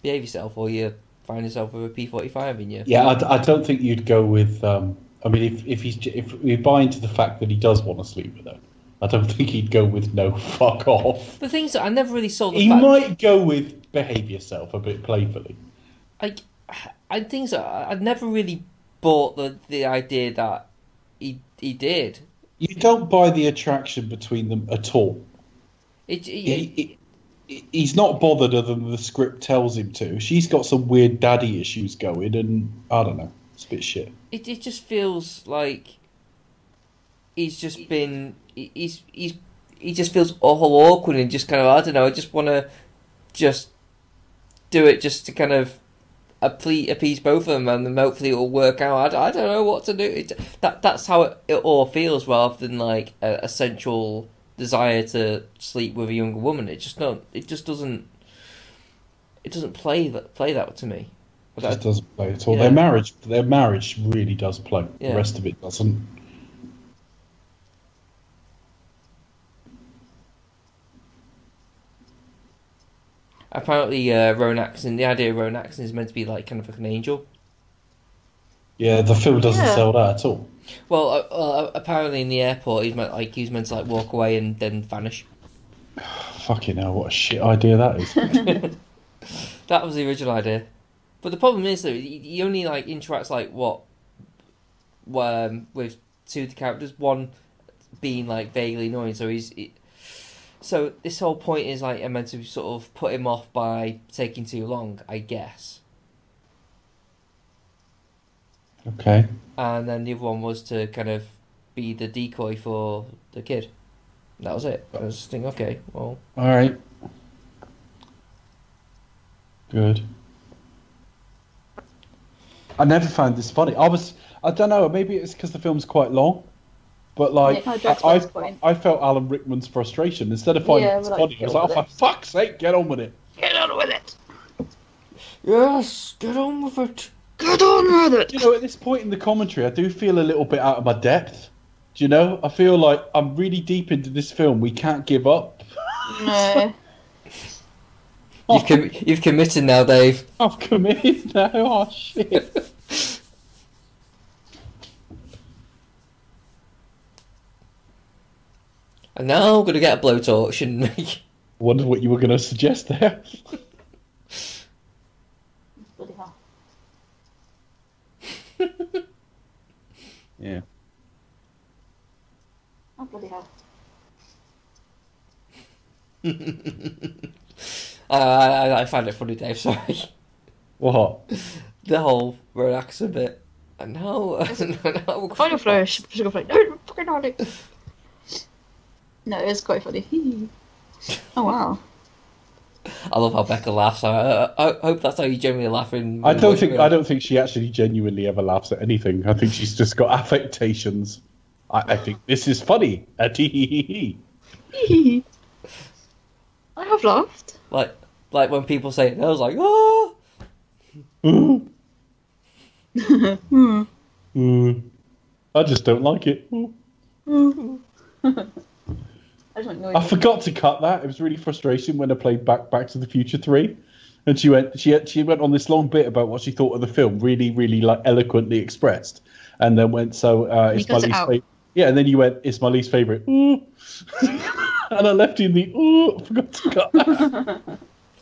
[SPEAKER 1] Behave yourself, or you find yourself with a P forty five in you.
[SPEAKER 2] Yeah, I, d- I don't think you'd go with. Um, I mean, if if he's j- if we buy into the fact that he does want to sleep with her, I don't think he'd go with no fuck off.
[SPEAKER 1] The things that I never really saw the
[SPEAKER 2] He
[SPEAKER 1] fact.
[SPEAKER 2] might go with behave yourself a bit playfully.
[SPEAKER 1] like I think so. I- I'd never really bought the the idea that he he did.
[SPEAKER 2] You don't buy the attraction between them at all.
[SPEAKER 1] It, it-
[SPEAKER 2] He, he, he's not bothered other than the script tells him to. She's got some weird daddy issues going, and I don't know. It's a bit shit.
[SPEAKER 1] it it just feels like he's just been he- he's he's he just feels awful awkward and just kind of I don't know. I just want to just do it just to kind of appease, appease both of them and then hopefully it'll work out. I, I don't know what to do. It, that that's how it, it all feels rather than like a, a sensual desire to sleep with a younger woman. It just not. It just doesn't. It doesn't play that play that to me.
[SPEAKER 2] It just doesn't play at all.
[SPEAKER 1] Yeah.
[SPEAKER 2] Their marriage, their marriage really does play.
[SPEAKER 1] Yeah.
[SPEAKER 2] The rest of it doesn't.
[SPEAKER 1] Apparently, uh, Rowan Atkinson, the idea of Rowan Atkinson is meant to be like kind of like an angel.
[SPEAKER 2] Yeah, the film doesn't
[SPEAKER 3] Yeah.
[SPEAKER 2] sell that at all.
[SPEAKER 1] Well, uh, uh, apparently in the airport, he's meant like he's meant to like walk away and then vanish.
[SPEAKER 2] Fucking hell, what a shit idea that is.
[SPEAKER 1] That was the original idea. But the problem is though, he, he only like interacts like what, um, with two of the characters. One being like vaguely annoying, so he's. He, so this whole point is like I'm meant to sort of put him off by taking too long, I guess.
[SPEAKER 2] okay.
[SPEAKER 1] And then the other one was to kind of be the decoy for the kid. That was it. I was just thinking, okay, well,
[SPEAKER 2] Alright. Good. I never found this funny. I was, I don't know, maybe it's because the film's quite long, but like,
[SPEAKER 3] Yeah,
[SPEAKER 2] I,
[SPEAKER 3] it kinda drags
[SPEAKER 2] I,
[SPEAKER 3] past the point.
[SPEAKER 2] I felt Alan Rickman's frustration. Instead of finding
[SPEAKER 3] Yeah,
[SPEAKER 2] it
[SPEAKER 3] we're like,
[SPEAKER 2] funny, I was
[SPEAKER 3] get
[SPEAKER 2] like,
[SPEAKER 3] on
[SPEAKER 2] oh,
[SPEAKER 3] with
[SPEAKER 2] for
[SPEAKER 3] it."
[SPEAKER 2] fuck's sake, get on with it.
[SPEAKER 3] Get on with it.
[SPEAKER 1] Yes, get on with it.
[SPEAKER 3] Get on with it.
[SPEAKER 2] You know, at this point in the commentary, I do feel a little bit out of my depth. Do you know? I feel like I'm really deep into this film. We can't give up.
[SPEAKER 3] No.
[SPEAKER 1] You've com- you've committed now, Dave.
[SPEAKER 2] I've committed now. Oh shit.
[SPEAKER 1] I And now I'm going to get a blowtorch and make.
[SPEAKER 2] Wondered what you were going to suggest there.
[SPEAKER 3] Bloody hell.
[SPEAKER 2] Yeah.
[SPEAKER 3] Oh, bloody hell.
[SPEAKER 1] I, I, I find it funny, Dave, sorry.
[SPEAKER 2] What?
[SPEAKER 1] The whole relax a bit. And now. now
[SPEAKER 3] The final flourish. Sugar Flake. No, fucking Harley. No, it's quite funny. oh, wow.
[SPEAKER 1] I love how Becca laughs. I, I, I hope that's how you generally laugh in.
[SPEAKER 2] I don't think I don't think she actually genuinely ever laughs at anything. I think she's just got affectations. I, I think this is funny. Ah, tee hee hee hee.
[SPEAKER 3] I have laughed.
[SPEAKER 1] Like, like when people say it, I was like, oh!
[SPEAKER 2] Ooh,
[SPEAKER 3] Hmm.
[SPEAKER 2] ooh. I just don't like it. Hmm. Ooh.
[SPEAKER 3] I just want
[SPEAKER 2] I forgot to cut that. It was really frustrating when I played back Back to the Future three, and she went she had- she went on this long bit about what she thought of the film, really really like eloquently expressed, and then went so uh,
[SPEAKER 3] You
[SPEAKER 2] it's my
[SPEAKER 3] cut it
[SPEAKER 2] least
[SPEAKER 3] out.
[SPEAKER 2] favorite. Yeah, and then you went it's my least favorite. Ooh. and I left in the ooh. I forgot to cut that.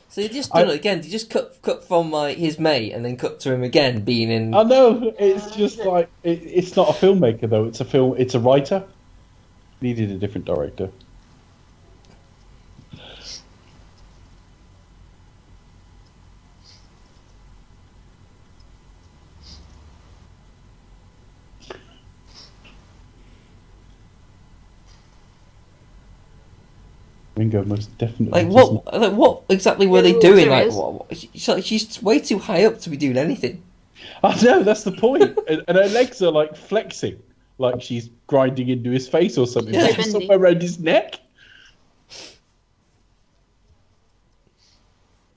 [SPEAKER 1] So they just
[SPEAKER 2] I-
[SPEAKER 1] done it again. They just cut cut from like his mate and then cut to him again being in.
[SPEAKER 2] I know it's just like it, it's not a filmmaker though. It's a film. It's a writer. Needed a different director. Ringo most definitely.
[SPEAKER 1] like
[SPEAKER 2] does
[SPEAKER 1] what? Like what exactly were they
[SPEAKER 3] Ooh,
[SPEAKER 1] doing? Like
[SPEAKER 3] serious?
[SPEAKER 1] what? what- She's, like, she's way too high up to be doing anything.
[SPEAKER 2] I know that's the point. and, and her legs are like flexing, like she's grinding into his face or something.
[SPEAKER 1] Yeah.
[SPEAKER 2] Like,
[SPEAKER 3] Bendy.
[SPEAKER 2] somewhere around his neck.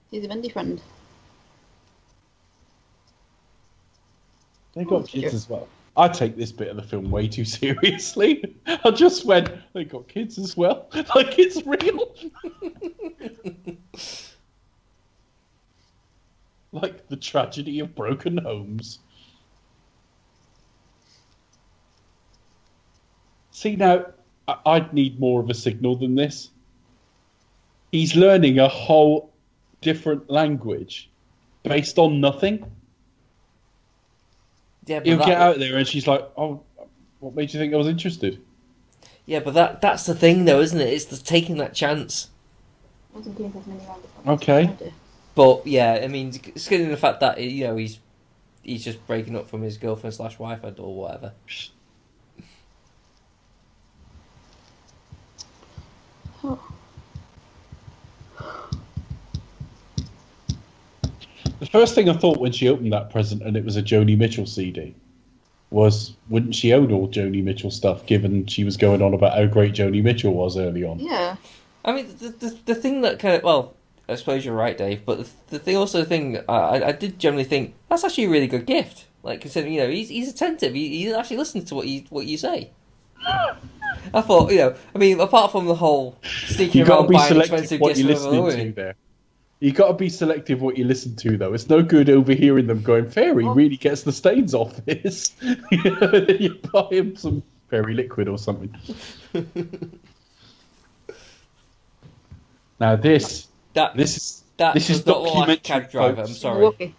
[SPEAKER 3] He's a bendy friend.
[SPEAKER 2] They
[SPEAKER 3] Oh,
[SPEAKER 2] got kids
[SPEAKER 3] dear.
[SPEAKER 2] as well. I take this bit of the film way too seriously. I just went, they got kids as well. Like it's real. like the tragedy of broken homes. See now, I- I'd need more of a signal than this. He's learning a whole different language based on nothing.
[SPEAKER 1] Yeah, but
[SPEAKER 2] He'll
[SPEAKER 1] that,
[SPEAKER 2] get out there, and she's like, "Oh, what made you think I was interested?"
[SPEAKER 1] yeah, but that that's the thing though, isn't it? It's the taking that chance.
[SPEAKER 3] Wasn't doing as many rounds. as I
[SPEAKER 2] Okay.
[SPEAKER 3] wanted to.
[SPEAKER 1] But yeah, I mean, it's good in the fact that you know he's he's just breaking up from his girlfriend slash wife or whatever.
[SPEAKER 2] The first thing I thought when she opened that present, and it was a Joni Mitchell CD, was wouldn't she own all Joni Mitchell stuff? Given she was going on about how great Joni Mitchell was early on.
[SPEAKER 3] Yeah.
[SPEAKER 1] I mean, the, the, the thing that kind of well, I suppose you're right, Dave. But the, the thing also thing I, I- I did generally think that's actually a really good gift. Like considering you know he's he's attentive, he, he actually listens to what you what you say. I thought you know, I mean, apart from the whole sneaking
[SPEAKER 2] You got to
[SPEAKER 1] around
[SPEAKER 2] be
[SPEAKER 1] buying
[SPEAKER 2] selective
[SPEAKER 1] expensive
[SPEAKER 2] what
[SPEAKER 1] gifts
[SPEAKER 2] you're
[SPEAKER 1] for other
[SPEAKER 2] listening to
[SPEAKER 1] women.
[SPEAKER 2] there. You got to be selective what you listen to, though. It's no good overhearing them going, "Fairy really gets the stains off this." you know, then you buy him some fairy liquid or something. now this,
[SPEAKER 1] That
[SPEAKER 2] this is
[SPEAKER 1] that
[SPEAKER 2] this
[SPEAKER 1] does
[SPEAKER 2] is
[SPEAKER 1] not look like a
[SPEAKER 2] documentary.
[SPEAKER 1] cab driver.
[SPEAKER 2] folks.
[SPEAKER 1] I'm sorry,
[SPEAKER 3] Milwaukee.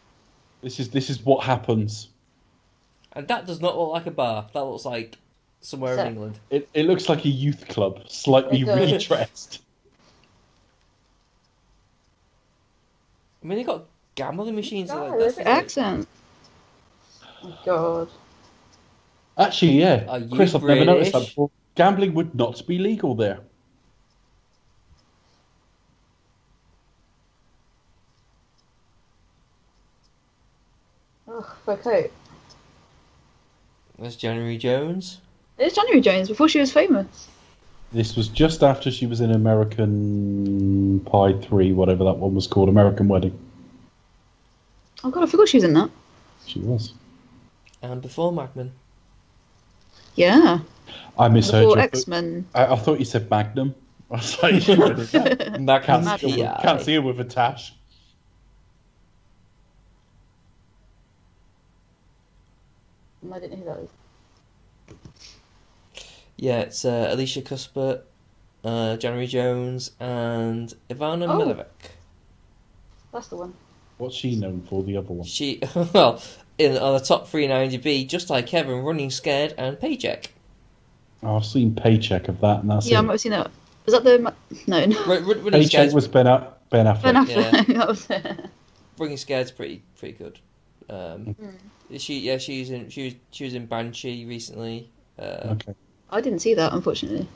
[SPEAKER 2] This is this is what happens.
[SPEAKER 1] and that does not look like a bar. That looks like somewhere in
[SPEAKER 3] Set.
[SPEAKER 1] England.
[SPEAKER 2] It, it looks like a youth club, slightly
[SPEAKER 3] It does.
[SPEAKER 2] redressed.
[SPEAKER 1] I mean, they got gambling machines. and,
[SPEAKER 3] Oh,
[SPEAKER 1] like, that's
[SPEAKER 3] the
[SPEAKER 1] the thing.
[SPEAKER 3] accent. Oh, God.
[SPEAKER 2] Actually, yeah,
[SPEAKER 1] Are you
[SPEAKER 2] Chris, I've never noticed that
[SPEAKER 1] British?
[SPEAKER 2] before. Gambling would not be legal there.
[SPEAKER 3] Ugh, for a coat.
[SPEAKER 1] There's January Jones.
[SPEAKER 3] It's January Jones before she was famous.
[SPEAKER 2] This was just after she was in American Pie 3, whatever that one was called, American Wedding.
[SPEAKER 3] Oh god, I forgot she was in that.
[SPEAKER 2] She was.
[SPEAKER 1] And before Madman.
[SPEAKER 3] Yeah.
[SPEAKER 2] I misheard
[SPEAKER 3] Before
[SPEAKER 2] you.
[SPEAKER 3] X Men.
[SPEAKER 2] I, I thought you said Magnum. I was like, can't,
[SPEAKER 1] Magnum
[SPEAKER 2] see it with,
[SPEAKER 1] PI.
[SPEAKER 2] can't see it with a tash.
[SPEAKER 3] I didn't know who that was.
[SPEAKER 1] Yeah, it's uh, Alicia Cuthbert, uh, January Jones, and Ivana
[SPEAKER 3] Oh.
[SPEAKER 1] Milivojevic.
[SPEAKER 3] That's the one.
[SPEAKER 2] What's she known for? The other one.
[SPEAKER 1] She well in on the top three in IMDb, just like Kevin, Running Scared and Paycheck.
[SPEAKER 2] Oh, I've seen paycheck of that, and that's
[SPEAKER 3] yeah, I
[SPEAKER 2] it.
[SPEAKER 3] might have seen that. Is that the ma- no? no.
[SPEAKER 1] Run, Run, running
[SPEAKER 2] paycheck
[SPEAKER 1] Scared's
[SPEAKER 2] was Ben, A- ben Affleck.
[SPEAKER 3] Ben Affleck.
[SPEAKER 1] Yeah.
[SPEAKER 3] that was it.
[SPEAKER 1] Running Scared's pretty pretty good. Um,
[SPEAKER 3] Mm.
[SPEAKER 1] She yeah she's in she was she was in Banshee recently. Uh,
[SPEAKER 2] Okay.
[SPEAKER 3] I didn't see that, unfortunately.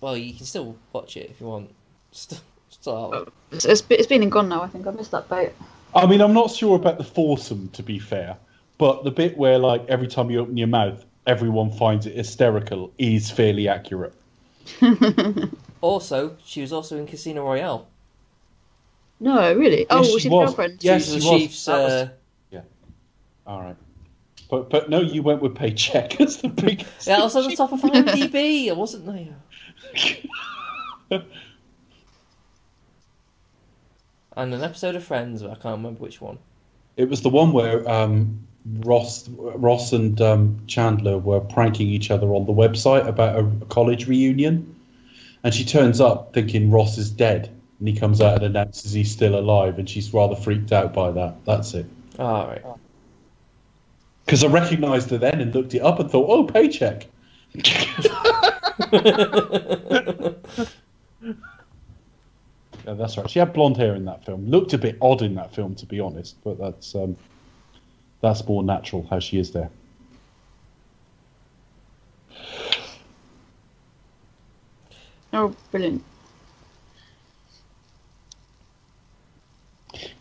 [SPEAKER 1] Well, you can still watch it if you want. Still, still
[SPEAKER 2] Oh.
[SPEAKER 1] out.
[SPEAKER 3] It's, it's, be- it's been and gone now. I think I missed that boat.
[SPEAKER 2] I mean, I'm not sure about the foursome, to be fair, but the bit where, like, every time you open your mouth, everyone finds it hysterical is fairly accurate.
[SPEAKER 1] Also, she was also in Casino Royale.
[SPEAKER 3] No, really. Oh,
[SPEAKER 2] she
[SPEAKER 3] was she the
[SPEAKER 2] was.
[SPEAKER 3] girlfriend?
[SPEAKER 2] Yeah. Yes,
[SPEAKER 1] she was
[SPEAKER 2] she
[SPEAKER 1] the
[SPEAKER 2] was.
[SPEAKER 1] Chiefs.
[SPEAKER 2] That was-
[SPEAKER 1] Uh,
[SPEAKER 2] All right. But, but no, you went with paycheck. It's the biggest.
[SPEAKER 1] yeah, also the top of IMDb. It wasn't there. And an episode of Friends, but I can't remember which one.
[SPEAKER 2] It was the one where um, Ross, Ross and um, Chandler were pranking each other on the website about a college reunion, and she turns up thinking Ross is dead, and he comes out and announces he's still alive, and she's rather freaked out by that. That's it.
[SPEAKER 1] All Ah, right.
[SPEAKER 2] Because I recognised her then and looked it up and thought, oh, paycheck. Yeah, that's right. She had blonde hair in that film. Looked a bit odd in that film, to be honest, but that's um, that's more natural how she is there.
[SPEAKER 3] Oh, brilliant.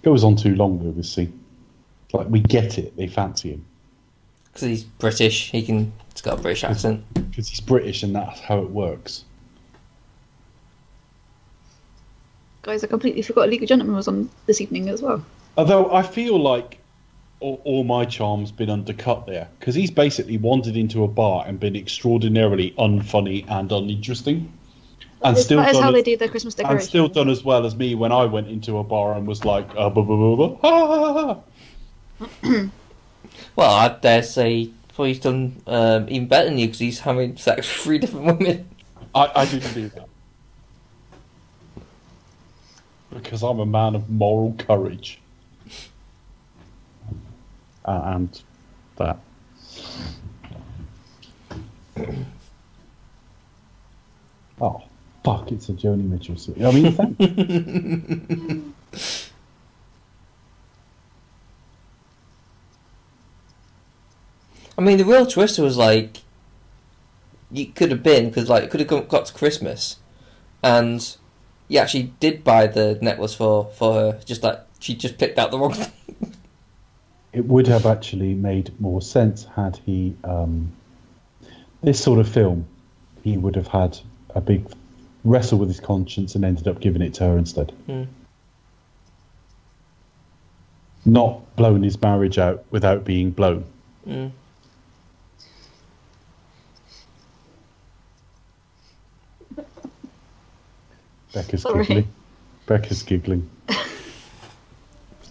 [SPEAKER 2] Goes on too long though. This scene, like we get it. They fancy him
[SPEAKER 1] Because he's British, he can. It's got a British accent.
[SPEAKER 2] because he's British, and that's how it works.
[SPEAKER 3] Guys, I completely forgot League of Gentlemen was on this evening as well.
[SPEAKER 2] Although I feel like all, all my charm's been undercut there because he's basically wandered into a bar and been extraordinarily unfunny and uninteresting, and
[SPEAKER 3] That is-
[SPEAKER 2] still
[SPEAKER 3] that is
[SPEAKER 2] done
[SPEAKER 3] how
[SPEAKER 2] as-
[SPEAKER 3] they do their Christmas
[SPEAKER 2] and
[SPEAKER 3] decorations.
[SPEAKER 2] still done as well as me when I went into a bar and was like, uh, blah, blah, blah, blah, ah, ah, ah.
[SPEAKER 1] Well, I dare say probably he's done um, even better than you because he's having sex with three different women.
[SPEAKER 2] I, I didn't do that. Because I'm a man of moral courage. Uh, and that. Oh, fuck, it's a Joni Mitchell scene. I mean, thank
[SPEAKER 1] I mean, the real twist was like, you could have been because like it could have got got to Christmas, and you actually did buy the necklace for for her. Just like she just picked out the wrong thing.
[SPEAKER 2] it would have actually made more sense had he um, this sort of film he would have had a big wrestle with his conscience and ended up giving it to her instead
[SPEAKER 1] Hmm.
[SPEAKER 2] not blown his marriage out without being blown
[SPEAKER 1] Mm.
[SPEAKER 2] becca's
[SPEAKER 3] Sorry.
[SPEAKER 2] giggling becca's giggling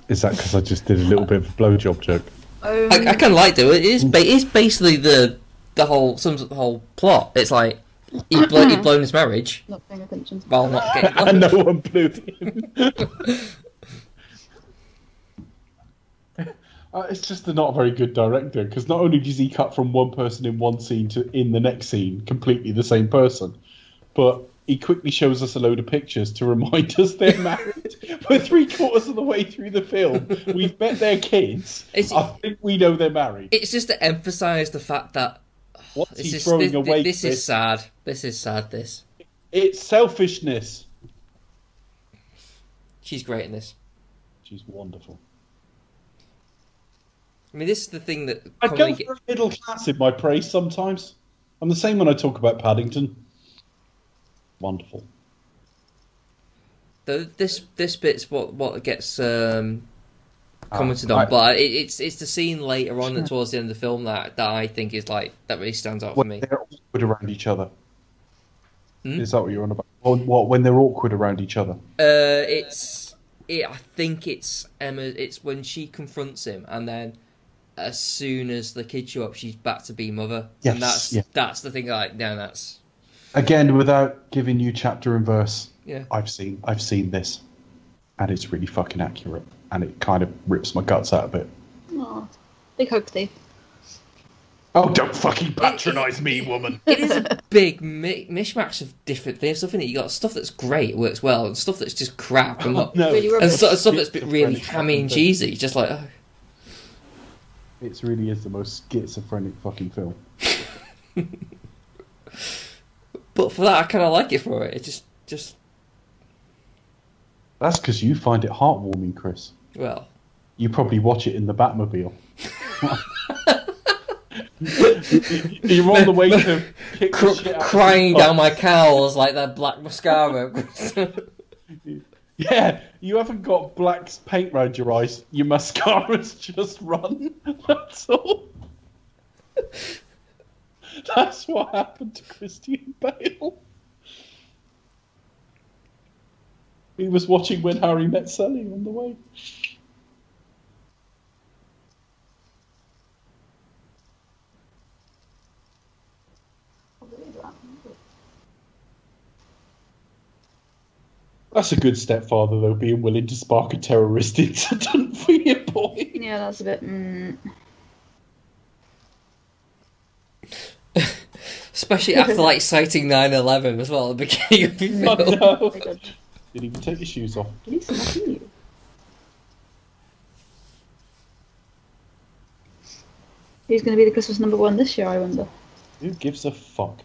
[SPEAKER 2] is that because i just did a little bit of a blowjob joke
[SPEAKER 3] Um,
[SPEAKER 1] I, I kind of liked it. It is ba- it's basically the the whole sums up the whole plot. It's like he blo- he blown his marriage
[SPEAKER 3] not paying attention.
[SPEAKER 1] while not getting.
[SPEAKER 2] and no one blew him. Uh, it's just they're not a very good director because not only does he cut from one person in one scene to in the next scene completely the same person, but he quickly shows us a load of pictures to remind us they're married. We're three quarters of the way through the film. We've met their kids.
[SPEAKER 1] It's-
[SPEAKER 2] I think we know they're married.
[SPEAKER 1] It's just to emphasise the fact that
[SPEAKER 2] What's
[SPEAKER 1] this
[SPEAKER 2] he
[SPEAKER 1] is
[SPEAKER 2] throwing
[SPEAKER 1] this,
[SPEAKER 2] away?
[SPEAKER 1] this
[SPEAKER 2] Chris?
[SPEAKER 1] is sad. This is sad. This
[SPEAKER 2] It's selfishness.
[SPEAKER 1] she's great in this.
[SPEAKER 2] She's wonderful.
[SPEAKER 1] I mean, this is the thing that
[SPEAKER 2] I
[SPEAKER 1] comedy
[SPEAKER 2] go
[SPEAKER 1] ge-
[SPEAKER 2] for a middle class in my praise sometimes. I'm the same when I talk about Paddington. Wonderful.
[SPEAKER 1] The, this this bit's what what gets um, commented
[SPEAKER 2] Ah,
[SPEAKER 1] on,
[SPEAKER 2] I-
[SPEAKER 1] but it, it's it's the scene later on and towards the end of the film that, that I think is like that really stands out for
[SPEAKER 2] When
[SPEAKER 1] me.
[SPEAKER 2] they're awkward around each other.
[SPEAKER 1] Hmm?
[SPEAKER 2] Is that what you're on about? Or what when they're awkward around each other?
[SPEAKER 1] Uh, it's it, I think it's Emma. It's when she confronts him, and then as soon as the kids show up, she's back to be mother,
[SPEAKER 2] Yes,
[SPEAKER 1] and that's
[SPEAKER 2] yeah.
[SPEAKER 1] that's the thing. Like, no, that's
[SPEAKER 2] Again, without giving you chapter and verse,
[SPEAKER 1] Yeah.
[SPEAKER 2] I've seen I've seen this, and it's really fucking accurate, and it kind of rips my guts out a bit.
[SPEAKER 3] Aw, big hug thief.
[SPEAKER 2] Oh, don't fucking patronise me, woman.
[SPEAKER 1] It is a big mi- mishmash of different things, stuff in it. You got stuff that's great, works well, and stuff that's just crap, and, not,
[SPEAKER 2] Oh, No,
[SPEAKER 3] Really
[SPEAKER 1] and
[SPEAKER 3] rubbish.
[SPEAKER 1] sort of stuff that's been really
[SPEAKER 2] Schizophrenic
[SPEAKER 1] hammy and
[SPEAKER 2] thing.
[SPEAKER 1] cheesy. Just like, oh,
[SPEAKER 2] it really is the most schizophrenic fucking film.
[SPEAKER 1] but for that, I kind of like it for it. It just, just
[SPEAKER 2] That's because you find it heartwarming, Chris.
[SPEAKER 1] well,
[SPEAKER 2] You probably watch it in the Batmobile. You're on the way to kick the
[SPEAKER 1] cr-
[SPEAKER 2] shit out of
[SPEAKER 1] crying
[SPEAKER 2] people.
[SPEAKER 1] down my cowls like that black mascara.
[SPEAKER 2] Yeah, you haven't got black paint round your eyes. Your mascara's just run. That's all. That's what happened to Christian Bale. He was watching When Harry Met Sally on the way. That's a good stepfather, though, being willing to spark a terrorist incident for your boy.
[SPEAKER 3] Yeah, that's a bit. Mm,
[SPEAKER 1] Especially after like citing 9-11 as well at the beginning of the
[SPEAKER 2] Oh,
[SPEAKER 1] film.
[SPEAKER 2] no.
[SPEAKER 3] very good.
[SPEAKER 2] Didn't even take his shoes off.
[SPEAKER 3] At least I'm not seeing you. Who's going to be the Christmas number one this year? I wonder.
[SPEAKER 2] Who gives a fuck?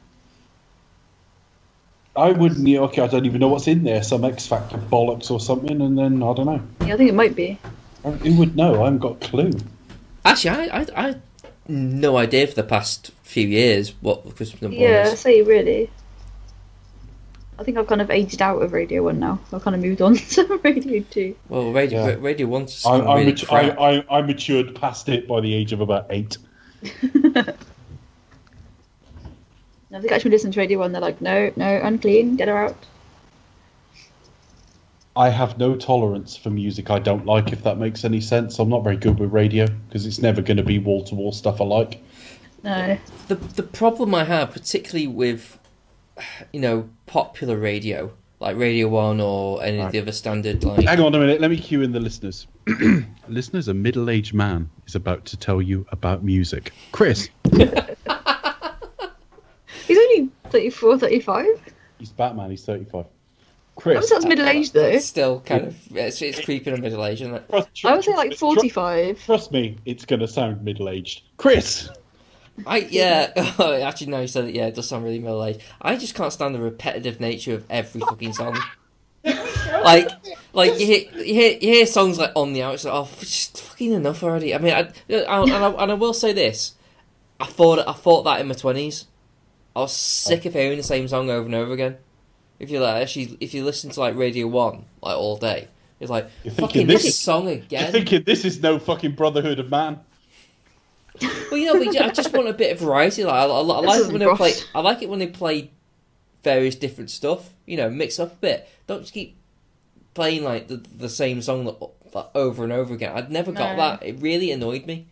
[SPEAKER 2] I wouldn't. Yeah, okay, I don't even know what's in there. Some X Factor bollocks or something, and then I don't know. Um,
[SPEAKER 3] Yeah, I think it might be.
[SPEAKER 2] Who would know? I haven't got a clue.
[SPEAKER 1] Actually, I, I, I had no idea for the past few years what the Christmas number one
[SPEAKER 3] Yeah, I
[SPEAKER 1] is.
[SPEAKER 3] say really. I think I've kind of aged out of Radio One now. I've kind of moved on to Radio Two.
[SPEAKER 1] Well, Radio
[SPEAKER 2] Yeah.
[SPEAKER 1] Ra- Radio One's
[SPEAKER 2] I, I,
[SPEAKER 1] really
[SPEAKER 2] mat- I,
[SPEAKER 1] crap.
[SPEAKER 2] I, I matured past it by the age of about eight.
[SPEAKER 3] And if they actually listen to Radio One, they're like, no, no, unclean, get her out.
[SPEAKER 2] I have no tolerance for music I don't like, if that makes any sense. I'm not very good with radio because it's never going to be wall to wall stuff I like.
[SPEAKER 3] No.
[SPEAKER 1] The the problem I have, particularly with you know popular radio like Radio One or any of the other standard like
[SPEAKER 2] Hang on a minute. Let me cue in the listeners. listeners, a middle aged man is about to tell you about music. Chris.
[SPEAKER 3] He's only 34, 35.
[SPEAKER 2] He's Batman. He's 35.
[SPEAKER 3] That
[SPEAKER 2] Chris.
[SPEAKER 3] sounds middle aged though.
[SPEAKER 1] it's still kind of it's, it's creeping in middle age, isn't it?
[SPEAKER 2] Trust-
[SPEAKER 3] I would say like
[SPEAKER 2] trust-
[SPEAKER 3] 45.
[SPEAKER 2] Trust me, it's going to sound middle aged. Chris!
[SPEAKER 1] I yeah. oh, actually, no. You said it. Yeah, it does sound really middle aged. I just can't stand the repetitive nature of every fucking song. like, like you hear, you hear you hear songs like on the outs. Like, oh, f- just fucking enough already. I mean, I, I, and, I and I will say this. I thought I thought that in my twenties. I was sick of hearing the same song over and over again. If you like, actually, if you listen to like Radio One like all day, it's like
[SPEAKER 2] You're thinking
[SPEAKER 1] fucking
[SPEAKER 2] this
[SPEAKER 1] this
[SPEAKER 2] is-
[SPEAKER 1] song
[SPEAKER 2] You're
[SPEAKER 1] again.
[SPEAKER 2] thinking this is no fucking Brotherhood of Man.
[SPEAKER 1] Well, you know, we, I just want a bit of variety. Like, I, I, I like it when they
[SPEAKER 3] isn't
[SPEAKER 1] play.
[SPEAKER 3] rough.
[SPEAKER 1] I like it when they play various different stuff. You know, mix up a bit. Don't just keep playing like the, the same song that, that over and over again. I'd never got
[SPEAKER 3] No.
[SPEAKER 1] that. It really annoyed me.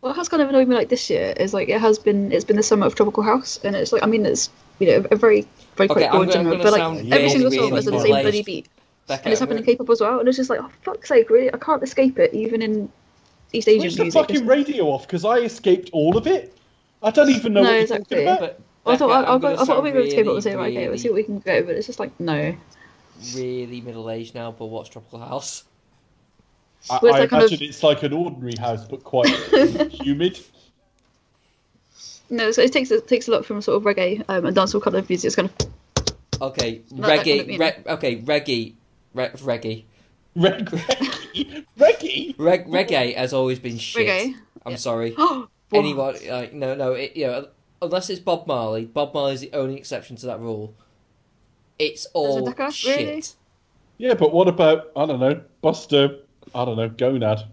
[SPEAKER 3] What has kind of annoyed me like this year is like it has been it's been the summer of Tropical House and it's like I mean it's you know a very very
[SPEAKER 1] Okay,
[SPEAKER 3] quite
[SPEAKER 1] I'm
[SPEAKER 3] broad
[SPEAKER 1] gonna- I'm
[SPEAKER 3] genre
[SPEAKER 1] gonna
[SPEAKER 3] but like
[SPEAKER 1] sound
[SPEAKER 3] every
[SPEAKER 1] really,
[SPEAKER 3] single song
[SPEAKER 1] really
[SPEAKER 3] has the same
[SPEAKER 1] middle-aged.
[SPEAKER 3] bloody beat
[SPEAKER 1] Becca,
[SPEAKER 3] and it's happened in K-pop as well and it's just like oh fuck's sake really I can't escape it even in East Asian
[SPEAKER 2] Switch the
[SPEAKER 3] music.
[SPEAKER 2] fucking radio off because I escaped all of it. I don't even know
[SPEAKER 3] No,
[SPEAKER 2] what you're
[SPEAKER 3] exactly.
[SPEAKER 2] talking about.
[SPEAKER 1] But
[SPEAKER 3] I thought
[SPEAKER 1] Becca,
[SPEAKER 3] I, I,
[SPEAKER 1] I'm
[SPEAKER 3] go,
[SPEAKER 1] gonna
[SPEAKER 3] I thought
[SPEAKER 1] sound
[SPEAKER 3] maybe really,
[SPEAKER 1] really,
[SPEAKER 3] K-pop and say right okay let's see what we can go but it's just like no.
[SPEAKER 1] really middle aged now. But watch Tropical House.
[SPEAKER 2] I,
[SPEAKER 3] Where's
[SPEAKER 2] I
[SPEAKER 3] that kind of-
[SPEAKER 2] imagine it's like an ordinary house, but quite humid.
[SPEAKER 3] No, so it takes it takes a lot from sort of reggae um, and dancehall kind of music. It's kind of
[SPEAKER 1] Okay,
[SPEAKER 3] Not that
[SPEAKER 1] reggae.
[SPEAKER 3] kind of, you
[SPEAKER 1] re- okay, reggae. Re- reggae.
[SPEAKER 2] Reg- Reggie? Reggie?
[SPEAKER 1] Reg- reggae has always been shit.
[SPEAKER 3] Reggae?
[SPEAKER 1] I'm
[SPEAKER 3] Yeah.
[SPEAKER 1] sorry.
[SPEAKER 3] oh,
[SPEAKER 1] anyone like no no it, you know unless it's Bob Marley Bob Marley's the only exception to that rule it's all
[SPEAKER 3] Decca,
[SPEAKER 1] shit
[SPEAKER 3] really?
[SPEAKER 2] Yeah, but what about, I don't know, Buster, I don't know, Gonad?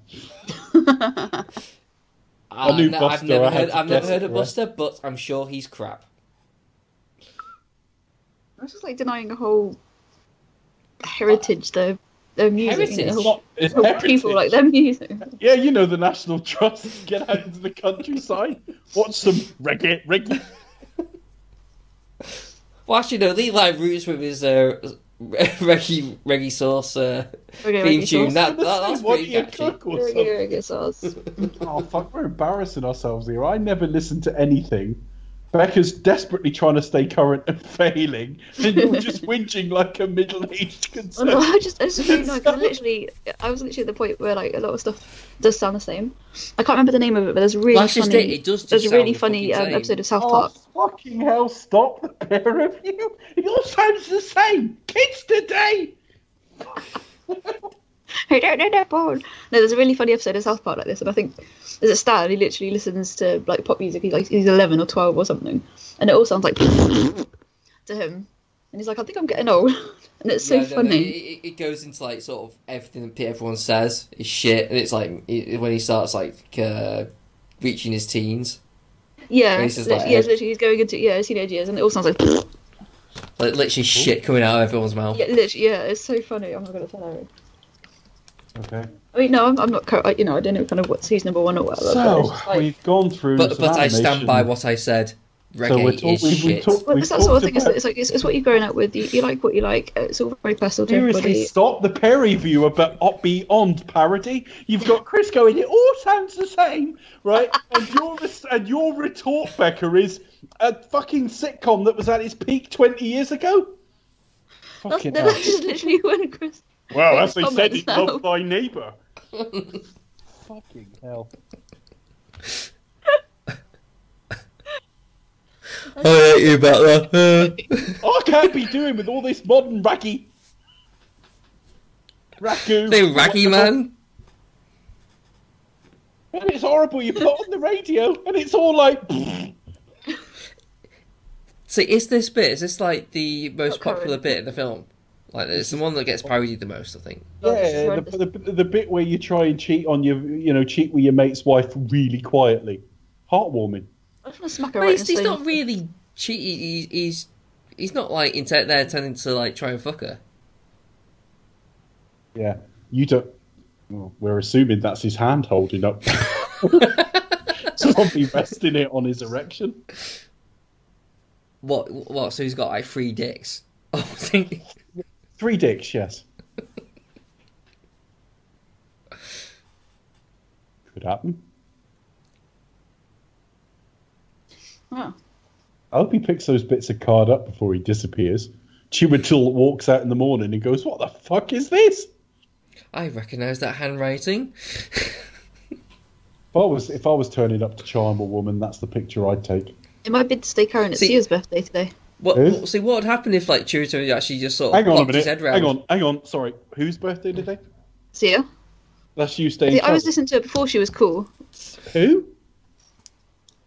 [SPEAKER 1] I,
[SPEAKER 2] knew
[SPEAKER 1] have
[SPEAKER 2] Buster,
[SPEAKER 1] never
[SPEAKER 2] I had
[SPEAKER 1] heard
[SPEAKER 2] to
[SPEAKER 1] I've never
[SPEAKER 2] guess
[SPEAKER 1] heard
[SPEAKER 2] it,
[SPEAKER 1] of
[SPEAKER 2] right?
[SPEAKER 1] Buster but I'm sure he's crap
[SPEAKER 3] It's just like denying a whole heritage, their their music, you know,
[SPEAKER 1] Heritage?
[SPEAKER 3] the
[SPEAKER 2] It's
[SPEAKER 3] whole,
[SPEAKER 2] not. It's
[SPEAKER 3] the whole
[SPEAKER 2] heritage.
[SPEAKER 3] people like their music.
[SPEAKER 2] Yeah, you know the National Trust. Get out into the countryside. Watch some reggae. reggae.
[SPEAKER 1] Well, actually, no. Lee like roots with his uh, reggae reggae sauce uh,
[SPEAKER 3] Reggae
[SPEAKER 1] theme
[SPEAKER 3] reggae
[SPEAKER 1] tune.
[SPEAKER 3] sauce.
[SPEAKER 1] That, that that's
[SPEAKER 2] what
[SPEAKER 1] pretty
[SPEAKER 2] do you
[SPEAKER 1] catchy.
[SPEAKER 2] cook or
[SPEAKER 3] Reggae,
[SPEAKER 2] something?
[SPEAKER 3] reggae sauce.
[SPEAKER 2] oh fuck, we're embarrassing ourselves here. I never listen to anything. Becca's desperately trying to stay current and failing, and you're just whinging like a middle-aged
[SPEAKER 3] Oh, no,
[SPEAKER 2] concern.
[SPEAKER 3] I just, I just really know, 'cause I literally, I was literally at the point where like a lot of stuff does sound the same. I can't remember the name of it, but there's a really
[SPEAKER 1] Well, that's just
[SPEAKER 3] funny,
[SPEAKER 1] it. It does. Just
[SPEAKER 3] there's a really
[SPEAKER 1] sound
[SPEAKER 3] funny
[SPEAKER 1] fucking
[SPEAKER 3] um,
[SPEAKER 1] same.
[SPEAKER 3] episode of South
[SPEAKER 2] Oh
[SPEAKER 3] Park.
[SPEAKER 2] fucking hell! Stop the pair of you. It all sounds the same. Kids today.
[SPEAKER 3] I don't know that porn. No, there's a really funny episode of South Park like this, and I think there's a stan he literally listens to like pop music. He's like he's 11 or 12 or something, and it all sounds like to him, and he's like, I think I'm getting old, and it's so
[SPEAKER 1] Yeah, no, no,
[SPEAKER 3] funny.
[SPEAKER 1] it- it, it goes into like sort of everything that everyone says is shit, and it's like it, when he starts like uh, reaching his teens,
[SPEAKER 3] Yeah,
[SPEAKER 1] And he's just
[SPEAKER 3] lit-
[SPEAKER 1] like,
[SPEAKER 3] yeah,
[SPEAKER 1] eh.
[SPEAKER 3] literally, he's going into yeah his teenage years, and it all sounds like yeah,
[SPEAKER 1] like literally shit coming out of everyone's mouth.
[SPEAKER 3] literally, yeah, it's so funny. Oh my god, it's hilarious.
[SPEAKER 2] Okay.
[SPEAKER 3] I mean, no, I'm, I'm not. Co- I, you know, I don't know kind of what's who's number one or whatever. but it's
[SPEAKER 2] So
[SPEAKER 3] just like,
[SPEAKER 2] we've gone through.
[SPEAKER 1] But
[SPEAKER 2] some
[SPEAKER 1] but I stand
[SPEAKER 2] animation.
[SPEAKER 1] by what I said.
[SPEAKER 2] So we're
[SPEAKER 1] Reggae
[SPEAKER 2] talk-
[SPEAKER 1] is
[SPEAKER 2] we've- we've
[SPEAKER 1] shit.
[SPEAKER 2] talked-
[SPEAKER 3] well,
[SPEAKER 2] we've
[SPEAKER 3] it's that sort of
[SPEAKER 2] talked
[SPEAKER 3] thing. It's,
[SPEAKER 2] about-
[SPEAKER 3] it's like it's, it's what you're growing up with. You, you like what you like. It's all very personal to
[SPEAKER 2] Seriously,
[SPEAKER 3] everybody.
[SPEAKER 2] stop the peer review about op- beyond parody. You've got Chris going, it all sounds the same, right? And your res- and your retort, Becca, is a fucking sitcom that was at its peak twenty years ago.
[SPEAKER 3] That's,
[SPEAKER 2] Fucking hell.
[SPEAKER 3] that's just literally when Chris.
[SPEAKER 2] Well,
[SPEAKER 3] as they said, he Comments now. loved
[SPEAKER 2] thy neighbour. fucking hell.
[SPEAKER 1] I hate you about that.
[SPEAKER 2] I can't be doing with all this modern raggy. Ragu.
[SPEAKER 1] Say Raggy Man.
[SPEAKER 2] And it's horrible. You put on the radio and it's all like.
[SPEAKER 1] See, is this bit? Is this like the most
[SPEAKER 3] Not current.
[SPEAKER 1] popular bit in the film? Like, it's the one that gets parodied the most, I think.
[SPEAKER 3] Oh, this is
[SPEAKER 2] Yeah,
[SPEAKER 3] horrendous.
[SPEAKER 2] the, the, the bit where you try and cheat on your, you know, cheat with your mate's wife really quietly. Heartwarming.
[SPEAKER 3] I just want to smack her
[SPEAKER 1] Well,
[SPEAKER 3] right
[SPEAKER 1] he's,
[SPEAKER 3] in
[SPEAKER 1] he's
[SPEAKER 3] the
[SPEAKER 1] not really cheating. He's he's he's not like intent there intending to like try and fuck her.
[SPEAKER 2] Yeah. You don't. well, we're assuming that's his hand holding up. He's Probably resting it on his erection.
[SPEAKER 1] What what? So he's got like three dicks. Oh, I think-
[SPEAKER 2] Three dicks, yes. Could happen.
[SPEAKER 3] Oh.
[SPEAKER 2] I hope he picks those bits of card up before he disappears. Chimatil walks out in the morning and goes, What the fuck is this?
[SPEAKER 1] I recognise that handwriting.
[SPEAKER 2] If I was if I was turning up to charm a woman, that's the picture I'd take.
[SPEAKER 3] It might be to stay current. It's
[SPEAKER 1] See-
[SPEAKER 3] Sia's birthday today.
[SPEAKER 1] What?
[SPEAKER 2] Who?
[SPEAKER 1] what- See, what would happen if like Chirito actually just sort of
[SPEAKER 2] Hang on a
[SPEAKER 1] locked his
[SPEAKER 2] minute.
[SPEAKER 1] head round?
[SPEAKER 2] Hang on, hang on. Sorry. Whose birthday today?
[SPEAKER 3] Sia.
[SPEAKER 2] That's you staying.
[SPEAKER 3] See, I was
[SPEAKER 2] current.
[SPEAKER 3] listening to it before she was cool.
[SPEAKER 2] Who?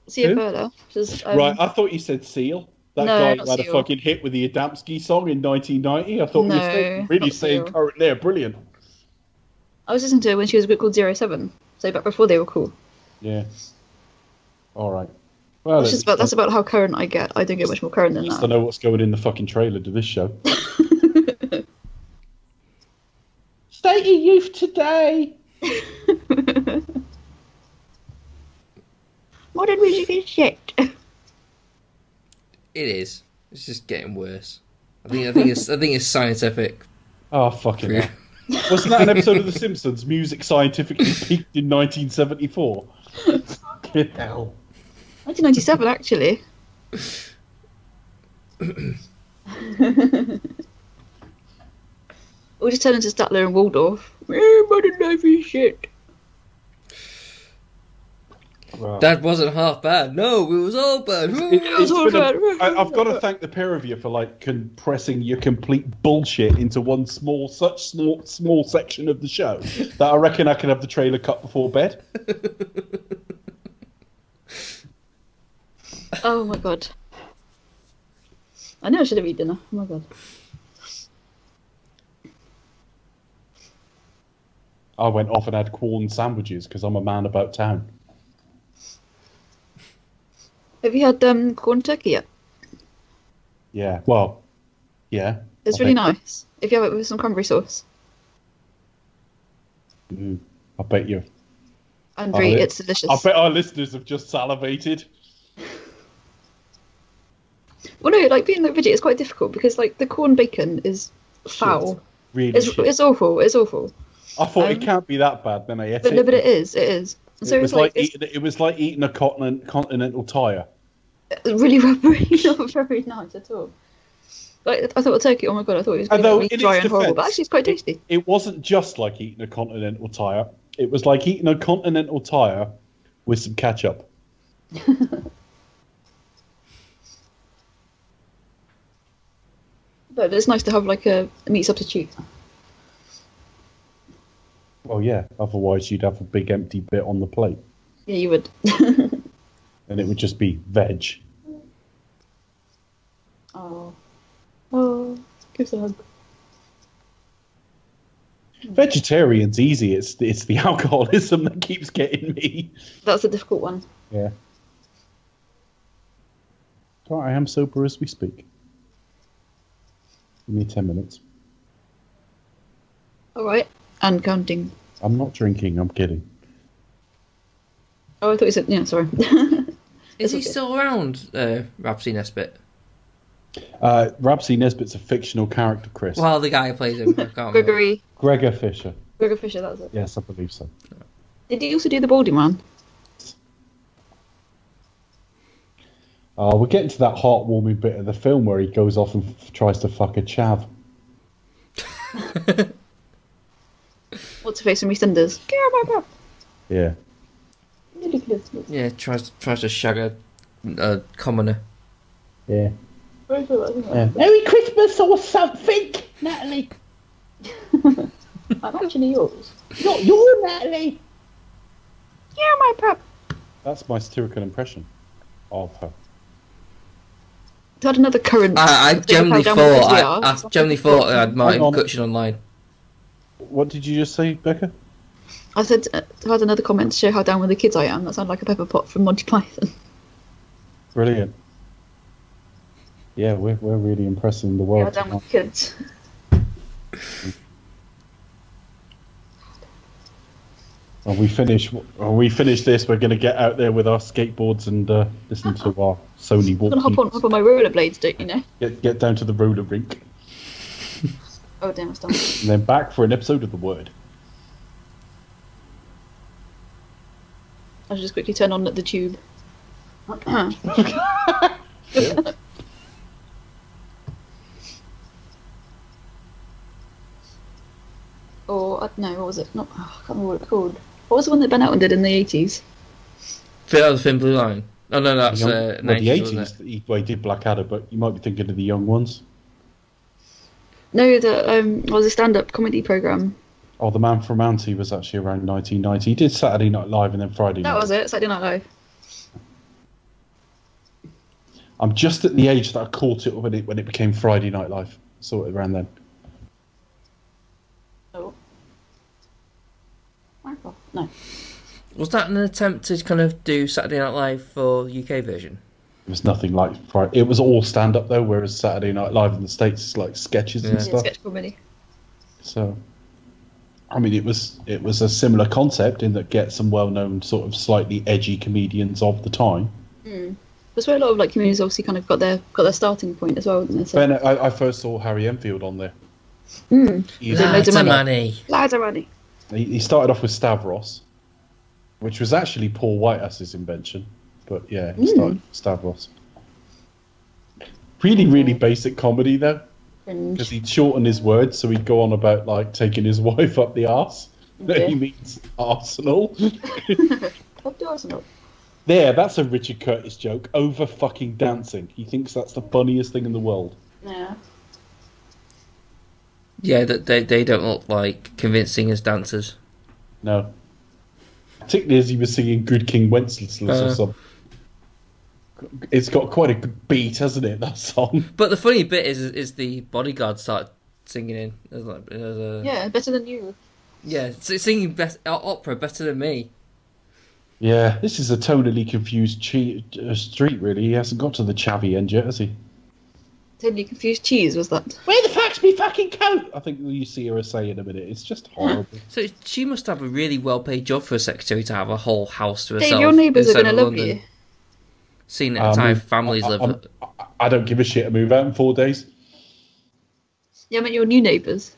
[SPEAKER 3] Sia
[SPEAKER 2] Who?
[SPEAKER 3] Furler. She's, um,
[SPEAKER 2] right, I thought you said Seal. That
[SPEAKER 3] No,
[SPEAKER 2] guy
[SPEAKER 3] not
[SPEAKER 2] who had a
[SPEAKER 3] Seal.
[SPEAKER 2] fucking hit with the Adamski song in 1990. I thought you
[SPEAKER 3] No,
[SPEAKER 2] were staying- really
[SPEAKER 3] not
[SPEAKER 2] staying
[SPEAKER 3] Seal.
[SPEAKER 2] current there. Brilliant.
[SPEAKER 3] I was listening to her when she was a group called Zero Seven. So back before they were cool.
[SPEAKER 2] Yeah. All right. Well,
[SPEAKER 3] That's just about that's about how current I get. I don't get much more current than
[SPEAKER 2] I
[SPEAKER 3] that.
[SPEAKER 2] know what's going in the fucking trailer to this show. State of youth today.
[SPEAKER 3] Modern music is shit.
[SPEAKER 1] It is. It's just getting worse. I think I think it's I think it's scientific.
[SPEAKER 2] Oh fucking.
[SPEAKER 1] proof.
[SPEAKER 2] hell. Wasn't that an episode of The Simpsons? Music scientifically peaked in 1974. Fucking hell.
[SPEAKER 3] 1997 actually. we just turn into Statler and Waldorf. Eh, modern life is shit.
[SPEAKER 1] That wasn't half bad. No, it was all bad.
[SPEAKER 3] It was
[SPEAKER 2] It's
[SPEAKER 3] all
[SPEAKER 2] been
[SPEAKER 3] bad.
[SPEAKER 2] a- I, I've got to thank the pair of you for like compressing your complete bullshit into one small, such small, small section of the show that I reckon I can have the trailer cut before bed.
[SPEAKER 3] Oh my god. I know I should have eaten dinner. Oh my god.
[SPEAKER 2] I went off and had corn sandwiches because I'm a man about town.
[SPEAKER 3] Have you had um, corn turkey yet?
[SPEAKER 2] Yeah. Well. Yeah.
[SPEAKER 3] It's
[SPEAKER 2] I
[SPEAKER 3] really
[SPEAKER 2] bet-
[SPEAKER 3] nice. If you have it with some cranberry sauce.
[SPEAKER 2] Mm, I bet you.
[SPEAKER 3] And
[SPEAKER 2] Oh,
[SPEAKER 3] three,
[SPEAKER 2] yeah.
[SPEAKER 3] it's delicious.
[SPEAKER 2] I bet our listeners have just salivated.
[SPEAKER 3] Well, no, like being that rigid is quite difficult because like the corn bacon is foul.
[SPEAKER 2] Really,
[SPEAKER 3] It's,
[SPEAKER 2] shit.
[SPEAKER 3] it's awful. It's awful.
[SPEAKER 2] I thought
[SPEAKER 3] um,
[SPEAKER 2] it can't be that bad. Then I ate
[SPEAKER 3] But
[SPEAKER 2] it.
[SPEAKER 3] no, but it is. It is.
[SPEAKER 2] it
[SPEAKER 3] So it's
[SPEAKER 2] was
[SPEAKER 3] like
[SPEAKER 2] like,
[SPEAKER 3] it's
[SPEAKER 2] eating, it was like eating a continent, continental tire.
[SPEAKER 3] really rubbery, not very nice at all. Like I thought a turkey. Oh my god, I thought it was going
[SPEAKER 2] Although,
[SPEAKER 3] to be
[SPEAKER 2] in
[SPEAKER 3] dry
[SPEAKER 2] its
[SPEAKER 3] and horrible, but
[SPEAKER 2] defence,
[SPEAKER 3] actually it's quite tasty.
[SPEAKER 2] It wasn't just like eating a continental tire. It was like eating a continental tire with some ketchup.
[SPEAKER 3] But it's nice to have like a meat substitute.
[SPEAKER 2] Well, yeah. Otherwise, you'd have a big empty bit on the plate,
[SPEAKER 3] Yeah, you would.
[SPEAKER 2] and it would just be veg.
[SPEAKER 3] oh, oh, gives a hug.
[SPEAKER 2] Vegetarian's easy. It's it's the alcoholism that keeps getting me.
[SPEAKER 3] That's a difficult one.
[SPEAKER 2] All right, I am sober as we speak. Give me ten minutes.
[SPEAKER 3] All right, and counting.
[SPEAKER 2] I'm not drinking. I'm kidding.
[SPEAKER 3] Oh, I thought you said yeah. Sorry.
[SPEAKER 1] Is he
[SPEAKER 3] okay.
[SPEAKER 1] still around, uh, Rapsy Nesbit?
[SPEAKER 2] Uh, Rabsy Nesbitt's a fictional character, Chris.
[SPEAKER 1] Well, the guy who plays him. I can't remember.
[SPEAKER 3] Gregory,
[SPEAKER 2] Gregor Fisher.
[SPEAKER 3] Gregor Fisher. That's it.
[SPEAKER 2] Yes, I believe so.
[SPEAKER 3] Did he also do the Baldy Man?
[SPEAKER 2] Uh, we're getting to that heartwarming bit of the film where he goes off and f- tries to fuck a chav.
[SPEAKER 3] What's her face from EastEnders? Get out of my
[SPEAKER 2] Yeah.
[SPEAKER 3] mouth.
[SPEAKER 1] Yeah, tries tries to shag a, a commoner.
[SPEAKER 2] Yeah.
[SPEAKER 3] Very good, I think that-
[SPEAKER 2] Merry Christmas or something, Natalie.
[SPEAKER 3] I'm actually yours.
[SPEAKER 2] Not your Natalie.
[SPEAKER 3] Yeah, my prep.
[SPEAKER 2] That's my satirical impression of her.
[SPEAKER 3] It's had another current.
[SPEAKER 1] I, I
[SPEAKER 3] It's been
[SPEAKER 1] generally
[SPEAKER 3] held
[SPEAKER 1] thought
[SPEAKER 3] down with
[SPEAKER 1] I,
[SPEAKER 3] SDR.
[SPEAKER 1] I generally thought I had Martin
[SPEAKER 2] on.
[SPEAKER 1] Cutchin online.
[SPEAKER 2] What did you just say, Becca?
[SPEAKER 3] I said uh, I had another comment to show how down with the kids I am. That sounded like a pepper pot from Monty Python.
[SPEAKER 2] Brilliant. Yeah, we're, we're really impressing the
[SPEAKER 3] Yeah,
[SPEAKER 2] world.
[SPEAKER 3] down with the kids.
[SPEAKER 2] When we finish, when we finish this, we're going to get out there with our skateboards and uh, listen to our Sony
[SPEAKER 3] I'm gonna hop on, hop
[SPEAKER 2] walkie.
[SPEAKER 3] on my rollerblades, don't you know?
[SPEAKER 2] Get, get down to the roller rink
[SPEAKER 3] Oh damn, I done.
[SPEAKER 2] and then back for an episode of The Word.
[SPEAKER 3] I should just quickly turn on the tube. or I don't know, uh, what was it? Not oh, I can't remember what it's called. What was the one that Ben Elton did in the eighties?
[SPEAKER 1] Fit out the thin blue line. Oh no, that's uh,
[SPEAKER 2] Well, the
[SPEAKER 1] 90s, wasn't it?
[SPEAKER 2] eighties. He, well, he did Blackadder, but you might be thinking of the young ones.
[SPEAKER 3] No, the um was a stand up comedy programme.
[SPEAKER 2] Oh, the Man from Auntie was actually around nineteen ninety. He did Saturday Night Live and then Friday
[SPEAKER 3] That
[SPEAKER 2] Night.
[SPEAKER 3] was it, Saturday Night Live.
[SPEAKER 2] I'm just at the age that I caught it when it when it became Friday Night Live. Sort of around then.
[SPEAKER 3] Oh. Michael. No.
[SPEAKER 1] Was that an attempt to kind of do Saturday Night Live for UK version?
[SPEAKER 2] It was nothing like Friday. It was all stand up though, whereas Saturday Night Live in the states is like sketches
[SPEAKER 1] Yeah.
[SPEAKER 2] and
[SPEAKER 3] Yeah,
[SPEAKER 2] stuff.
[SPEAKER 3] sketch comedy.
[SPEAKER 2] So, I mean, it was it was a similar concept in that get some well known sort of slightly edgy comedians of the time.
[SPEAKER 3] That's where a lot of like comedians obviously kind of got their got their starting point as well, didn't they? So
[SPEAKER 2] Ben, I, I first saw Harry Enfield on there.
[SPEAKER 3] Mm.
[SPEAKER 2] He's-
[SPEAKER 3] They made
[SPEAKER 1] Loads of
[SPEAKER 3] money.
[SPEAKER 1] money.
[SPEAKER 3] Lads are running.
[SPEAKER 2] He, he started off with Stavros, which was actually Paul Whitehouse's invention. But yeah, he
[SPEAKER 3] Mm.
[SPEAKER 2] started with Stavros. Really, really basic comedy though,
[SPEAKER 3] Cringe.
[SPEAKER 2] because he'd shorten his words, so he'd go on about like taking his wife up the arse. That he
[SPEAKER 3] Okay.
[SPEAKER 2] means Arsenal.
[SPEAKER 3] Bob Dawson, look.
[SPEAKER 2] There, that's a Richard Curtis joke. Over fucking dancing. He thinks that's the funniest thing in the world.
[SPEAKER 3] Yeah.
[SPEAKER 1] Yeah, that they they don't look like convincing as dancers.
[SPEAKER 2] No. Particularly as he was singing Good King Wenceslas or
[SPEAKER 1] Uh.
[SPEAKER 2] something. It's got quite a good beat, hasn't it, that song?
[SPEAKER 1] But the funny bit is is the bodyguard start singing in. There's like, there's a-
[SPEAKER 3] Yeah, better than you.
[SPEAKER 1] yeah, s- singing best, uh, opera better than me.
[SPEAKER 2] Yeah, this is a tonally confused che- uh, street, really. He hasn't got to the chavvy end yet, has he?
[SPEAKER 3] Totally confused cheese was that?
[SPEAKER 2] Where the fuck's me fucking coat? I think you see her say in a minute. It's just horrible.
[SPEAKER 1] So she must have a really well paid job for a secretary to have a whole house to herself.
[SPEAKER 3] Dave, your neighbours
[SPEAKER 1] in
[SPEAKER 3] are going to
[SPEAKER 1] central
[SPEAKER 3] love
[SPEAKER 1] London.
[SPEAKER 3] you.
[SPEAKER 1] Seen
[SPEAKER 2] Um,
[SPEAKER 1] entire families
[SPEAKER 2] I-
[SPEAKER 1] live.
[SPEAKER 2] I'm- I don't give a shit. I move out in four days.
[SPEAKER 3] Yeah, I meant your new neighbours.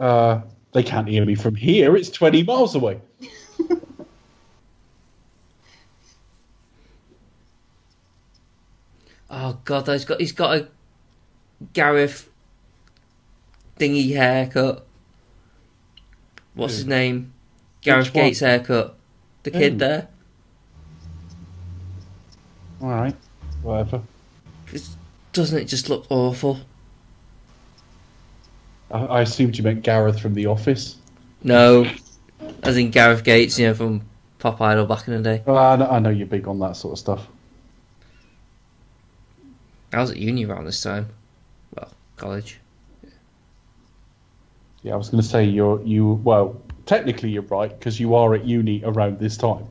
[SPEAKER 2] Uh, they can't hear me from here. It's 20 miles away.
[SPEAKER 1] Oh god, though, he's got he's got a Gareth dingy haircut. What's his name? Gareth
[SPEAKER 2] Which one?
[SPEAKER 1] Gates haircut. The kid
[SPEAKER 2] Who?
[SPEAKER 1] there.
[SPEAKER 2] All right. Whatever.
[SPEAKER 1] It's- doesn't it just look awful?
[SPEAKER 2] I, I assumed you meant Gareth from The Office.
[SPEAKER 1] No, as in Gareth Gates, you know, from Pop Idol back in the day.
[SPEAKER 2] Well, I know, I know you're big on that sort of stuff.
[SPEAKER 1] I was at uni around this time. Well, college.
[SPEAKER 2] Yeah, I was going to say you're you. Well, technically you're right because you are at uni around this time.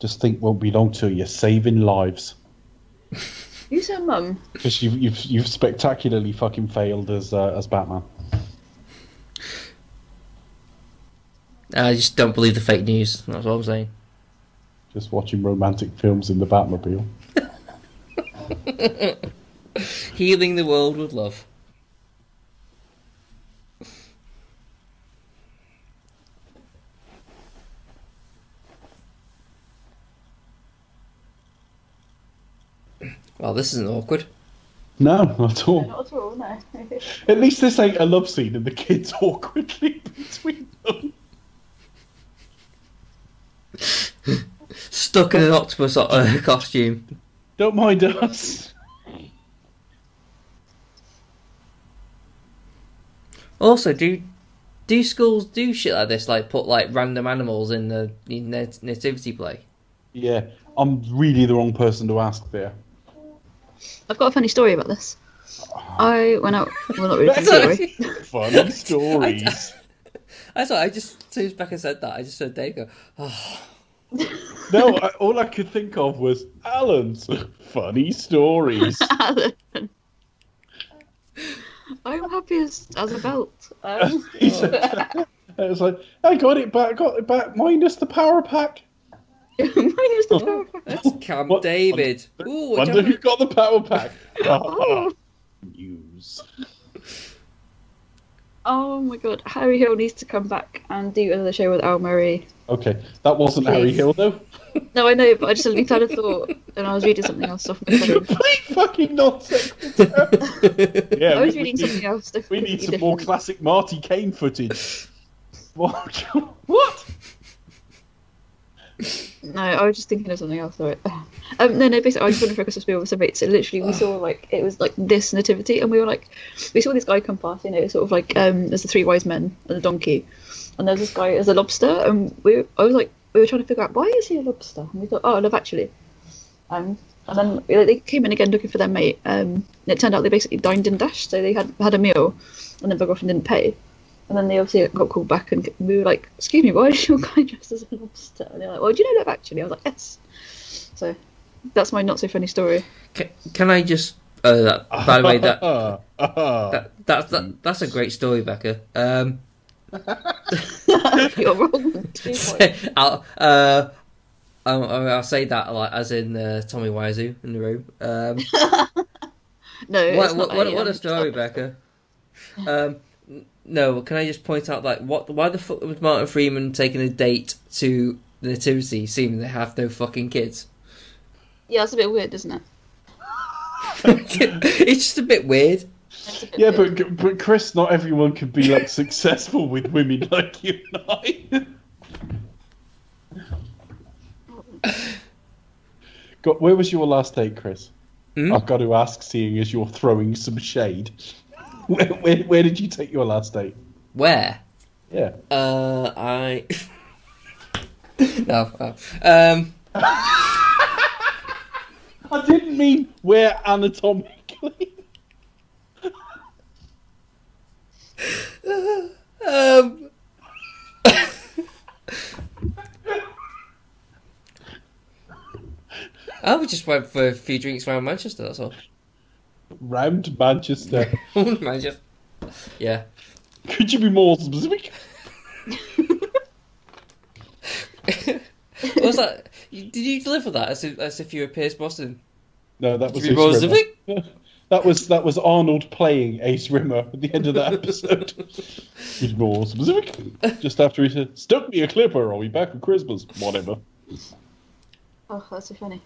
[SPEAKER 2] Just think, won't be long till you're saving lives
[SPEAKER 3] Who's her mum?
[SPEAKER 2] because you've, you've you've spectacularly fucking failed as uh, as Batman.
[SPEAKER 1] I just don't believe the fake news. That's what I'm saying.
[SPEAKER 2] Just watching romantic films in the Batmobile.
[SPEAKER 1] Healing the world with love. Well, this isn't awkward.
[SPEAKER 2] No, not at all.
[SPEAKER 3] Not at all, no.
[SPEAKER 2] At least this ain't a love scene and the kids awkwardly between them.
[SPEAKER 1] Stuck in an octopus uh, costume.
[SPEAKER 2] Don't mind us.
[SPEAKER 1] Also, do do schools do shit like this? Like put like random animals in the in their nativity play?
[SPEAKER 2] Yeah, I'm really the wrong person to ask there.
[SPEAKER 3] I've got a funny story about this. I went out. Well, not really a funny story.
[SPEAKER 1] Sorry.
[SPEAKER 2] Funny stories.
[SPEAKER 1] I thought I just as soon as Becca said that, I just heard Dave go. "Oh,
[SPEAKER 2] no, I, all I could think of was Alan's funny stories.
[SPEAKER 3] Alan. I'm happy as, as a belt. Um,
[SPEAKER 2] He said- I was like, I got it back, got it back, minus the power pack.
[SPEAKER 3] mine is the power pack.
[SPEAKER 1] That's Camp
[SPEAKER 2] What-
[SPEAKER 1] David. Ooh, what
[SPEAKER 2] Wonder who
[SPEAKER 1] happened?
[SPEAKER 2] got the power pack. Ah,
[SPEAKER 3] Oh.
[SPEAKER 2] News.
[SPEAKER 3] Oh my god, Harry Hill needs to come back and do another show with Al Murray.
[SPEAKER 2] Okay, that wasn't Harry
[SPEAKER 3] Please.
[SPEAKER 2] Hill though.
[SPEAKER 3] No, I know, but I just suddenly had a thought, and I was reading something else off my phone.
[SPEAKER 2] Complete fucking nonsense. yeah,
[SPEAKER 3] I was
[SPEAKER 2] we- we
[SPEAKER 3] reading
[SPEAKER 2] need-
[SPEAKER 3] something else.
[SPEAKER 2] We
[SPEAKER 3] completely
[SPEAKER 2] need some more
[SPEAKER 3] different.
[SPEAKER 2] classic Marty Kane footage. What? what?
[SPEAKER 3] No, I was just thinking of something else. Sorry. Um, no, no. Basically, I just wanted to focus on Spielberg some bits. So literally, we saw like it was like this nativity, and we were like, we saw this guy come past. You know, sort of like um, there's the three wise men and the donkey, and there's this guy as a lobster, and we, I was like, we were trying to figure out why is he a lobster, and we thought, oh, Love Actually. Um, and then you know, they came in again looking for their mate. Um, and it turned out they basically dined and dashed, so they had had a meal, and then bugger off and didn't pay. And then they obviously got called back, and we were like, "Excuse me, why is your guy dressed as a lobster?" And they're like, "Well, do you know Love Actually?" I was like, "Yes." So that's my not so funny story.
[SPEAKER 1] Can, can I just? Uh, that, by the way, that,
[SPEAKER 2] Ah,
[SPEAKER 1] that that's that, that's a great story, Becca. Um,
[SPEAKER 3] You're wrong. Two points.
[SPEAKER 1] I'll, uh, I'll, I'll say that like as in uh, Tommy Wiseau in the room. Um,
[SPEAKER 3] No,
[SPEAKER 1] what, what,
[SPEAKER 3] it's not that,
[SPEAKER 1] what,
[SPEAKER 3] yeah.
[SPEAKER 1] what a story, Becca. Um, n- no, can I just point out like what? Why the fuck was Martin Freeman taking a date to the Nativity, seeing they have no fucking kids?
[SPEAKER 3] Yeah, it's a bit weird, isn't it?
[SPEAKER 1] it's just a bit weird.
[SPEAKER 3] It's a bit
[SPEAKER 2] yeah, but
[SPEAKER 3] weird.
[SPEAKER 2] but Chris, not everyone can be like successful with women like you and I. Got, where was your last date, Chris?
[SPEAKER 1] Hmm?
[SPEAKER 2] I've got to ask, seeing as you're throwing some shade. Where, where, where did you take your last date?
[SPEAKER 1] Where?
[SPEAKER 2] Yeah.
[SPEAKER 1] Uh, I. no. oh. Um.
[SPEAKER 2] I didn't mean where anatomically.
[SPEAKER 1] Um. I would just went for a few drinks around Manchester. That's all.
[SPEAKER 2] Round Manchester.
[SPEAKER 1] Manchester. Yeah.
[SPEAKER 2] Could you be more specific?
[SPEAKER 1] What was that? You- Did you deliver that as if, as if you were Pierce Brosnan?
[SPEAKER 2] No, that was
[SPEAKER 1] Did you
[SPEAKER 2] Ace
[SPEAKER 1] realize
[SPEAKER 2] Rimmer. That was that was Arnold playing Ace Rimmer at the end of that episode. He's more specific. Just after he said, "Stuck me a clipper. I'll be back for Christmas." Whatever.
[SPEAKER 3] Oh, that's so funny.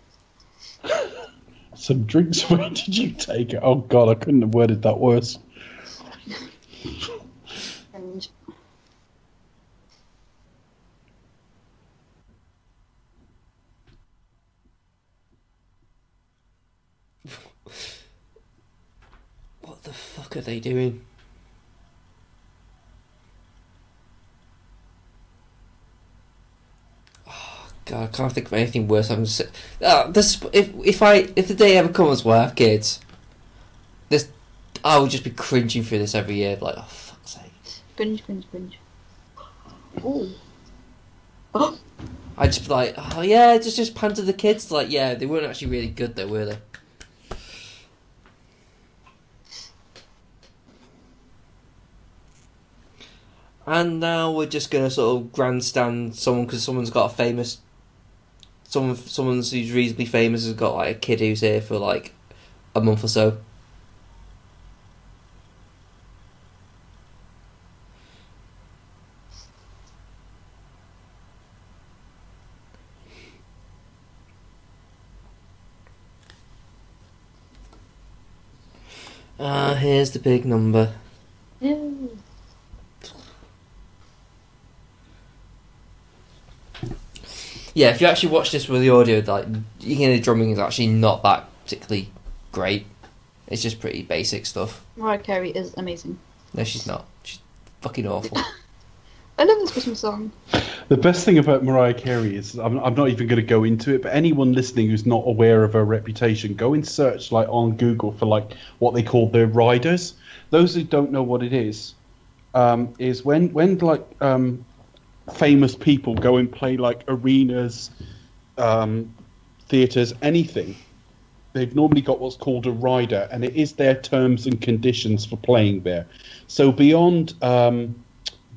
[SPEAKER 2] Some drinks. Where did you take it? Oh God, I couldn't have worded that worse.
[SPEAKER 3] Cringe.
[SPEAKER 1] What the fuck are they doing? Oh God, I can't think of anything worse. I'm just uh, this. If if I if the day ever comes where I have kids, this I would just be cringing through this every year. Like, oh fuck's sake!
[SPEAKER 3] Cringe, cringe, cringe. Ooh.
[SPEAKER 1] I'd just be like, oh yeah, just just panted the kids. Like, yeah, they weren't actually really good though, were they? And now we're just gonna sort of grandstand someone because someone's got a famous, someone someone's who's reasonably famous has got like a kid who's here for like a month or so. Ah, here's the big number.
[SPEAKER 3] Ew.
[SPEAKER 1] Yeah, if you actually watch this with the audio, like you can hear the drumming is actually not that particularly great. It's just pretty basic stuff.
[SPEAKER 3] Mariah Carey is amazing.
[SPEAKER 1] No, she's not. She's fucking awful.
[SPEAKER 3] I love this Christmas song.
[SPEAKER 2] The best thing about Mariah Carey is I'm, I'm not even going to go into it, but anyone listening who's not aware of her reputation, go and search like on Google for like what they call the riders. Those who don't know what it is, um, is when when like um, famous people go and play like arenas, um, theaters, anything. They've normally got what's called a rider, and it is their terms and conditions for playing there. So beyond. Um,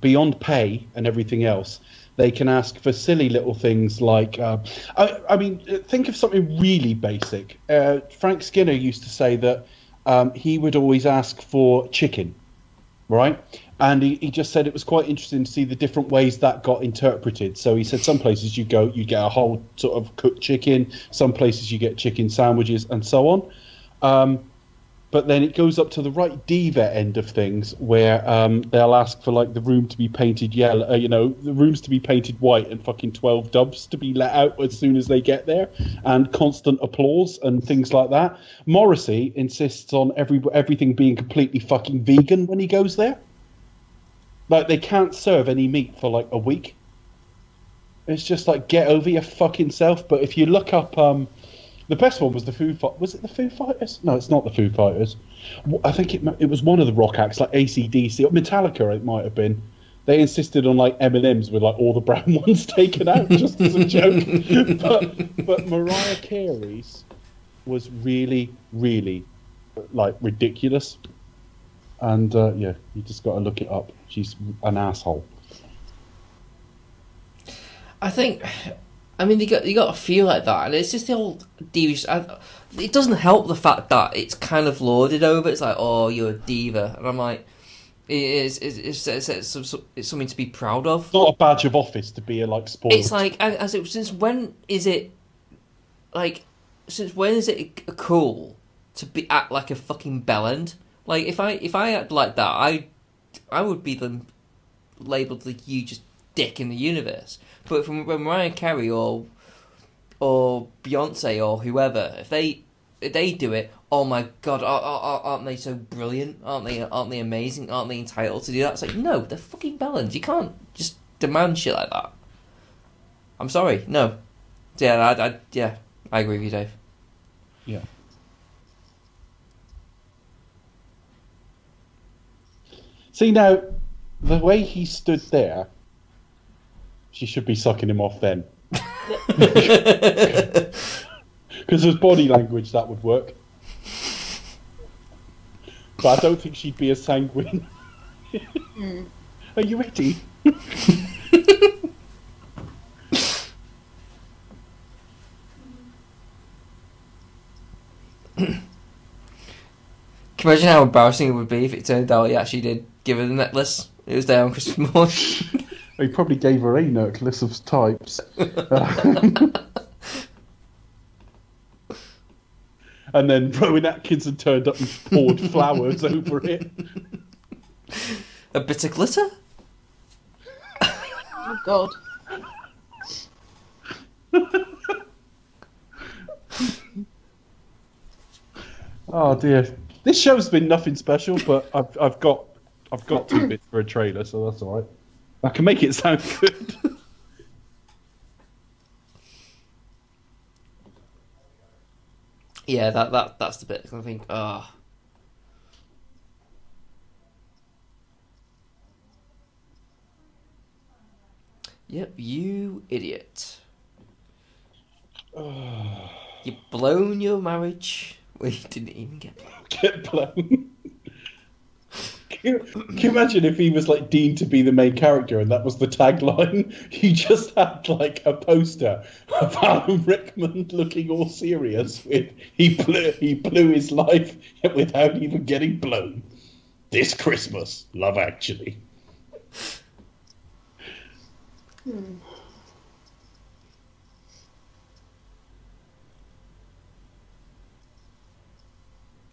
[SPEAKER 2] beyond pay and everything else, they can ask for silly little things like, uh, I, I mean, think of something really basic. Uh, Frank Skinner used to say that um, he would always ask for chicken, right? And he, he just said it was quite interesting to see the different ways that got interpreted. So he said some places you go, you get a whole sort of cooked chicken, some places you get chicken sandwiches, and so on. Um, but then it goes up to the right diva end of things where um, they'll ask for like the room to be painted yellow uh, you know the rooms to be painted white and fucking 12 dubs to be let out as soon as they get there and constant applause and things like that morrissey insists on every everything being completely fucking vegan when he goes there like they can't serve any meat for like a week it's just like get over your fucking self but if you look up um, the best one was the Foo Fighters. Was it the Foo Fighters? No, it's not the Foo Fighters. W- I think it ma- it was one of the rock acts like ACDC or Metallica. It might have been. They insisted on like M and M's with like all the brown ones taken out just as a joke. But but Mariah Carey's was really really like ridiculous. And uh, yeah, you just got to look it up. She's an asshole.
[SPEAKER 1] I think. I mean, you got you got a feel like that, and it's just the old diva. I, it doesn't help the fact that it's kind of lauded over. It's like, oh, you're a diva, and I'm like, it is. It's, it's, it's, it's, some- some- it's something to be proud of.
[SPEAKER 2] It's not a badge of office to be a like spoiled.
[SPEAKER 1] It's like a- as it since when is it like since when is it c- cool to be act like a fucking bellend? Like if I if I act like that, I I would be the labeled the hugest dick in the universe. But from when Mariah Carey or or Beyonce or whoever, if they if they do it, oh my god, are, are, aren't they so brilliant? Aren't they aren't they amazing? Aren't they entitled to do that? It's like no, they're fucking balanced. You can't just demand shit like that. I'm sorry, no. Yeah, I, I yeah, I agree with you, Dave.
[SPEAKER 2] yeah. See now, the way he stood there, she should be sucking him off then, because his body language that would work. But I don't think she'd be as sanguine. Are you ready?
[SPEAKER 1] Can you imagine how embarrassing it would be if it turned out he actually did give her the necklace? It was there on Christmas morning.
[SPEAKER 2] He probably gave her a necklace of types. and then Rowan Atkinson turned up and poured flowers over it.
[SPEAKER 1] A bit of glitter?
[SPEAKER 3] Oh God.
[SPEAKER 2] Oh dear. This show's been nothing special, but I've, I've got I've got two bits for a trailer, so that's all right. I can make it sound good.
[SPEAKER 1] Yeah, that, that that's the bit. 'cause I think, ah. Yep, you idiot. You've blown your marriage. Well, you didn't even get blown.
[SPEAKER 2] Get blown. Can you, can you imagine if he was like deemed to be the main character and that was the tagline? He just had like a poster of Alan Rickman looking all serious with he blew he blew his life without even getting blown. This Christmas, love actually.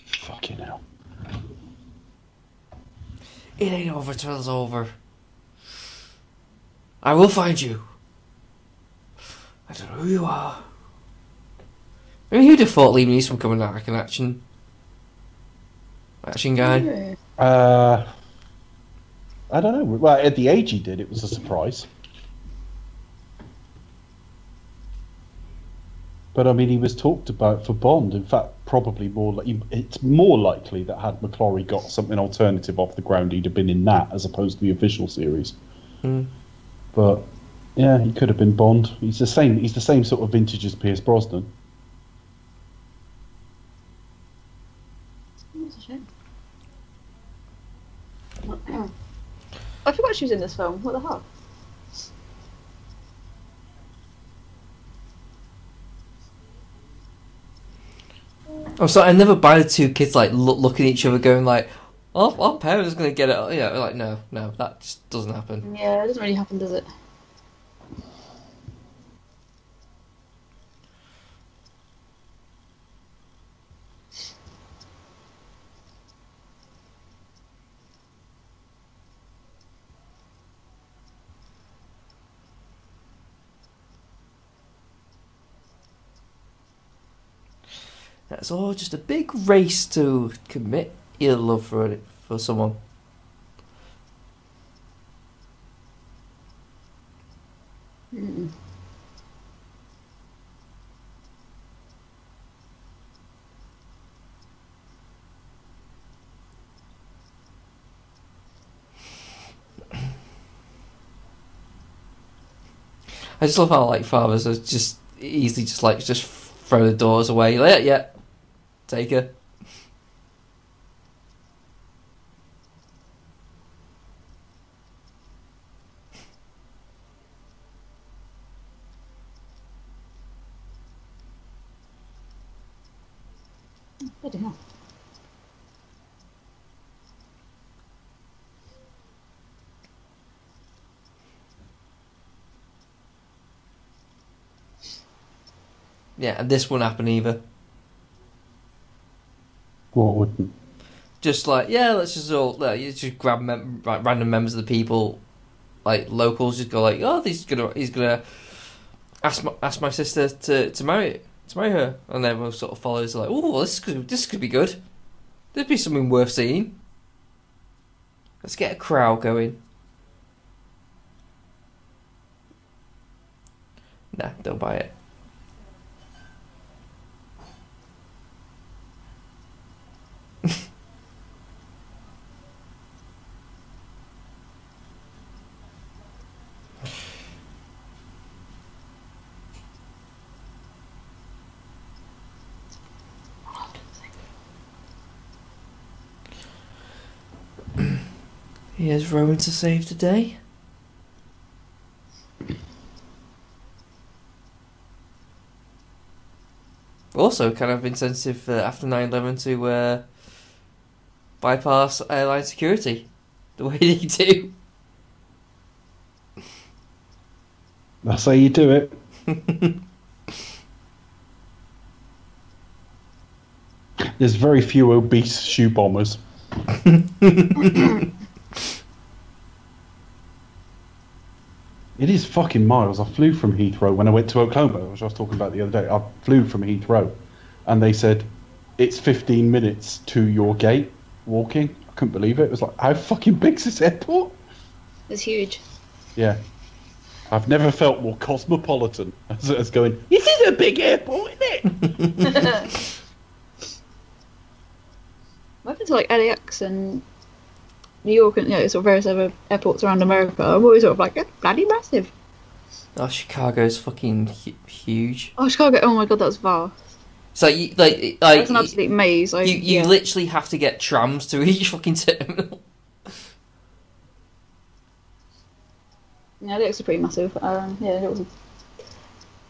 [SPEAKER 2] Fucking hell.
[SPEAKER 1] It ain't over till it's over. I will find you. I don't know who you are. I mean, who'd have thought Liam Neeson would come in like an action, action guy?
[SPEAKER 3] Yeah.
[SPEAKER 2] Uh, I don't know. Well, at the age he did, it was a surprise. But I mean, he was talked about for Bond. In fact, probably more. Li- it's more likely that had McClory got something alternative off the ground, he'd have been in that as opposed to the official series.
[SPEAKER 1] Hmm.
[SPEAKER 2] But yeah, he could have been Bond. He's the same. He's the same sort of vintage as Pierce Brosnan.
[SPEAKER 3] That's a shame. I forgot she was in this film. What the hell?
[SPEAKER 1] I'm sorry, I never buy the two kids like look, looking at each other, going like, "Our, our parents are gonna get it." You know, like no, no, that just doesn't happen.
[SPEAKER 3] Yeah, it doesn't really happen, does it?
[SPEAKER 1] That's all just a big race to commit your love for it for someone.
[SPEAKER 3] Mm-mm.
[SPEAKER 1] I just love how like fathers are just easily just like just throw the doors away. Like, yeah, yeah, take her.
[SPEAKER 3] Bloody hell.
[SPEAKER 1] Yeah, and this wouldn't happen either.
[SPEAKER 2] What wouldn't?
[SPEAKER 1] Just like yeah, let's just all like, you just grab mem- ra- random members of the people, like locals, just go like, oh, he's gonna he's gonna ask my, ask my sister to to marry to marry her, and everyone sort of follows like, oh, this could this could be good. There'd be something worth seeing. Let's get a crowd going. Nah, don't buy it. Here's Rowan to save the day. also kind of incentive uh, after 9-11 to uh, bypass airline security the way they do.
[SPEAKER 2] That's how you do it. There's very few obese shoe bombers. It is fucking miles. I flew from Heathrow when I went to Oklahoma, which I was talking about the other day. I flew from Heathrow, and they said it's 15 minutes to your gate walking. I couldn't believe it. It was like, how fucking big's this airport?
[SPEAKER 3] It's huge.
[SPEAKER 2] Yeah. I've never felt more cosmopolitan as, as going, this is a big airport, isn't it?
[SPEAKER 3] I've been to like LAX and New York and you know, sort of various other airports around America. I'm always sort of like, that's bloody massive.
[SPEAKER 1] oh, Chicago's fucking hu- huge.
[SPEAKER 3] Oh, Chicago! Oh my god, that's vast.
[SPEAKER 1] So you like like
[SPEAKER 3] It's an
[SPEAKER 1] you,
[SPEAKER 3] absolute maze. I,
[SPEAKER 1] Uh, you,
[SPEAKER 3] yeah.
[SPEAKER 1] literally have to get trams to each fucking terminal.
[SPEAKER 3] Yeah, lyrics are pretty massive. Um, yeah, it was.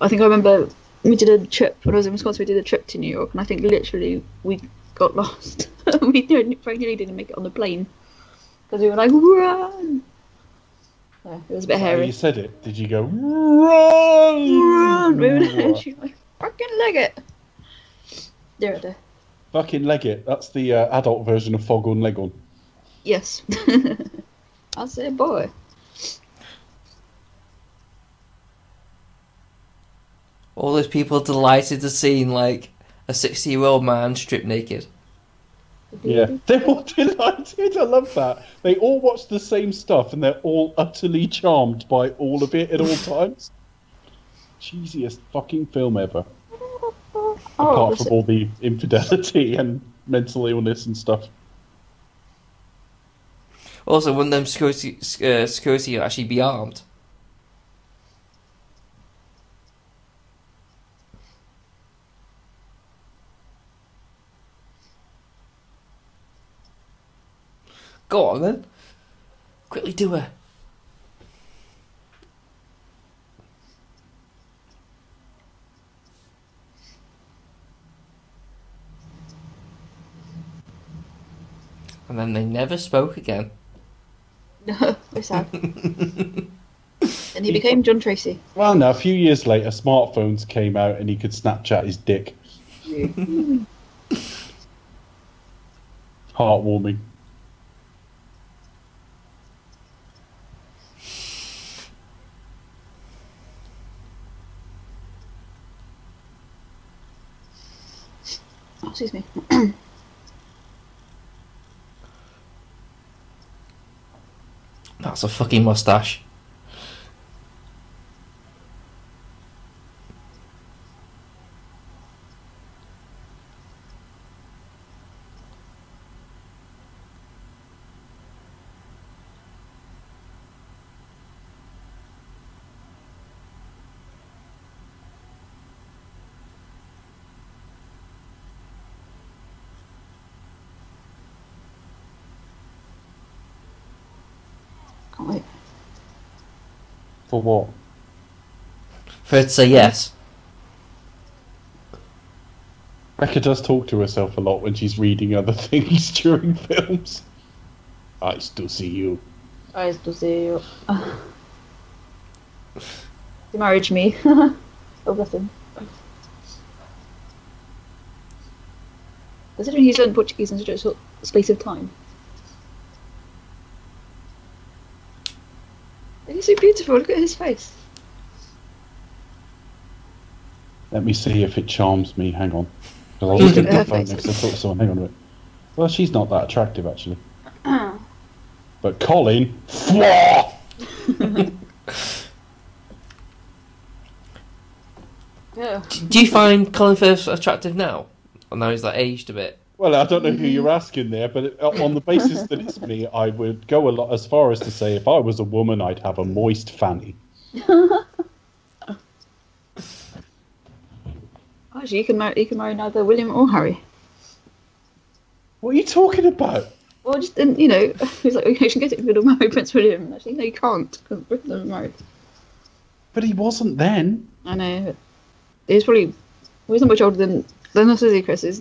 [SPEAKER 3] I think I remember we did a trip when I was in Wisconsin. We did a trip to New York, and I think literally we got lost. we didn't, very nearly didn't make it on the plane because we were like, run. Yeah, it was a bit
[SPEAKER 2] How
[SPEAKER 3] hairy.
[SPEAKER 2] you said it. Did you go, run?
[SPEAKER 3] Run, we were literally like, fucking leg it. There, there.
[SPEAKER 2] Fucking leg it. That's the uh, adult version of Fog on Leg on.
[SPEAKER 3] Yes. That's it, boy.
[SPEAKER 1] All those people delighted to see like a sixty-year-old man stripped naked.
[SPEAKER 3] Mm-hmm.
[SPEAKER 2] Yeah, they're all delighted. I love that. They all watch the same stuff and they're all utterly charmed by all of it at all times. Cheesiest fucking film ever.
[SPEAKER 3] Oh,
[SPEAKER 2] apart from all the infidelity and mental illness and stuff.
[SPEAKER 1] Also, wouldn't them security uh, security actually be armed? Go on then, quickly do it. And then they never spoke again.
[SPEAKER 3] no, we're sad. and he became John Tracy.
[SPEAKER 2] Well, now a few years later, smartphones came out and he could Snapchat his dick. Heartwarming.
[SPEAKER 3] Oh, excuse me.
[SPEAKER 1] That's a fucking mustache.
[SPEAKER 3] Can't wait.
[SPEAKER 2] For what?
[SPEAKER 1] For it to say yes.
[SPEAKER 2] Becca does talk to herself a lot when she's reading other things during films. I still see you.
[SPEAKER 3] Eyes to see you. he married Ah. me. oh, bless him. Considering he's learned Portuguese in such a short space of time. And He's so beautiful. Look at his face.
[SPEAKER 2] Let me see if it charms me. Hang on. 'Cause I looked at the phone
[SPEAKER 3] Perfect.
[SPEAKER 2] next to talk to someone. Hang on a minute. Well, she's not that attractive, actually. But Colin. Fwah!
[SPEAKER 3] Yeah.
[SPEAKER 1] Do- Do you find Colin Firth attractive now? Well, now he's like aged a bit.
[SPEAKER 2] Well, I don't know who
[SPEAKER 3] Mm-hmm.
[SPEAKER 2] you're asking there, but it- uh, on the basis that it's me, I would go a lot as far as to say if I was a woman, I'd have a moist fanny.
[SPEAKER 3] Actually, you can marry. You can marry neither William or Harry.
[SPEAKER 2] What are you talking about?
[SPEAKER 3] Well, just and, you know, he's like, okay, you should get it. You'll marry Prince William. Actually, no, you can't because Britain are married.
[SPEAKER 2] But he wasn't then.
[SPEAKER 3] I know. He was probably he wasn't much older than They're not Lizzie Chris's.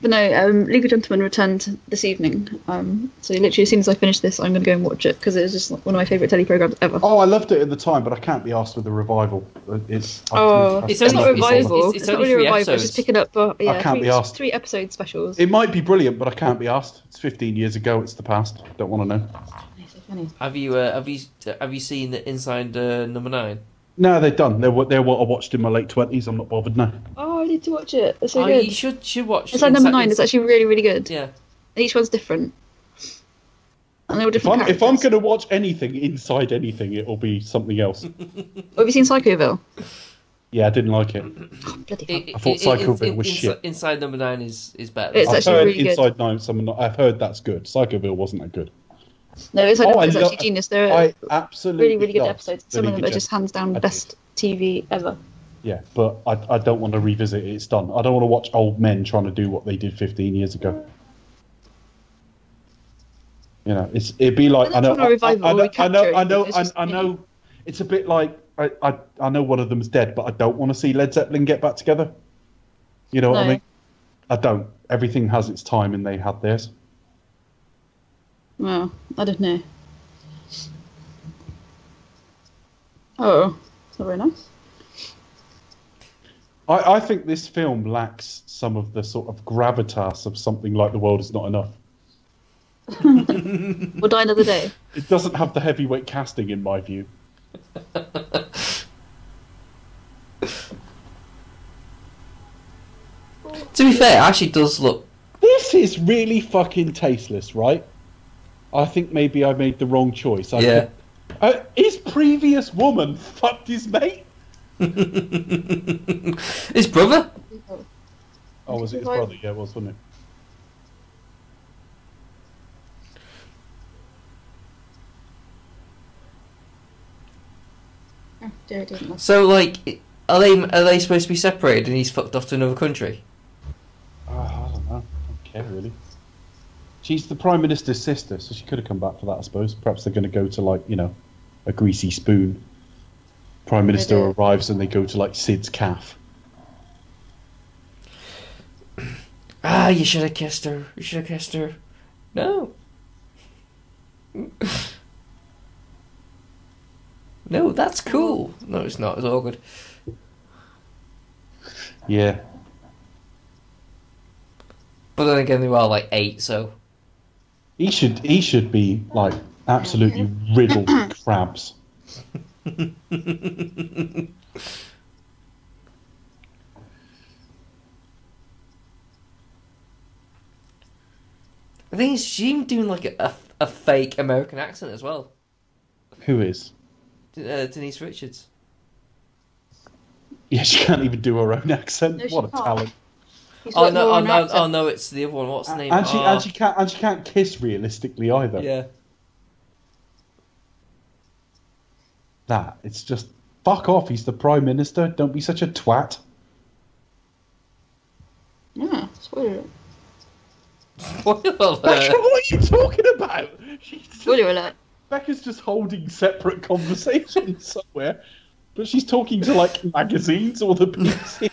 [SPEAKER 3] But no, um, League of Gentlemen returned this evening. Um, so literally, as soon as I finish this, I'm going to go and watch it because it was just like, one of my favourite telly programmes ever.
[SPEAKER 2] Oh, I loved it at the time, but I can't be asked with the revival. It's I-
[SPEAKER 3] Oh,
[SPEAKER 2] I-
[SPEAKER 3] it's,
[SPEAKER 1] It's
[SPEAKER 3] not
[SPEAKER 1] only-
[SPEAKER 3] a
[SPEAKER 1] it's-
[SPEAKER 3] revival. It's,
[SPEAKER 1] it's- it's only
[SPEAKER 3] not really
[SPEAKER 1] three
[SPEAKER 3] a revival. It's
[SPEAKER 1] episodes.
[SPEAKER 3] just picking up. Uh, yeah,
[SPEAKER 2] can't
[SPEAKER 3] three,
[SPEAKER 2] be asked.
[SPEAKER 3] Three episode specials.
[SPEAKER 2] It might be brilliant, but I can't be asked. It's 15 years ago. It's the past. Don't want to know.
[SPEAKER 3] It's so funny.
[SPEAKER 1] Have you uh, have you have you seen the Inside uh, Number Nine?
[SPEAKER 2] No, they're done. They're what, they're what I watched in my late 20s. I'm not bothered now.
[SPEAKER 3] Oh, I need to watch it. It's so
[SPEAKER 1] Oh,
[SPEAKER 3] good.
[SPEAKER 1] you should should watch.
[SPEAKER 3] It's like number nine. It's
[SPEAKER 1] Inside-
[SPEAKER 3] actually really, really good.
[SPEAKER 1] yeah.
[SPEAKER 3] Each one's different, and they're all
[SPEAKER 2] If
[SPEAKER 3] different.
[SPEAKER 2] I'm, if I'm
[SPEAKER 3] characters.
[SPEAKER 2] going to watch anything inside anything, it'll be something else.
[SPEAKER 3] have you seen Psychoville?
[SPEAKER 2] Yeah, I didn't like it.
[SPEAKER 3] Oh, bloody hell!
[SPEAKER 1] It-
[SPEAKER 2] I thought
[SPEAKER 1] it-
[SPEAKER 2] Psycho
[SPEAKER 1] it-
[SPEAKER 2] Bill
[SPEAKER 1] it-
[SPEAKER 2] was
[SPEAKER 1] Inside-
[SPEAKER 2] shit.
[SPEAKER 1] Inside Number Nine is is better.
[SPEAKER 3] It's
[SPEAKER 2] I've
[SPEAKER 3] actually
[SPEAKER 2] heard
[SPEAKER 3] really good.
[SPEAKER 2] Inside Nine. Someone I've heard that's good. Psychoville wasn't that good.
[SPEAKER 3] no, it's,
[SPEAKER 2] Oh,
[SPEAKER 3] like,
[SPEAKER 2] I
[SPEAKER 3] it's
[SPEAKER 2] lo-
[SPEAKER 3] actually genius. There are
[SPEAKER 2] I absolutely
[SPEAKER 3] really, really good
[SPEAKER 2] loved
[SPEAKER 3] episodes.
[SPEAKER 2] The
[SPEAKER 3] Some of
[SPEAKER 2] League
[SPEAKER 3] them are just
[SPEAKER 2] Gentlemen.
[SPEAKER 3] hands
[SPEAKER 2] I
[SPEAKER 3] down
[SPEAKER 2] did.
[SPEAKER 3] best TV ever.
[SPEAKER 2] Yeah, but I, I don't want to revisit it. It's done. I don't want to watch old men trying to do what they did 15 years ago. You know, it's it'd be like
[SPEAKER 3] Well,
[SPEAKER 2] I
[SPEAKER 3] that's
[SPEAKER 2] know
[SPEAKER 3] not a
[SPEAKER 2] I,
[SPEAKER 3] revival,
[SPEAKER 2] I- I know I
[SPEAKER 3] recapture
[SPEAKER 2] know
[SPEAKER 3] it,
[SPEAKER 2] I know
[SPEAKER 3] it's
[SPEAKER 2] I,
[SPEAKER 3] just-
[SPEAKER 2] I know it's a bit like I, I I know one of them's dead, but I don't want to see Led Zeppelin get back together. You know what I
[SPEAKER 3] No.
[SPEAKER 2] mean? I don't. Everything has its time, and they had theirs.
[SPEAKER 3] Well, I don't know. Oh, it's not very nice.
[SPEAKER 2] I, I think this film lacks some of the sort of gravitas of something like The World Is Not Enough.
[SPEAKER 3] We'll die another day.
[SPEAKER 2] It doesn't have the heavyweight casting, in my view.
[SPEAKER 1] to be fair, it actually does look.
[SPEAKER 2] This is really fucking tasteless, right? I think maybe I made the wrong choice. I
[SPEAKER 1] Yeah.
[SPEAKER 2] could- uh, his previous woman fucked his mate.
[SPEAKER 1] His brother.
[SPEAKER 2] Oh, was it his brother? Yeah, it was, wasn't it?
[SPEAKER 3] Oh, dear, it doesn't matter.
[SPEAKER 1] So like, are they are they supposed to be separated and he's fucked off to another country?
[SPEAKER 2] Oh, I don't know. I don't care really. She's the prime minister's sister, so she could have come back for that, I suppose. Perhaps they're going to go to like you know, a greasy spoon. Prime minister
[SPEAKER 3] Maybe.
[SPEAKER 2] arrives and they go to like Sid's calf.
[SPEAKER 1] Ah, you should have kissed her. You should have kissed her. No. no, that's cool. No, it's not. It's all good.
[SPEAKER 2] Yeah,
[SPEAKER 1] But then again, they were like eight, so
[SPEAKER 2] he should he should be like absolutely riddled with crabs.
[SPEAKER 1] I think she's doing like a, a, a fake American accent as well.
[SPEAKER 2] Who is?
[SPEAKER 1] Uh, Denise Richards.
[SPEAKER 2] Yeah, she can't even do her own accent.
[SPEAKER 3] No, she
[SPEAKER 2] what a
[SPEAKER 3] can't.
[SPEAKER 2] talent!
[SPEAKER 3] He's
[SPEAKER 1] Oh
[SPEAKER 3] got
[SPEAKER 1] no, oh,
[SPEAKER 3] Lauren
[SPEAKER 1] no,
[SPEAKER 3] Accent. Uh,
[SPEAKER 1] oh no, it's the other one. What's the name?
[SPEAKER 2] And she,
[SPEAKER 1] Ah,
[SPEAKER 2] and she can't and she can't kiss realistically either.
[SPEAKER 1] yeah.
[SPEAKER 2] That it's just fuck off. He's the prime minister. Don't be such a twat.
[SPEAKER 3] Yeah, spoiler alert.
[SPEAKER 1] Spoiler
[SPEAKER 2] Becca,
[SPEAKER 1] alert.
[SPEAKER 2] what are you talking about? She's,
[SPEAKER 3] Spoiler alert.
[SPEAKER 2] Becca's just holding separate conversations somewhere, but she's talking to like magazines or the BBC.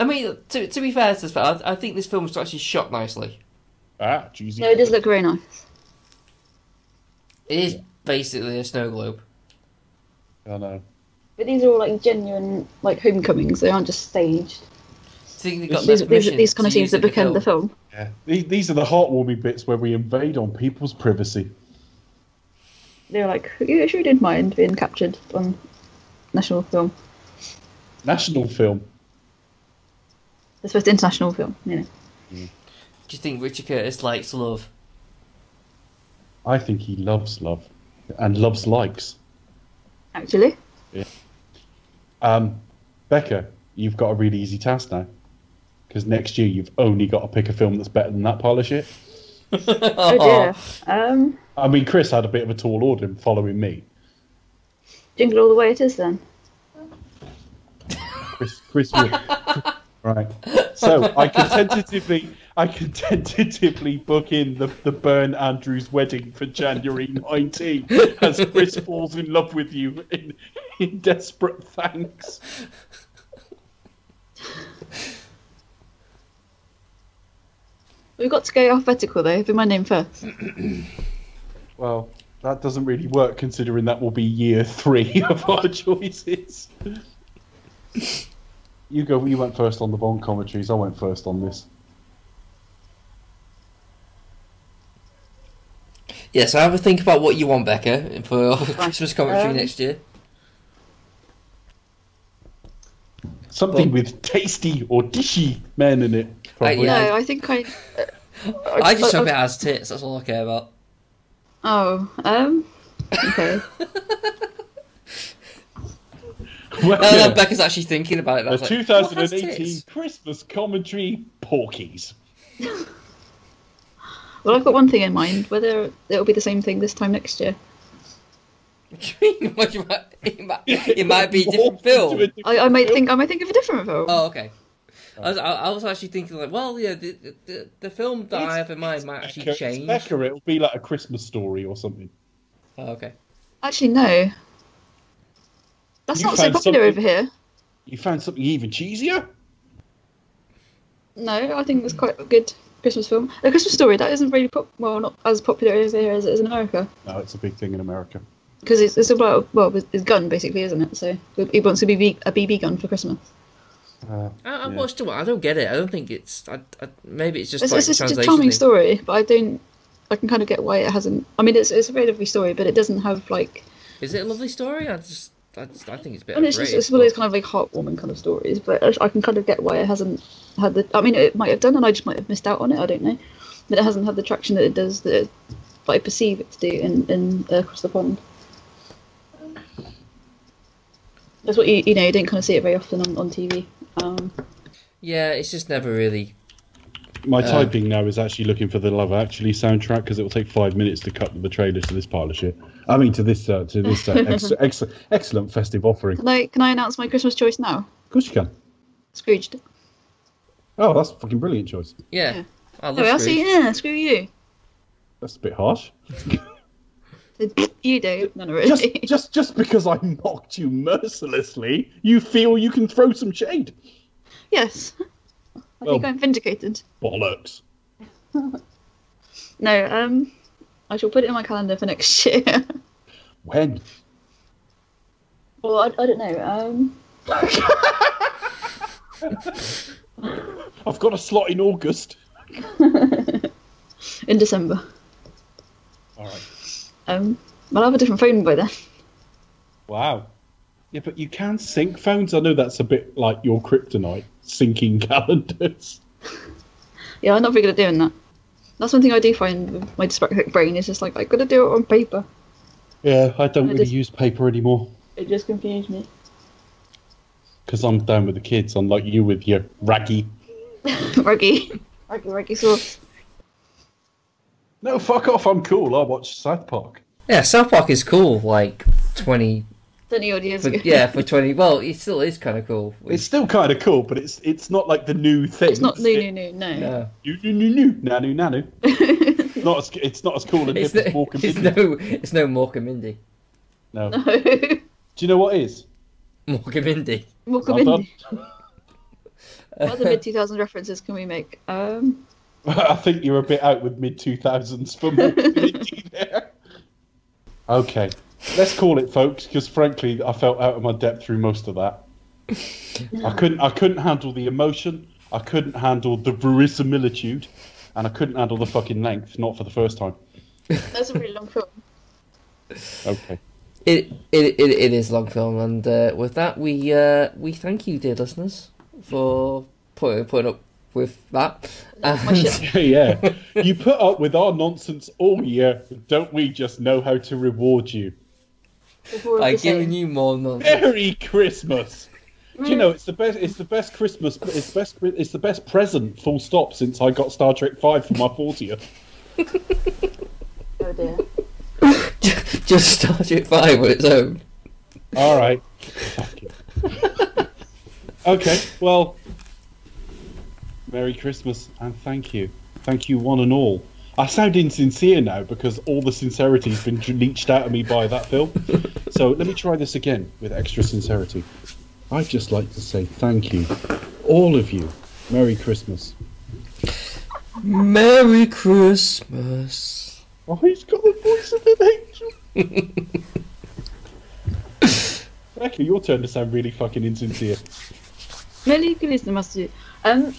[SPEAKER 1] I mean, to, to be fair to this, I, I think this film was actually shot nicely.
[SPEAKER 2] ah, Jesus.
[SPEAKER 3] No, it does look very nice.
[SPEAKER 1] It is basically a snow globe.
[SPEAKER 2] I know.
[SPEAKER 3] But these are all like genuine like homecomings. They aren't just staged.
[SPEAKER 1] I think they got
[SPEAKER 3] These,
[SPEAKER 1] their
[SPEAKER 3] these,
[SPEAKER 1] permission
[SPEAKER 3] these kind
[SPEAKER 1] to
[SPEAKER 3] of scenes
[SPEAKER 1] use
[SPEAKER 3] that
[SPEAKER 1] it in
[SPEAKER 3] bookend the film.
[SPEAKER 2] Yeah. These, these are the heartwarming bits where we invade on people's privacy.
[SPEAKER 3] They were like, you sure did mind being captured on national film.
[SPEAKER 2] National film.
[SPEAKER 3] The first international film, you know.
[SPEAKER 1] Do you think Richard Curtis likes love?
[SPEAKER 2] I think he loves love, and loves likes.
[SPEAKER 3] Actually,
[SPEAKER 2] Um, Becca, you've got a really easy task now. Because next year you've only got to pick a film that's better than that pile of shit.
[SPEAKER 3] oh dear. Um,
[SPEAKER 2] I mean, Chris had a bit of a tall order in following me.
[SPEAKER 3] jingle all the way it is then.
[SPEAKER 2] Chris, Chris would. right. So I can tentatively, I can tentatively book in the, the Burn Andrews wedding for January 19 as Chris falls in love with you in, in desperate thanks.
[SPEAKER 3] We've got to go alphabetical though. Be my name first.
[SPEAKER 2] Well, that doesn't really work considering that will be year three of our choices. You go. You went first on the Bond commentaries. I went first on this.
[SPEAKER 1] Yeah, so have a think about what you want, Becca, for Christmas commentary
[SPEAKER 3] Um,
[SPEAKER 1] next year.
[SPEAKER 2] Something
[SPEAKER 1] Well-
[SPEAKER 2] with tasty or dishy men in it. Probably.
[SPEAKER 1] Uh, Yeah.
[SPEAKER 3] No, I think I. uh,
[SPEAKER 1] I just
[SPEAKER 3] I-
[SPEAKER 1] hope it has tits. That's all I care about.
[SPEAKER 3] Oh, um, okay.
[SPEAKER 2] Well,
[SPEAKER 1] No, no,
[SPEAKER 2] yeah.
[SPEAKER 1] Becca's actually thinking about it.
[SPEAKER 2] The
[SPEAKER 1] That's like, what has
[SPEAKER 2] 2018
[SPEAKER 1] tits?
[SPEAKER 2] Christmas commentary Porkies.
[SPEAKER 3] Well, I've got one thing in mind. Whether it'll be the same thing this time next year.
[SPEAKER 1] What you might- it, might, it might be a different film.
[SPEAKER 2] Into a
[SPEAKER 3] I, I might think I might think of a different film.
[SPEAKER 1] Oh, okay. I was, I, I was actually thinking like, well, yeah, the the- the, the film that I have in mind might actually
[SPEAKER 2] Becca,
[SPEAKER 1] change.
[SPEAKER 2] Becca, it'll be like a Christmas story or something.
[SPEAKER 1] Oh, okay.
[SPEAKER 3] Actually, no. That's
[SPEAKER 2] You
[SPEAKER 3] not so
[SPEAKER 2] found
[SPEAKER 3] popular over
[SPEAKER 2] something-
[SPEAKER 3] here.
[SPEAKER 2] You found something even cheesier?
[SPEAKER 3] No, I think it's quite a good Christmas film. A Christmas story that isn't really pop- well, not as popular over here as it is in America
[SPEAKER 2] No, it's a big thing in America.
[SPEAKER 3] because it's, it's about well, it's, it's gun basically, isn't it? So he wants to be V- a BB gun for Christmas.
[SPEAKER 2] Uh,
[SPEAKER 1] I, I
[SPEAKER 2] Yeah.
[SPEAKER 1] watched it. I don't get it. I don't think it's. I, I, maybe it's just
[SPEAKER 3] It's,
[SPEAKER 1] like
[SPEAKER 3] it's just a
[SPEAKER 1] translation
[SPEAKER 3] charming
[SPEAKER 1] thing.
[SPEAKER 3] story, but I don't. I can kind of get why it hasn't. I mean, it's it's a very lovely story, but it doesn't have like.
[SPEAKER 1] Is it a lovely story? I just. I, just, I think it's a bit.
[SPEAKER 3] I mean, it's just it's one of those kind of like heartwarming kind of stories, but I- I can kind of get why it hasn't had the. I mean, it might have done, and I just might have missed out on it. I don't know, but it hasn't had the traction that it does that, it, that I perceive it to do in in uh, across the pond. That's what you you know. You don't kind of see it very often on on TV. Um,
[SPEAKER 1] yeah, it's just never really.
[SPEAKER 2] my
[SPEAKER 1] Uh,
[SPEAKER 2] typing now is actually looking for the Love Actually soundtrack because it will take five minutes to cut the trailer to this pile of shit. I mean, to this, uh, to this uh, ex- ex- excellent festive offering.
[SPEAKER 3] can I can I announce my Christmas choice now?
[SPEAKER 2] Of course you can.
[SPEAKER 3] Scrooged.
[SPEAKER 2] Oh, that's a fucking brilliant choice.
[SPEAKER 1] Yeah. Oh,
[SPEAKER 3] Yeah.
[SPEAKER 1] I love
[SPEAKER 3] Sorry, I'll see.
[SPEAKER 1] Scrooge.
[SPEAKER 3] Yeah, screw you.
[SPEAKER 2] That's a bit harsh.
[SPEAKER 3] You do. No, no,
[SPEAKER 2] just,
[SPEAKER 3] really.
[SPEAKER 2] just, just because I mocked you mercilessly, you feel you can throw some shade.
[SPEAKER 3] yes. I think
[SPEAKER 2] Well-
[SPEAKER 3] I'm vindicated.
[SPEAKER 2] Bollocks.
[SPEAKER 3] No, um, I shall put it in my calendar for next year.
[SPEAKER 2] When?
[SPEAKER 3] well, I, I don't know. Um,
[SPEAKER 2] I've got a slot in August.
[SPEAKER 3] in December.
[SPEAKER 2] All right.
[SPEAKER 3] Um, I'll have a different phone by then.
[SPEAKER 2] Wow. Yeah, but you can sync phones. I know that's a bit like your kryptonite, syncing calendars.
[SPEAKER 3] Yeah, I'm not very good at doing that. That's one thing I do find with my dyspraxic brain is just like I gotta do it on paper.
[SPEAKER 2] Yeah, I don't
[SPEAKER 3] I
[SPEAKER 2] really
[SPEAKER 3] just-
[SPEAKER 2] use paper anymore
[SPEAKER 3] It just confused me.
[SPEAKER 2] because I'm down with the kids, unlike you with your raggy.
[SPEAKER 3] Raggy, raggy, raggy sauce.
[SPEAKER 2] No, fuck off. I'm cool. I watch South Park.
[SPEAKER 1] Yeah, South Park is cool. Like twenty.
[SPEAKER 3] Twenty odd years
[SPEAKER 1] For,
[SPEAKER 3] ago.
[SPEAKER 1] yeah, for twenty. Well, it still is kind of cool.
[SPEAKER 2] It's still kind of cool, but it's it's not like the new thing.
[SPEAKER 3] It's not new, new, new, no.
[SPEAKER 1] no.
[SPEAKER 2] New, new, new, new, nanu, nanu. not as, it's not as cool and
[SPEAKER 1] It's,
[SPEAKER 2] hip as
[SPEAKER 1] no,
[SPEAKER 2] Mork and
[SPEAKER 1] it's
[SPEAKER 2] Mindy.
[SPEAKER 1] no. It's no Mork and Mindy.
[SPEAKER 2] No.
[SPEAKER 3] No.
[SPEAKER 2] Do you know what it is?
[SPEAKER 1] Mork and Mindy.
[SPEAKER 3] Welcome
[SPEAKER 2] Well
[SPEAKER 3] in. What other mid 2000 references can we make? Um,
[SPEAKER 2] I think you're a bit out with mid 2000s for Mork and Mindy there. Okay. Let's call it, folks, because frankly, I felt out of my depth through most of that. I couldn't. I couldn't handle the emotion. I couldn't handle the verisimilitude, and I couldn't handle the fucking length. Not for the first time.
[SPEAKER 3] that's a really long film.
[SPEAKER 2] Okay.
[SPEAKER 1] It it, it it is long film, and uh, with that we uh, we thank you, dear listeners, for putting putting up with that.
[SPEAKER 3] My shit.
[SPEAKER 1] And,
[SPEAKER 2] yeah. You put up with our nonsense all year. Don't we just know how to reward you?
[SPEAKER 3] Before
[SPEAKER 1] by
[SPEAKER 3] the same.
[SPEAKER 1] giving you more nonsense.
[SPEAKER 2] Merry Christmas. Do you know it's the best? It's the best Christmas. It's best. It's the best present. Full stop. Since I got Star Trek Five for my fortieth.
[SPEAKER 3] Oh dear.
[SPEAKER 1] Just start it five on its own.
[SPEAKER 2] All right. Fuck it. okay. Well. Merry Christmas and thank you. Thank you, one and all. I sound insincere now because all the sincerity has been leached out of me by that film. So let me try this again with extra sincerity. I'd just like to say thank you, all of you. Merry Christmas.
[SPEAKER 1] Merry Christmas.
[SPEAKER 2] Oh, he's got the voice of an angel. Becca, your turn to sound really fucking insincere.
[SPEAKER 3] Merry Christmas. Um,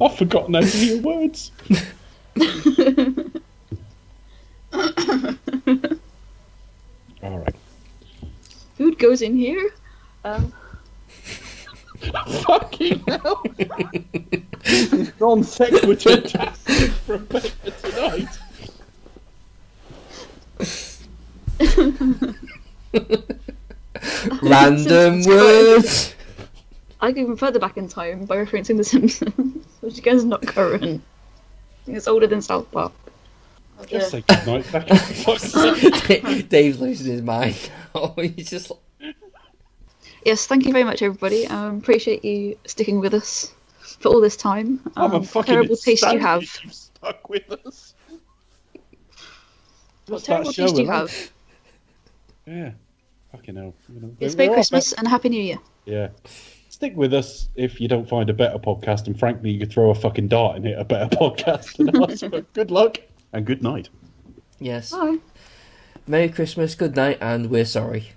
[SPEAKER 2] I've forgotten how to hear words. All right.
[SPEAKER 3] food goes in here. Um,
[SPEAKER 2] Fucking hell! Non sequitur tactic from Becca tonight.
[SPEAKER 1] Random
[SPEAKER 3] Simpsons
[SPEAKER 1] words.
[SPEAKER 3] I go even further back in time by referencing The Simpsons, which again is not current. I think it's older than South Park.
[SPEAKER 2] Just say goodnight, Becca. for fuck's sake.
[SPEAKER 1] Dave's losing his mind. Oh, he's just like,
[SPEAKER 3] Yes, thank you very much, everybody. Um, appreciate you sticking with us for all this time.
[SPEAKER 2] I'm
[SPEAKER 3] Um,
[SPEAKER 2] a fucking
[SPEAKER 3] terrible taste you
[SPEAKER 2] insanity
[SPEAKER 3] have.
[SPEAKER 2] You've stuck with us.
[SPEAKER 3] What
[SPEAKER 2] that
[SPEAKER 3] terrible
[SPEAKER 2] show,
[SPEAKER 3] taste you
[SPEAKER 2] isn't it?
[SPEAKER 3] have.
[SPEAKER 2] Yeah. Fucking hell. You know,
[SPEAKER 3] It's
[SPEAKER 2] we're
[SPEAKER 3] Merry
[SPEAKER 2] all
[SPEAKER 3] Christmas and Happy New Year.
[SPEAKER 2] Yeah. Stick with us if you don't find a better podcast, and frankly, you could throw a fucking dart and hit a better podcast than us. But good luck and good night.
[SPEAKER 1] yes.
[SPEAKER 3] Bye.
[SPEAKER 1] Merry Christmas, good night, and we're sorry.